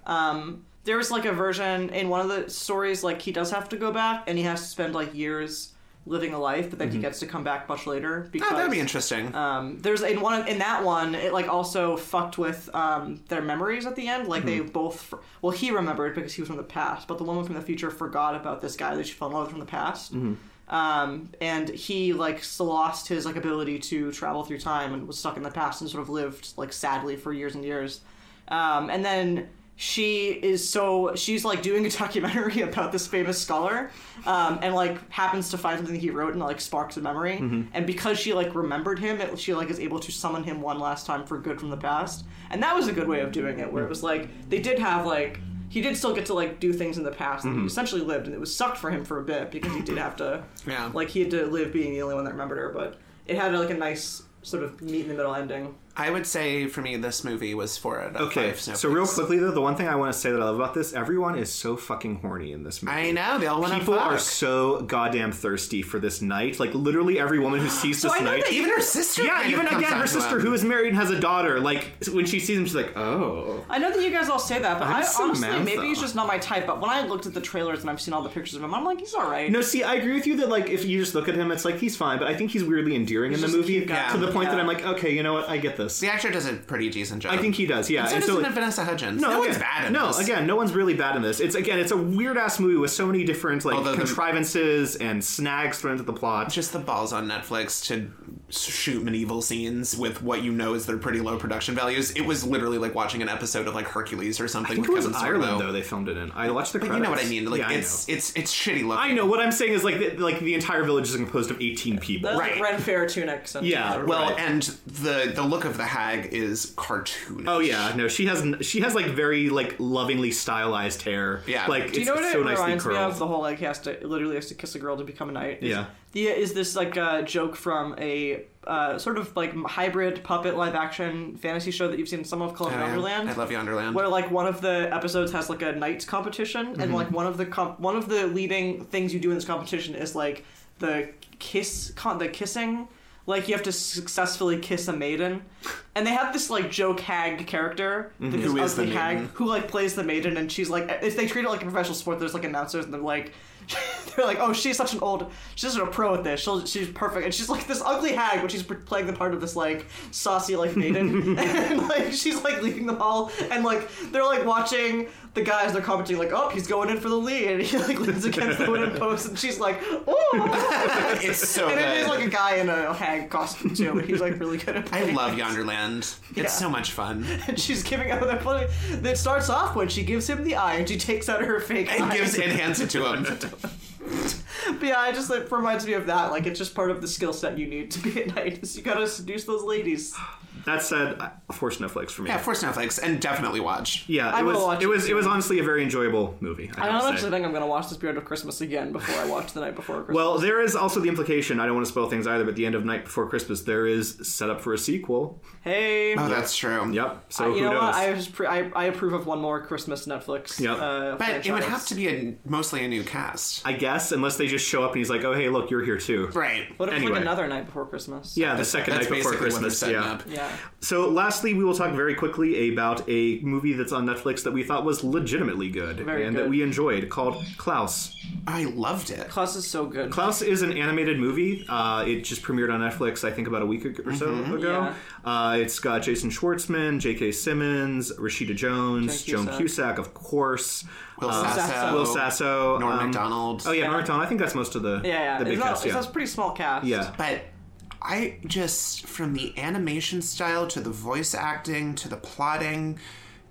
[SPEAKER 2] there was like a version in one of the stories like he does have to go back and he has to spend like years living a life but then he gets to come back much later because
[SPEAKER 1] oh, Mm-hmm. that'd be interesting.
[SPEAKER 2] um, there's in one in that one it like also fucked with um, their memories at the end like they
[SPEAKER 1] Mm-hmm.
[SPEAKER 2] both for, well he remembered because he was from the past but the woman from the future forgot about this guy that she fell in love with from the past
[SPEAKER 1] Mm-hmm.
[SPEAKER 2] um, and he like s- lost his like ability to travel through time and was stuck in the past and sort of lived like sadly for years and years um, and then she is so she's like doing a documentary about this famous scholar um, and like happens to find something he wrote and like sparks a memory and because she like remembered him it, she like is able to summon him one last time for good from the past and that was a good way of doing it where it was like they did have like he did still get to like do things in the past that he essentially lived and it was sucked for him for a bit because he did have to
[SPEAKER 1] Yeah.
[SPEAKER 2] like he had to live being the only one that remembered her but it had like a nice sort of meet in the middle ending
[SPEAKER 1] I would say for me, this movie was four out of
[SPEAKER 4] Okay,
[SPEAKER 1] five.
[SPEAKER 4] so real quickly though, the one thing I want to say that I love about this, everyone is so fucking horny in this movie.
[SPEAKER 1] I know they all went
[SPEAKER 4] People
[SPEAKER 1] on fuck.
[SPEAKER 4] are so goddamn thirsty for this night. Like literally every woman who sees
[SPEAKER 2] So
[SPEAKER 4] this
[SPEAKER 2] I know
[SPEAKER 4] night.
[SPEAKER 2] that
[SPEAKER 1] even her sister.
[SPEAKER 4] yeah,
[SPEAKER 1] kind of
[SPEAKER 4] even
[SPEAKER 1] comes
[SPEAKER 4] again,
[SPEAKER 1] on
[SPEAKER 4] her
[SPEAKER 1] to
[SPEAKER 4] sister
[SPEAKER 1] him.
[SPEAKER 4] who is married and has a daughter. Like when she sees him, she's like, "Oh,
[SPEAKER 2] I know that you guys all say that, but
[SPEAKER 4] I'm
[SPEAKER 2] I,
[SPEAKER 4] just a
[SPEAKER 2] honestly,
[SPEAKER 4] man,
[SPEAKER 2] maybe
[SPEAKER 4] though.
[SPEAKER 2] he's just not my type. But when I looked at the trailers and I've seen all the pictures of him, I'm like, he's all right.
[SPEAKER 4] No, see, I agree with you that like if you just look at him, it's like he's fine, but I think he's weirdly endearing in the
[SPEAKER 2] just a
[SPEAKER 4] movie
[SPEAKER 2] cute guy.
[SPEAKER 4] to the point that
[SPEAKER 2] Yeah.
[SPEAKER 4] I'm like, okay, you know what, I get this.
[SPEAKER 1] The actor does a pretty decent job.
[SPEAKER 4] I think he does, yeah.
[SPEAKER 1] And so
[SPEAKER 4] and
[SPEAKER 1] does
[SPEAKER 4] so,
[SPEAKER 1] even Vanessa Hudgens. No,
[SPEAKER 4] again,
[SPEAKER 1] one's bad in
[SPEAKER 4] no,
[SPEAKER 1] this.
[SPEAKER 4] again, no one's really bad in this. It's again, it's a weird ass movie with so many different like
[SPEAKER 1] Although the-
[SPEAKER 4] contrivances and snags thrown into the plot.
[SPEAKER 1] Just the balls on Netflix to shoot medieval scenes with what you know is their pretty low production values. It was literally like watching an episode of like Hercules or something.
[SPEAKER 4] I think it
[SPEAKER 1] with
[SPEAKER 4] was
[SPEAKER 1] Kevin
[SPEAKER 4] Ireland
[SPEAKER 1] Sorbo.
[SPEAKER 4] though they filmed it in. I watched the.
[SPEAKER 1] But
[SPEAKER 4] credits.
[SPEAKER 1] you know what I mean? Like
[SPEAKER 4] yeah,
[SPEAKER 1] it's
[SPEAKER 4] I know.
[SPEAKER 1] it's it's shitty looking.
[SPEAKER 4] I know what I'm saying is like the, like the entire village is composed of 18 people.
[SPEAKER 2] That's
[SPEAKER 1] right.
[SPEAKER 2] like Ren Fair tunics. And
[SPEAKER 4] Yeah,
[SPEAKER 1] Well,
[SPEAKER 4] Right.
[SPEAKER 1] and the the look of the hag is cartoonish.
[SPEAKER 4] Oh yeah, no, she has n- she has like very like lovingly stylized hair.
[SPEAKER 1] Yeah.
[SPEAKER 4] like
[SPEAKER 2] Do you
[SPEAKER 4] it's
[SPEAKER 2] know what
[SPEAKER 4] so
[SPEAKER 2] it
[SPEAKER 4] nicely
[SPEAKER 2] reminds me
[SPEAKER 4] curled.
[SPEAKER 2] of? The whole like he has to literally has to kiss a girl to become a knight. Is,
[SPEAKER 4] Yeah.
[SPEAKER 2] The is this like a joke from a uh, sort of like hybrid puppet live action fantasy show that you've seen some of called
[SPEAKER 4] Oh,
[SPEAKER 1] I,
[SPEAKER 2] Wonderland.
[SPEAKER 1] I love Yonderland.
[SPEAKER 2] where like one of the episodes has like a knights competition
[SPEAKER 1] Mm-hmm.
[SPEAKER 2] and like one of the comp- one of the leading things you do in this competition is like the kiss con- the kissing like you have to successfully kiss a maiden and they have this like joke hag character the
[SPEAKER 1] Mm-hmm. Who is the
[SPEAKER 2] ugly hag
[SPEAKER 1] maiden.
[SPEAKER 2] who like plays the maiden and she's like if they treat it like a professional sport there's like announcers and they're like they're like oh she's such an old she's such a pro at this She'll, she's perfect and she's like this ugly hag but she's pr- playing the part of this like saucy like maiden and like she's like leaving the hall and like they're like watching the guys they're commenting like oh he's going in for the lead and he like leans against the wooden post and she's like oh
[SPEAKER 1] it's so
[SPEAKER 2] and
[SPEAKER 1] good.
[SPEAKER 2] it is like a guy in a hag costume too but he's like really good at
[SPEAKER 1] I
[SPEAKER 2] playing
[SPEAKER 1] love Yonderland.
[SPEAKER 2] Yeah.
[SPEAKER 1] It's so much fun.
[SPEAKER 2] and she's giving out that funny. That starts off when she gives him the eye, and she takes out her fake
[SPEAKER 1] And
[SPEAKER 2] eye.
[SPEAKER 1] gives and hands it to him.
[SPEAKER 2] But yeah, it just like reminds me of that. Like it's just part of the skill set you need to be at night. Is you gotta seduce those ladies.
[SPEAKER 4] That said, I- four snowflakes for me.
[SPEAKER 1] Yeah, for Snowflakes, and definitely watch.
[SPEAKER 4] Yeah,
[SPEAKER 2] I
[SPEAKER 4] it
[SPEAKER 2] will
[SPEAKER 4] was
[SPEAKER 2] watch
[SPEAKER 4] it
[SPEAKER 2] it
[SPEAKER 4] was it was
[SPEAKER 2] soon.
[SPEAKER 4] honestly a very enjoyable movie. I,
[SPEAKER 2] I
[SPEAKER 4] have to
[SPEAKER 2] honestly
[SPEAKER 4] say.
[SPEAKER 2] think I'm gonna watch The Spirit of Christmas again before I watch The Night Before Christmas.
[SPEAKER 4] Well, there is also the implication. I don't want to spoil things either, but at the end of Night Before Christmas, there is set up for a sequel.
[SPEAKER 2] hey,
[SPEAKER 1] Oh, that's true.
[SPEAKER 4] Yep. uh, So
[SPEAKER 1] Uh,
[SPEAKER 2] you
[SPEAKER 4] who
[SPEAKER 2] know
[SPEAKER 4] knows?
[SPEAKER 2] what? I, just pre- I I approve of one more Christmas Netflix.
[SPEAKER 4] Yep.
[SPEAKER 2] Uh,
[SPEAKER 1] But it would
[SPEAKER 2] franchise.
[SPEAKER 1] have to be a, mostly a new cast.
[SPEAKER 4] I guess unless they just show up and he's like, "Oh, hey, look, you're here too."
[SPEAKER 1] Right.
[SPEAKER 2] What if it's
[SPEAKER 4] anyway.
[SPEAKER 2] like another Night Before Christmas?
[SPEAKER 4] Yeah, the second
[SPEAKER 1] That's
[SPEAKER 4] night before
[SPEAKER 1] basically what they're
[SPEAKER 4] Christmas.
[SPEAKER 1] setting
[SPEAKER 4] Yeah.
[SPEAKER 1] up.
[SPEAKER 2] Yeah.
[SPEAKER 4] So, lastly, we will talk very quickly about a movie that's on Netflix that we thought was legitimately good
[SPEAKER 2] Very
[SPEAKER 4] and that
[SPEAKER 2] good.
[SPEAKER 4] we enjoyed called Klaus.
[SPEAKER 1] I loved it.
[SPEAKER 2] Klaus is so good.
[SPEAKER 4] Klaus is an animated movie. Uh, it just premiered on Netflix, I think, about a week ag- or so
[SPEAKER 2] Mm-hmm.
[SPEAKER 4] ago. Uh, it's got Jason Schwartzman, J.K. Simmons, Rashida Jones,
[SPEAKER 2] Joan
[SPEAKER 4] Joan
[SPEAKER 2] Cusack.
[SPEAKER 4] Cusack, of course.
[SPEAKER 1] Will
[SPEAKER 4] uh,
[SPEAKER 1] Sasso.
[SPEAKER 4] Will Sasso.
[SPEAKER 1] Norm
[SPEAKER 4] um,
[SPEAKER 1] Macdonald.
[SPEAKER 4] Oh, yeah, Norm Macdonald. I think that's most of the,
[SPEAKER 2] yeah, yeah.
[SPEAKER 4] the big
[SPEAKER 2] it's
[SPEAKER 4] cast.
[SPEAKER 2] not,
[SPEAKER 4] yeah.
[SPEAKER 2] That's a pretty small cast.
[SPEAKER 4] yeah.
[SPEAKER 1] But I just from the animation style to the voice acting to the plotting,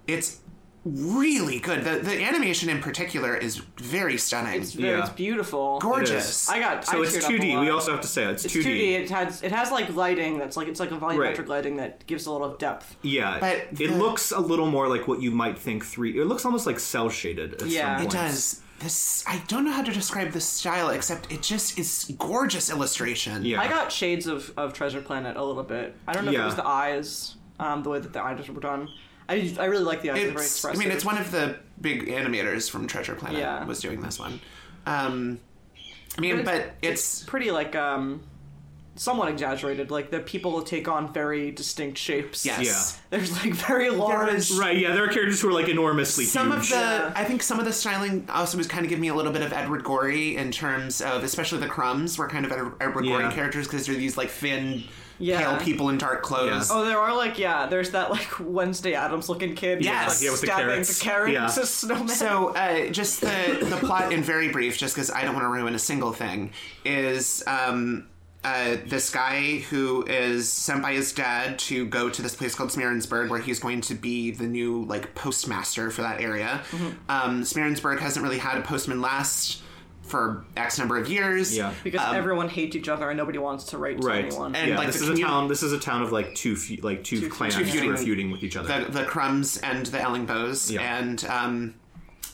[SPEAKER 1] it's really good. The the animation in particular is very stunning.
[SPEAKER 2] It's very,
[SPEAKER 4] Yeah.
[SPEAKER 2] it's beautiful.
[SPEAKER 1] gorgeous.
[SPEAKER 2] I got.
[SPEAKER 4] So
[SPEAKER 2] I
[SPEAKER 4] it's
[SPEAKER 2] teared up a
[SPEAKER 4] 2D.
[SPEAKER 2] lot.
[SPEAKER 4] We also have to say it. it's,
[SPEAKER 2] It's 2D. It has it has like lighting that's like it's like a volumetric
[SPEAKER 4] Right.
[SPEAKER 2] lighting that gives a lot of depth.
[SPEAKER 4] Yeah,
[SPEAKER 1] But
[SPEAKER 4] it
[SPEAKER 1] the-
[SPEAKER 4] looks a little more like what you might think three. It looks almost like cell shaded. At
[SPEAKER 2] Yeah.
[SPEAKER 4] some
[SPEAKER 2] It
[SPEAKER 4] points.
[SPEAKER 1] It does this I don't know how to describe the style except it just is gorgeous illustration.
[SPEAKER 4] Yeah,
[SPEAKER 2] I got shades of, of Treasure Planet a little bit. I don't know if
[SPEAKER 4] Yeah.
[SPEAKER 2] it was the eyes, um, the way that the eyes were done. I, I really like the eyes. They're very
[SPEAKER 1] It's, I
[SPEAKER 2] expressive.
[SPEAKER 1] mean, it's one of the big animators from Treasure Planet
[SPEAKER 2] Yeah.
[SPEAKER 1] was doing this one. Um, I mean,
[SPEAKER 2] But it's-
[SPEAKER 1] but it's
[SPEAKER 2] pretty like um, somewhat exaggerated. Like the people take on very distinct shapes.
[SPEAKER 1] yes.
[SPEAKER 2] There's like very large.
[SPEAKER 1] is-
[SPEAKER 4] right. Yeah, there are characters who are like enormously
[SPEAKER 1] Some
[SPEAKER 4] huge.
[SPEAKER 1] of the,
[SPEAKER 2] Yeah.
[SPEAKER 1] I think some of the styling also was kind of giving me a little bit of Edward Gorey in terms of, especially the crumbs were kind of Edward, Edward
[SPEAKER 4] Yeah.
[SPEAKER 1] Gorey characters because they're these like thin,
[SPEAKER 2] Yeah.
[SPEAKER 1] pale people in dark clothes.
[SPEAKER 2] Oh, there are like yeah. There's that like Wednesday Adams looking kid.
[SPEAKER 1] Yes.
[SPEAKER 4] Yeah, with the
[SPEAKER 2] stabbing
[SPEAKER 4] carrots.
[SPEAKER 2] the carrot
[SPEAKER 4] Yeah.
[SPEAKER 2] to snowman.
[SPEAKER 1] So, uh, just the, the plot in very brief, just because I don't want to ruin a single thing, is um, uh, this guy who is sent by his dad to go to this place called Smearensburg, where he's going to be the new like postmaster for that area. Um, Smearensburg hasn't really had a postman last for X number of years.
[SPEAKER 4] Yeah.
[SPEAKER 2] because everyone hates each other and nobody wants to write to
[SPEAKER 4] right.
[SPEAKER 2] anyone.
[SPEAKER 1] And,
[SPEAKER 4] yeah,
[SPEAKER 1] like,
[SPEAKER 4] this
[SPEAKER 1] the
[SPEAKER 4] is a
[SPEAKER 1] community-
[SPEAKER 4] town. This is a town of like two, fe- like two, clans
[SPEAKER 1] two
[SPEAKER 4] who are
[SPEAKER 1] feuding-
[SPEAKER 4] feuding with each other.
[SPEAKER 1] the the crumbs and the Ellingbows,
[SPEAKER 4] Yeah.
[SPEAKER 1] and um,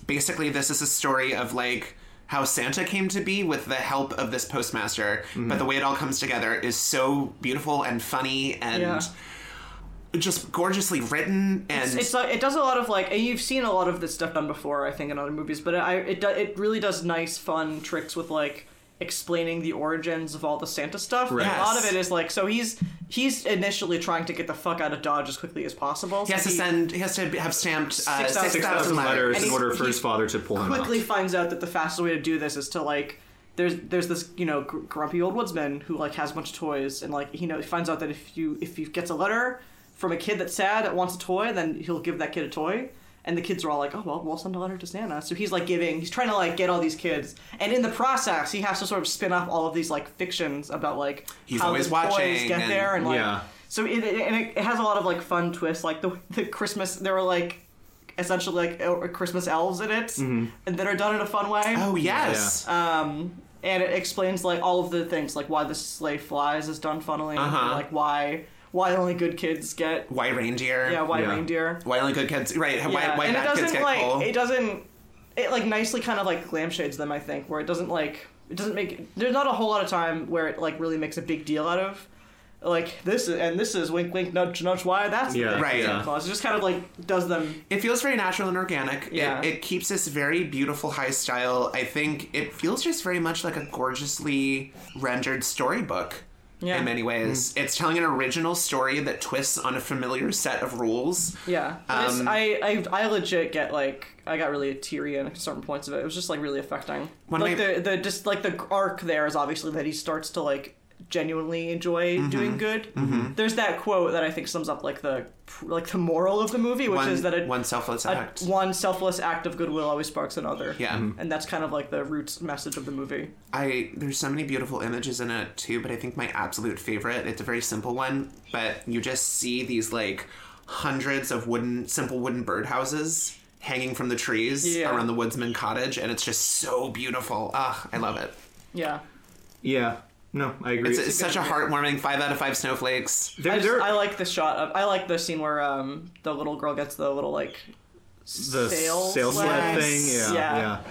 [SPEAKER 1] basically this is a story of like how Santa came to be with the help of this postmaster. But the way it all comes together is so beautiful and funny and
[SPEAKER 2] Yeah.
[SPEAKER 1] just gorgeously written. And
[SPEAKER 2] It's- it's like, it does a lot of like and you've seen a lot of this stuff done before I think in other movies but I it do, it really does nice fun tricks with like explaining the origins of all the Santa stuff
[SPEAKER 4] Right.
[SPEAKER 2] a lot
[SPEAKER 1] Yes.
[SPEAKER 2] of it is like so he's he's initially trying to get the fuck out of Dodge as quickly as possible
[SPEAKER 1] he has
[SPEAKER 2] so
[SPEAKER 1] to send. He has to have stamped uh,
[SPEAKER 2] 6,000
[SPEAKER 1] six
[SPEAKER 4] Six
[SPEAKER 1] thousand
[SPEAKER 4] thousand
[SPEAKER 1] letters.
[SPEAKER 4] letters in
[SPEAKER 2] he's-
[SPEAKER 4] order for
[SPEAKER 2] he
[SPEAKER 4] his father to pull him
[SPEAKER 2] quickly
[SPEAKER 4] out.
[SPEAKER 2] finds out that the fastest way to do this is to like there's there's this you know gr- grumpy old woodsman who like has a bunch of toys and like you know he finds out that if you if he gets a letter from a kid that's sad that wants a toy then he'll give that kid a toy and the kids are all like oh well we'll send a letter to Santa so he's like giving he's trying to like get all these kids and in the process he has to sort of spin off all of these like fictions about like
[SPEAKER 1] He's
[SPEAKER 2] how
[SPEAKER 1] always
[SPEAKER 2] the toys
[SPEAKER 1] watching
[SPEAKER 2] get
[SPEAKER 1] and-
[SPEAKER 2] there and like
[SPEAKER 4] Yeah.
[SPEAKER 2] so it, it, and it has a lot of like fun twists, like the, the Christmas. There were like essentially like el- Christmas elves in it, and that are done in a fun way.
[SPEAKER 1] Mm-hmm. Oh yes,
[SPEAKER 2] And it explains like all of the things, like why the sleigh flies is done funnily,
[SPEAKER 1] Uh-huh.
[SPEAKER 2] and, like why why only good kids get
[SPEAKER 1] why reindeer?
[SPEAKER 2] yeah why
[SPEAKER 4] Yeah.
[SPEAKER 2] reindeer
[SPEAKER 1] why only good kids? Right?
[SPEAKER 2] yeah,
[SPEAKER 1] Why, why
[SPEAKER 2] and it
[SPEAKER 1] bad kids
[SPEAKER 2] doesn't
[SPEAKER 1] get
[SPEAKER 2] like
[SPEAKER 1] coal?
[SPEAKER 2] it doesn't it like nicely kind of like glam shades them. I think where it doesn't like it doesn't make there's not a whole lot of time where it like really makes a big deal out of like this is, and this is wink wink nudge nudge why that's the
[SPEAKER 4] Yeah,
[SPEAKER 2] thing,
[SPEAKER 1] right.
[SPEAKER 2] Santa Claus. It just kind of like does them
[SPEAKER 1] It feels very natural and organic.
[SPEAKER 2] Yeah.
[SPEAKER 1] It, it keeps this very beautiful high style. I think it feels just very much like a gorgeously rendered storybook
[SPEAKER 2] Yeah.
[SPEAKER 1] in many ways. It's telling an original story that twists on a familiar set of rules.
[SPEAKER 2] yeah. This-
[SPEAKER 1] Um,
[SPEAKER 2] I, I I legit get like I got really teary at certain points of it. It was just like really affecting.
[SPEAKER 1] One
[SPEAKER 2] like
[SPEAKER 1] may-
[SPEAKER 2] the the just like the arc there is obviously that he starts to like genuinely enjoy
[SPEAKER 1] Mm-hmm.
[SPEAKER 2] doing good. There's that quote that I think sums up like the like the moral of the movie, which
[SPEAKER 1] One,
[SPEAKER 2] is that it,
[SPEAKER 1] one selfless
[SPEAKER 2] a-
[SPEAKER 1] act.
[SPEAKER 2] one selfless act of goodwill always sparks another.
[SPEAKER 1] Yeah.
[SPEAKER 4] Mm-hmm.
[SPEAKER 1] Mhm.
[SPEAKER 2] And that's kind of like the roots message of the movie.
[SPEAKER 1] I there's so many beautiful images in it too, but I think my absolute favorite, it's a very simple one, but you just see these like hundreds of wooden simple wooden birdhouses hanging from the trees
[SPEAKER 2] Yeah.
[SPEAKER 1] around the woodsman cottage and it's just so beautiful. Ugh, I love it.
[SPEAKER 2] Yeah.
[SPEAKER 4] Yeah. No, I agree.
[SPEAKER 1] It's, it's such a heartwarming five out of five snowflakes.
[SPEAKER 4] There-
[SPEAKER 2] I, just,
[SPEAKER 4] there-
[SPEAKER 2] I like the shot of I like the scene where um the little girl gets the little like
[SPEAKER 4] the
[SPEAKER 2] sales
[SPEAKER 4] sales sled
[SPEAKER 2] sled.
[SPEAKER 4] thing. Yeah, yeah.
[SPEAKER 2] Yeah.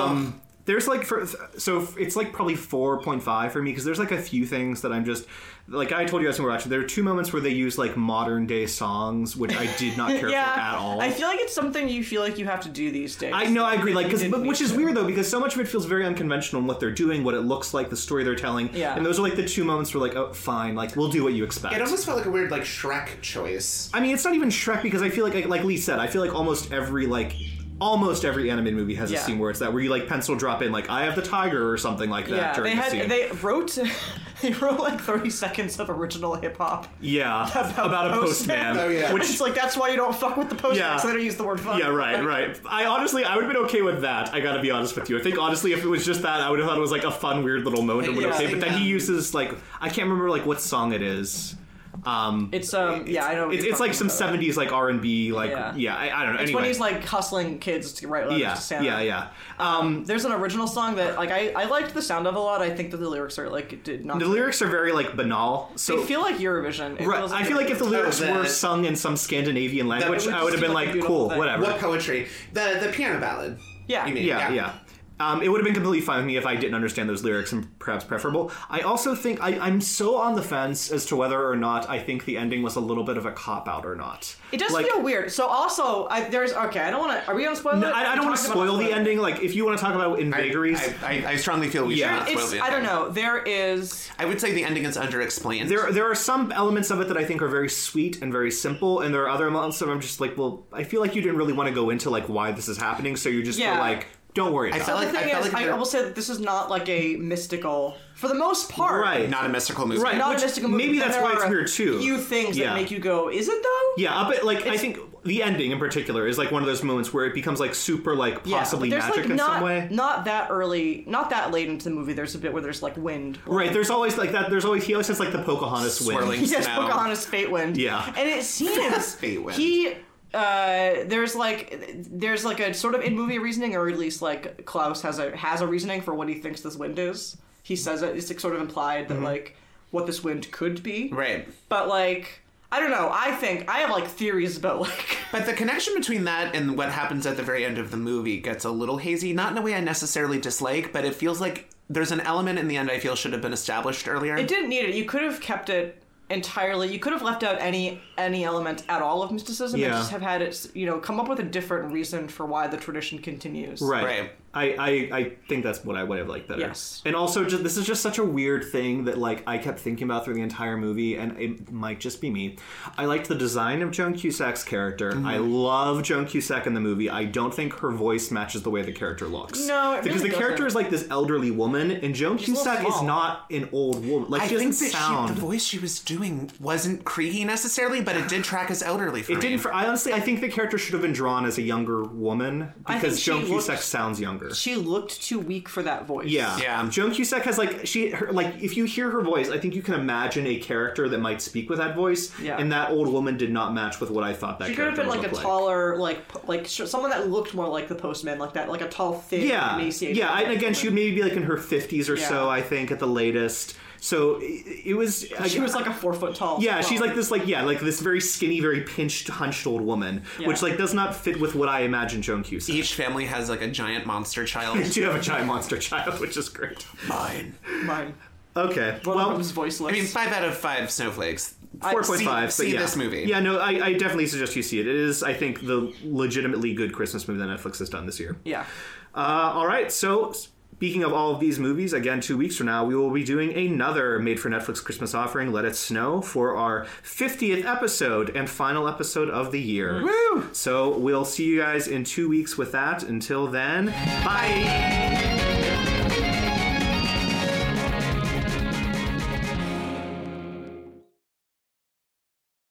[SPEAKER 4] Um, there's like for so it's like probably four point five for me because there's like a few things that I'm just like I told you as we were watching. There are two moments where they use like modern day songs, which I did not care
[SPEAKER 2] yeah.
[SPEAKER 4] for at all.
[SPEAKER 2] I feel like it's something you feel like you have to do these days.
[SPEAKER 4] I know, I agree. Like, 'cause-
[SPEAKER 2] didn't
[SPEAKER 4] but-
[SPEAKER 2] need
[SPEAKER 4] which is
[SPEAKER 2] to.
[SPEAKER 4] weird though, because so much of it feels very unconventional in what they're doing, what it looks like, the story they're telling.
[SPEAKER 2] Yeah.
[SPEAKER 4] And those are like the two moments where like, oh, fine, like we'll do what you expect.
[SPEAKER 1] It almost felt like a weird like Shrek choice.
[SPEAKER 4] I mean, it's not even Shrek because I feel like, like Lee said, I feel like almost every like. Almost every animated movie has
[SPEAKER 2] Yeah.
[SPEAKER 4] a scene where it's that, where you like pencil drop in, like "I have the tiger" or something like that
[SPEAKER 2] Yeah,
[SPEAKER 4] during
[SPEAKER 2] they
[SPEAKER 4] the
[SPEAKER 2] had
[SPEAKER 4] scene.
[SPEAKER 2] they wrote they wrote like thirty seconds of original hip hop.
[SPEAKER 4] yeah, about, a postman.
[SPEAKER 1] Oh, yeah.
[SPEAKER 2] Which is like that's why you don't fuck with the postman.
[SPEAKER 4] Yeah.
[SPEAKER 2] So they don't use the word fuck.
[SPEAKER 4] Yeah, right, right. I honestly, I would have been okay with that. I gotta be honest with you. I think honestly, if it was just that, I would have thought it was like a fun, weird little moment. and would
[SPEAKER 2] Yeah.
[SPEAKER 4] okay, but then he uses like I can't remember like what song it is. Um,
[SPEAKER 2] It's um yeah I know. what
[SPEAKER 4] it's,
[SPEAKER 2] you're
[SPEAKER 4] it's like
[SPEAKER 2] talking
[SPEAKER 4] some
[SPEAKER 2] about.
[SPEAKER 4] '70s like R&B like yeah,
[SPEAKER 2] Yeah.
[SPEAKER 4] I, I don't know.
[SPEAKER 2] It's
[SPEAKER 4] anyway,
[SPEAKER 2] when he's like hustling kids to write letters
[SPEAKER 4] yeah,
[SPEAKER 2] to Santa.
[SPEAKER 4] yeah, yeah. Um,
[SPEAKER 2] There's an original song that like I, I liked the sound of a lot. I think that the lyrics are like it did not.
[SPEAKER 4] the lyrics are very like banal. So
[SPEAKER 2] they feel like Eurovision. It
[SPEAKER 4] Right,
[SPEAKER 2] feels
[SPEAKER 4] I feel like if the
[SPEAKER 1] Oh,
[SPEAKER 4] lyrics were
[SPEAKER 1] that-
[SPEAKER 4] sung in some Scandinavian language,
[SPEAKER 1] would
[SPEAKER 4] I would
[SPEAKER 2] just
[SPEAKER 4] have been
[SPEAKER 2] be, like, a
[SPEAKER 4] like,
[SPEAKER 2] beautiful
[SPEAKER 4] cool,
[SPEAKER 2] thing.
[SPEAKER 4] whatever.
[SPEAKER 1] What poetry? The the piano ballad.
[SPEAKER 2] Yeah.
[SPEAKER 1] You mean?
[SPEAKER 4] yeah, yeah. Um, it would have been completely fine with me if I didn't understand those lyrics and perhaps preferable. I also think I, I'm so on the fence as to whether or not I think the ending was a little bit of a cop out or not.
[SPEAKER 2] It does
[SPEAKER 4] like,
[SPEAKER 2] feel weird. So also, I, there's okay. I don't want to. Are we on spoiler?
[SPEAKER 4] No, I, I don't want to spoil the ending. Like, if you want to talk about in vagaries,
[SPEAKER 1] I, I, I strongly feel we
[SPEAKER 4] Yeah.
[SPEAKER 1] should not spoil
[SPEAKER 2] It's
[SPEAKER 1] the
[SPEAKER 2] I don't
[SPEAKER 1] ending.
[SPEAKER 2] know. There is
[SPEAKER 1] I would say the ending is underexplained.
[SPEAKER 4] there there are some elements of it that I think are very sweet and very simple, and there are other elements that I'm just like, well, I feel like you didn't really want to go into like why this is happening, so you just feel
[SPEAKER 2] Yeah.
[SPEAKER 4] like, don't worry.
[SPEAKER 1] I
[SPEAKER 4] about
[SPEAKER 1] felt
[SPEAKER 4] it.
[SPEAKER 2] the
[SPEAKER 1] like I
[SPEAKER 2] thing
[SPEAKER 1] felt
[SPEAKER 2] is,
[SPEAKER 1] like
[SPEAKER 2] I
[SPEAKER 1] there-
[SPEAKER 2] will say that this is not like a mystical for the most part.
[SPEAKER 4] right.
[SPEAKER 1] not a mystical movie.
[SPEAKER 4] Right.
[SPEAKER 2] Not
[SPEAKER 4] Which
[SPEAKER 2] a mystical movie.
[SPEAKER 4] maybe
[SPEAKER 2] but
[SPEAKER 4] that's
[SPEAKER 2] there
[SPEAKER 4] why it's
[SPEAKER 2] are a
[SPEAKER 4] weird, too.
[SPEAKER 2] Few things
[SPEAKER 4] Yeah.
[SPEAKER 2] that make you go, is it though?
[SPEAKER 4] Yeah, uh, but like I think the ending in particular is like one of those moments where it becomes like super like
[SPEAKER 2] Yeah,
[SPEAKER 4] possibly
[SPEAKER 2] but there's,
[SPEAKER 4] magic
[SPEAKER 2] like,
[SPEAKER 4] in
[SPEAKER 2] not,
[SPEAKER 4] some way.
[SPEAKER 2] Not that early, not that late into the movie. There's a bit where there's like wind.
[SPEAKER 4] Right, there's always like that. There's always he always has like the Pocahontas
[SPEAKER 1] Swirling.
[SPEAKER 4] wind.
[SPEAKER 2] Yes,
[SPEAKER 1] Snow.
[SPEAKER 2] Pocahontas Fate Wind.
[SPEAKER 4] Yeah.
[SPEAKER 2] and it seems
[SPEAKER 1] Fate Wind.
[SPEAKER 2] he uh, there's like there's like a sort of in movie reasoning, or at least like Klaus has a has a reasoning for what he thinks this wind is. He says it, it's like sort of implied that like what this wind could be.
[SPEAKER 1] Right.
[SPEAKER 2] but like I don't know. I think I have like theories about like
[SPEAKER 1] But the connection between that and what happens at the very end of the movie gets a little hazy. Not in a way I necessarily dislike, but it feels like there's an element in the end I feel should have been established earlier.
[SPEAKER 2] It didn't need it. You could have kept it entirely. You could have left out any any element at all of mysticism
[SPEAKER 4] Yeah.
[SPEAKER 2] and just have had it, you know, come up with a different reason for why the tradition continues.
[SPEAKER 4] Right.
[SPEAKER 1] Right.
[SPEAKER 4] I, I I think that's what I would have liked better.
[SPEAKER 2] Yes.
[SPEAKER 4] And also, just, this is just such a weird thing that like I kept thinking about through the entire movie, and it might just be me. I liked the design of Joan Cusack's character.
[SPEAKER 2] Mm-hmm.
[SPEAKER 4] I love Joan Cusack in the movie. I don't think her voice matches the way the character looks.
[SPEAKER 2] No, it
[SPEAKER 4] because
[SPEAKER 2] really
[SPEAKER 4] the character
[SPEAKER 2] doesn't.
[SPEAKER 4] is like this elderly woman, and Joan
[SPEAKER 2] a little
[SPEAKER 4] Cusack is
[SPEAKER 2] small.
[SPEAKER 4] not an old woman. Like
[SPEAKER 1] I
[SPEAKER 4] she doesn't
[SPEAKER 1] think that
[SPEAKER 4] sound.
[SPEAKER 1] She, the voice she was doing wasn't creaky necessarily, but it did track as elderly for
[SPEAKER 4] It
[SPEAKER 1] me.
[SPEAKER 4] didn't. For, I honestly, I think the character should have been drawn as a younger woman
[SPEAKER 2] I think
[SPEAKER 4] because
[SPEAKER 2] she
[SPEAKER 4] Joan
[SPEAKER 2] looked-
[SPEAKER 4] Cusack sounds younger.
[SPEAKER 2] She looked too weak for that voice.
[SPEAKER 4] yeah, Um,
[SPEAKER 1] Yeah.
[SPEAKER 4] Joan Cusack has like she her, like if you hear her voice, I think you can imagine a character that might speak with that voice.
[SPEAKER 2] Yeah.
[SPEAKER 4] And that old woman did not match with what I thought that
[SPEAKER 2] She could have
[SPEAKER 4] character
[SPEAKER 2] been like a
[SPEAKER 4] would look
[SPEAKER 2] taller, like p- like sh- someone that looked more like the postman, like that, like a tall, thin,
[SPEAKER 4] Yeah,
[SPEAKER 2] emaciated.
[SPEAKER 4] yeah. I- And again, she would maybe be like in her fifties or so,
[SPEAKER 2] Yeah.
[SPEAKER 4] I think, at the latest. So it, it was.
[SPEAKER 2] she was like a four foot tall.
[SPEAKER 4] Yeah, she's
[SPEAKER 2] tall.
[SPEAKER 4] like this, like yeah, like this very skinny, very pinched, hunched old woman, which like does not fit with what I imagine Joan Cusack.
[SPEAKER 1] Each family has like a giant monster child.
[SPEAKER 4] She did have a giant monster child, which is great.
[SPEAKER 1] Mine.
[SPEAKER 2] Mine.
[SPEAKER 4] Okay.
[SPEAKER 2] One
[SPEAKER 4] well,
[SPEAKER 2] of them's voiceless.
[SPEAKER 1] I mean, five out of five snowflakes.
[SPEAKER 4] four point five.
[SPEAKER 1] See, see
[SPEAKER 4] yeah.
[SPEAKER 1] this movie.
[SPEAKER 4] Yeah, no, I, I definitely suggest you see it. It is, I think, the legitimately good Christmas movie that Netflix has done this year.
[SPEAKER 2] yeah.
[SPEAKER 4] Uh, all right. So, speaking of all of these movies, again, two weeks from now, we will be doing another made for Netflix Christmas offering, Let It Snow, for our 50th episode and final episode of the year. Woo! So, we'll see you guys in two weeks with that. Until then, bye.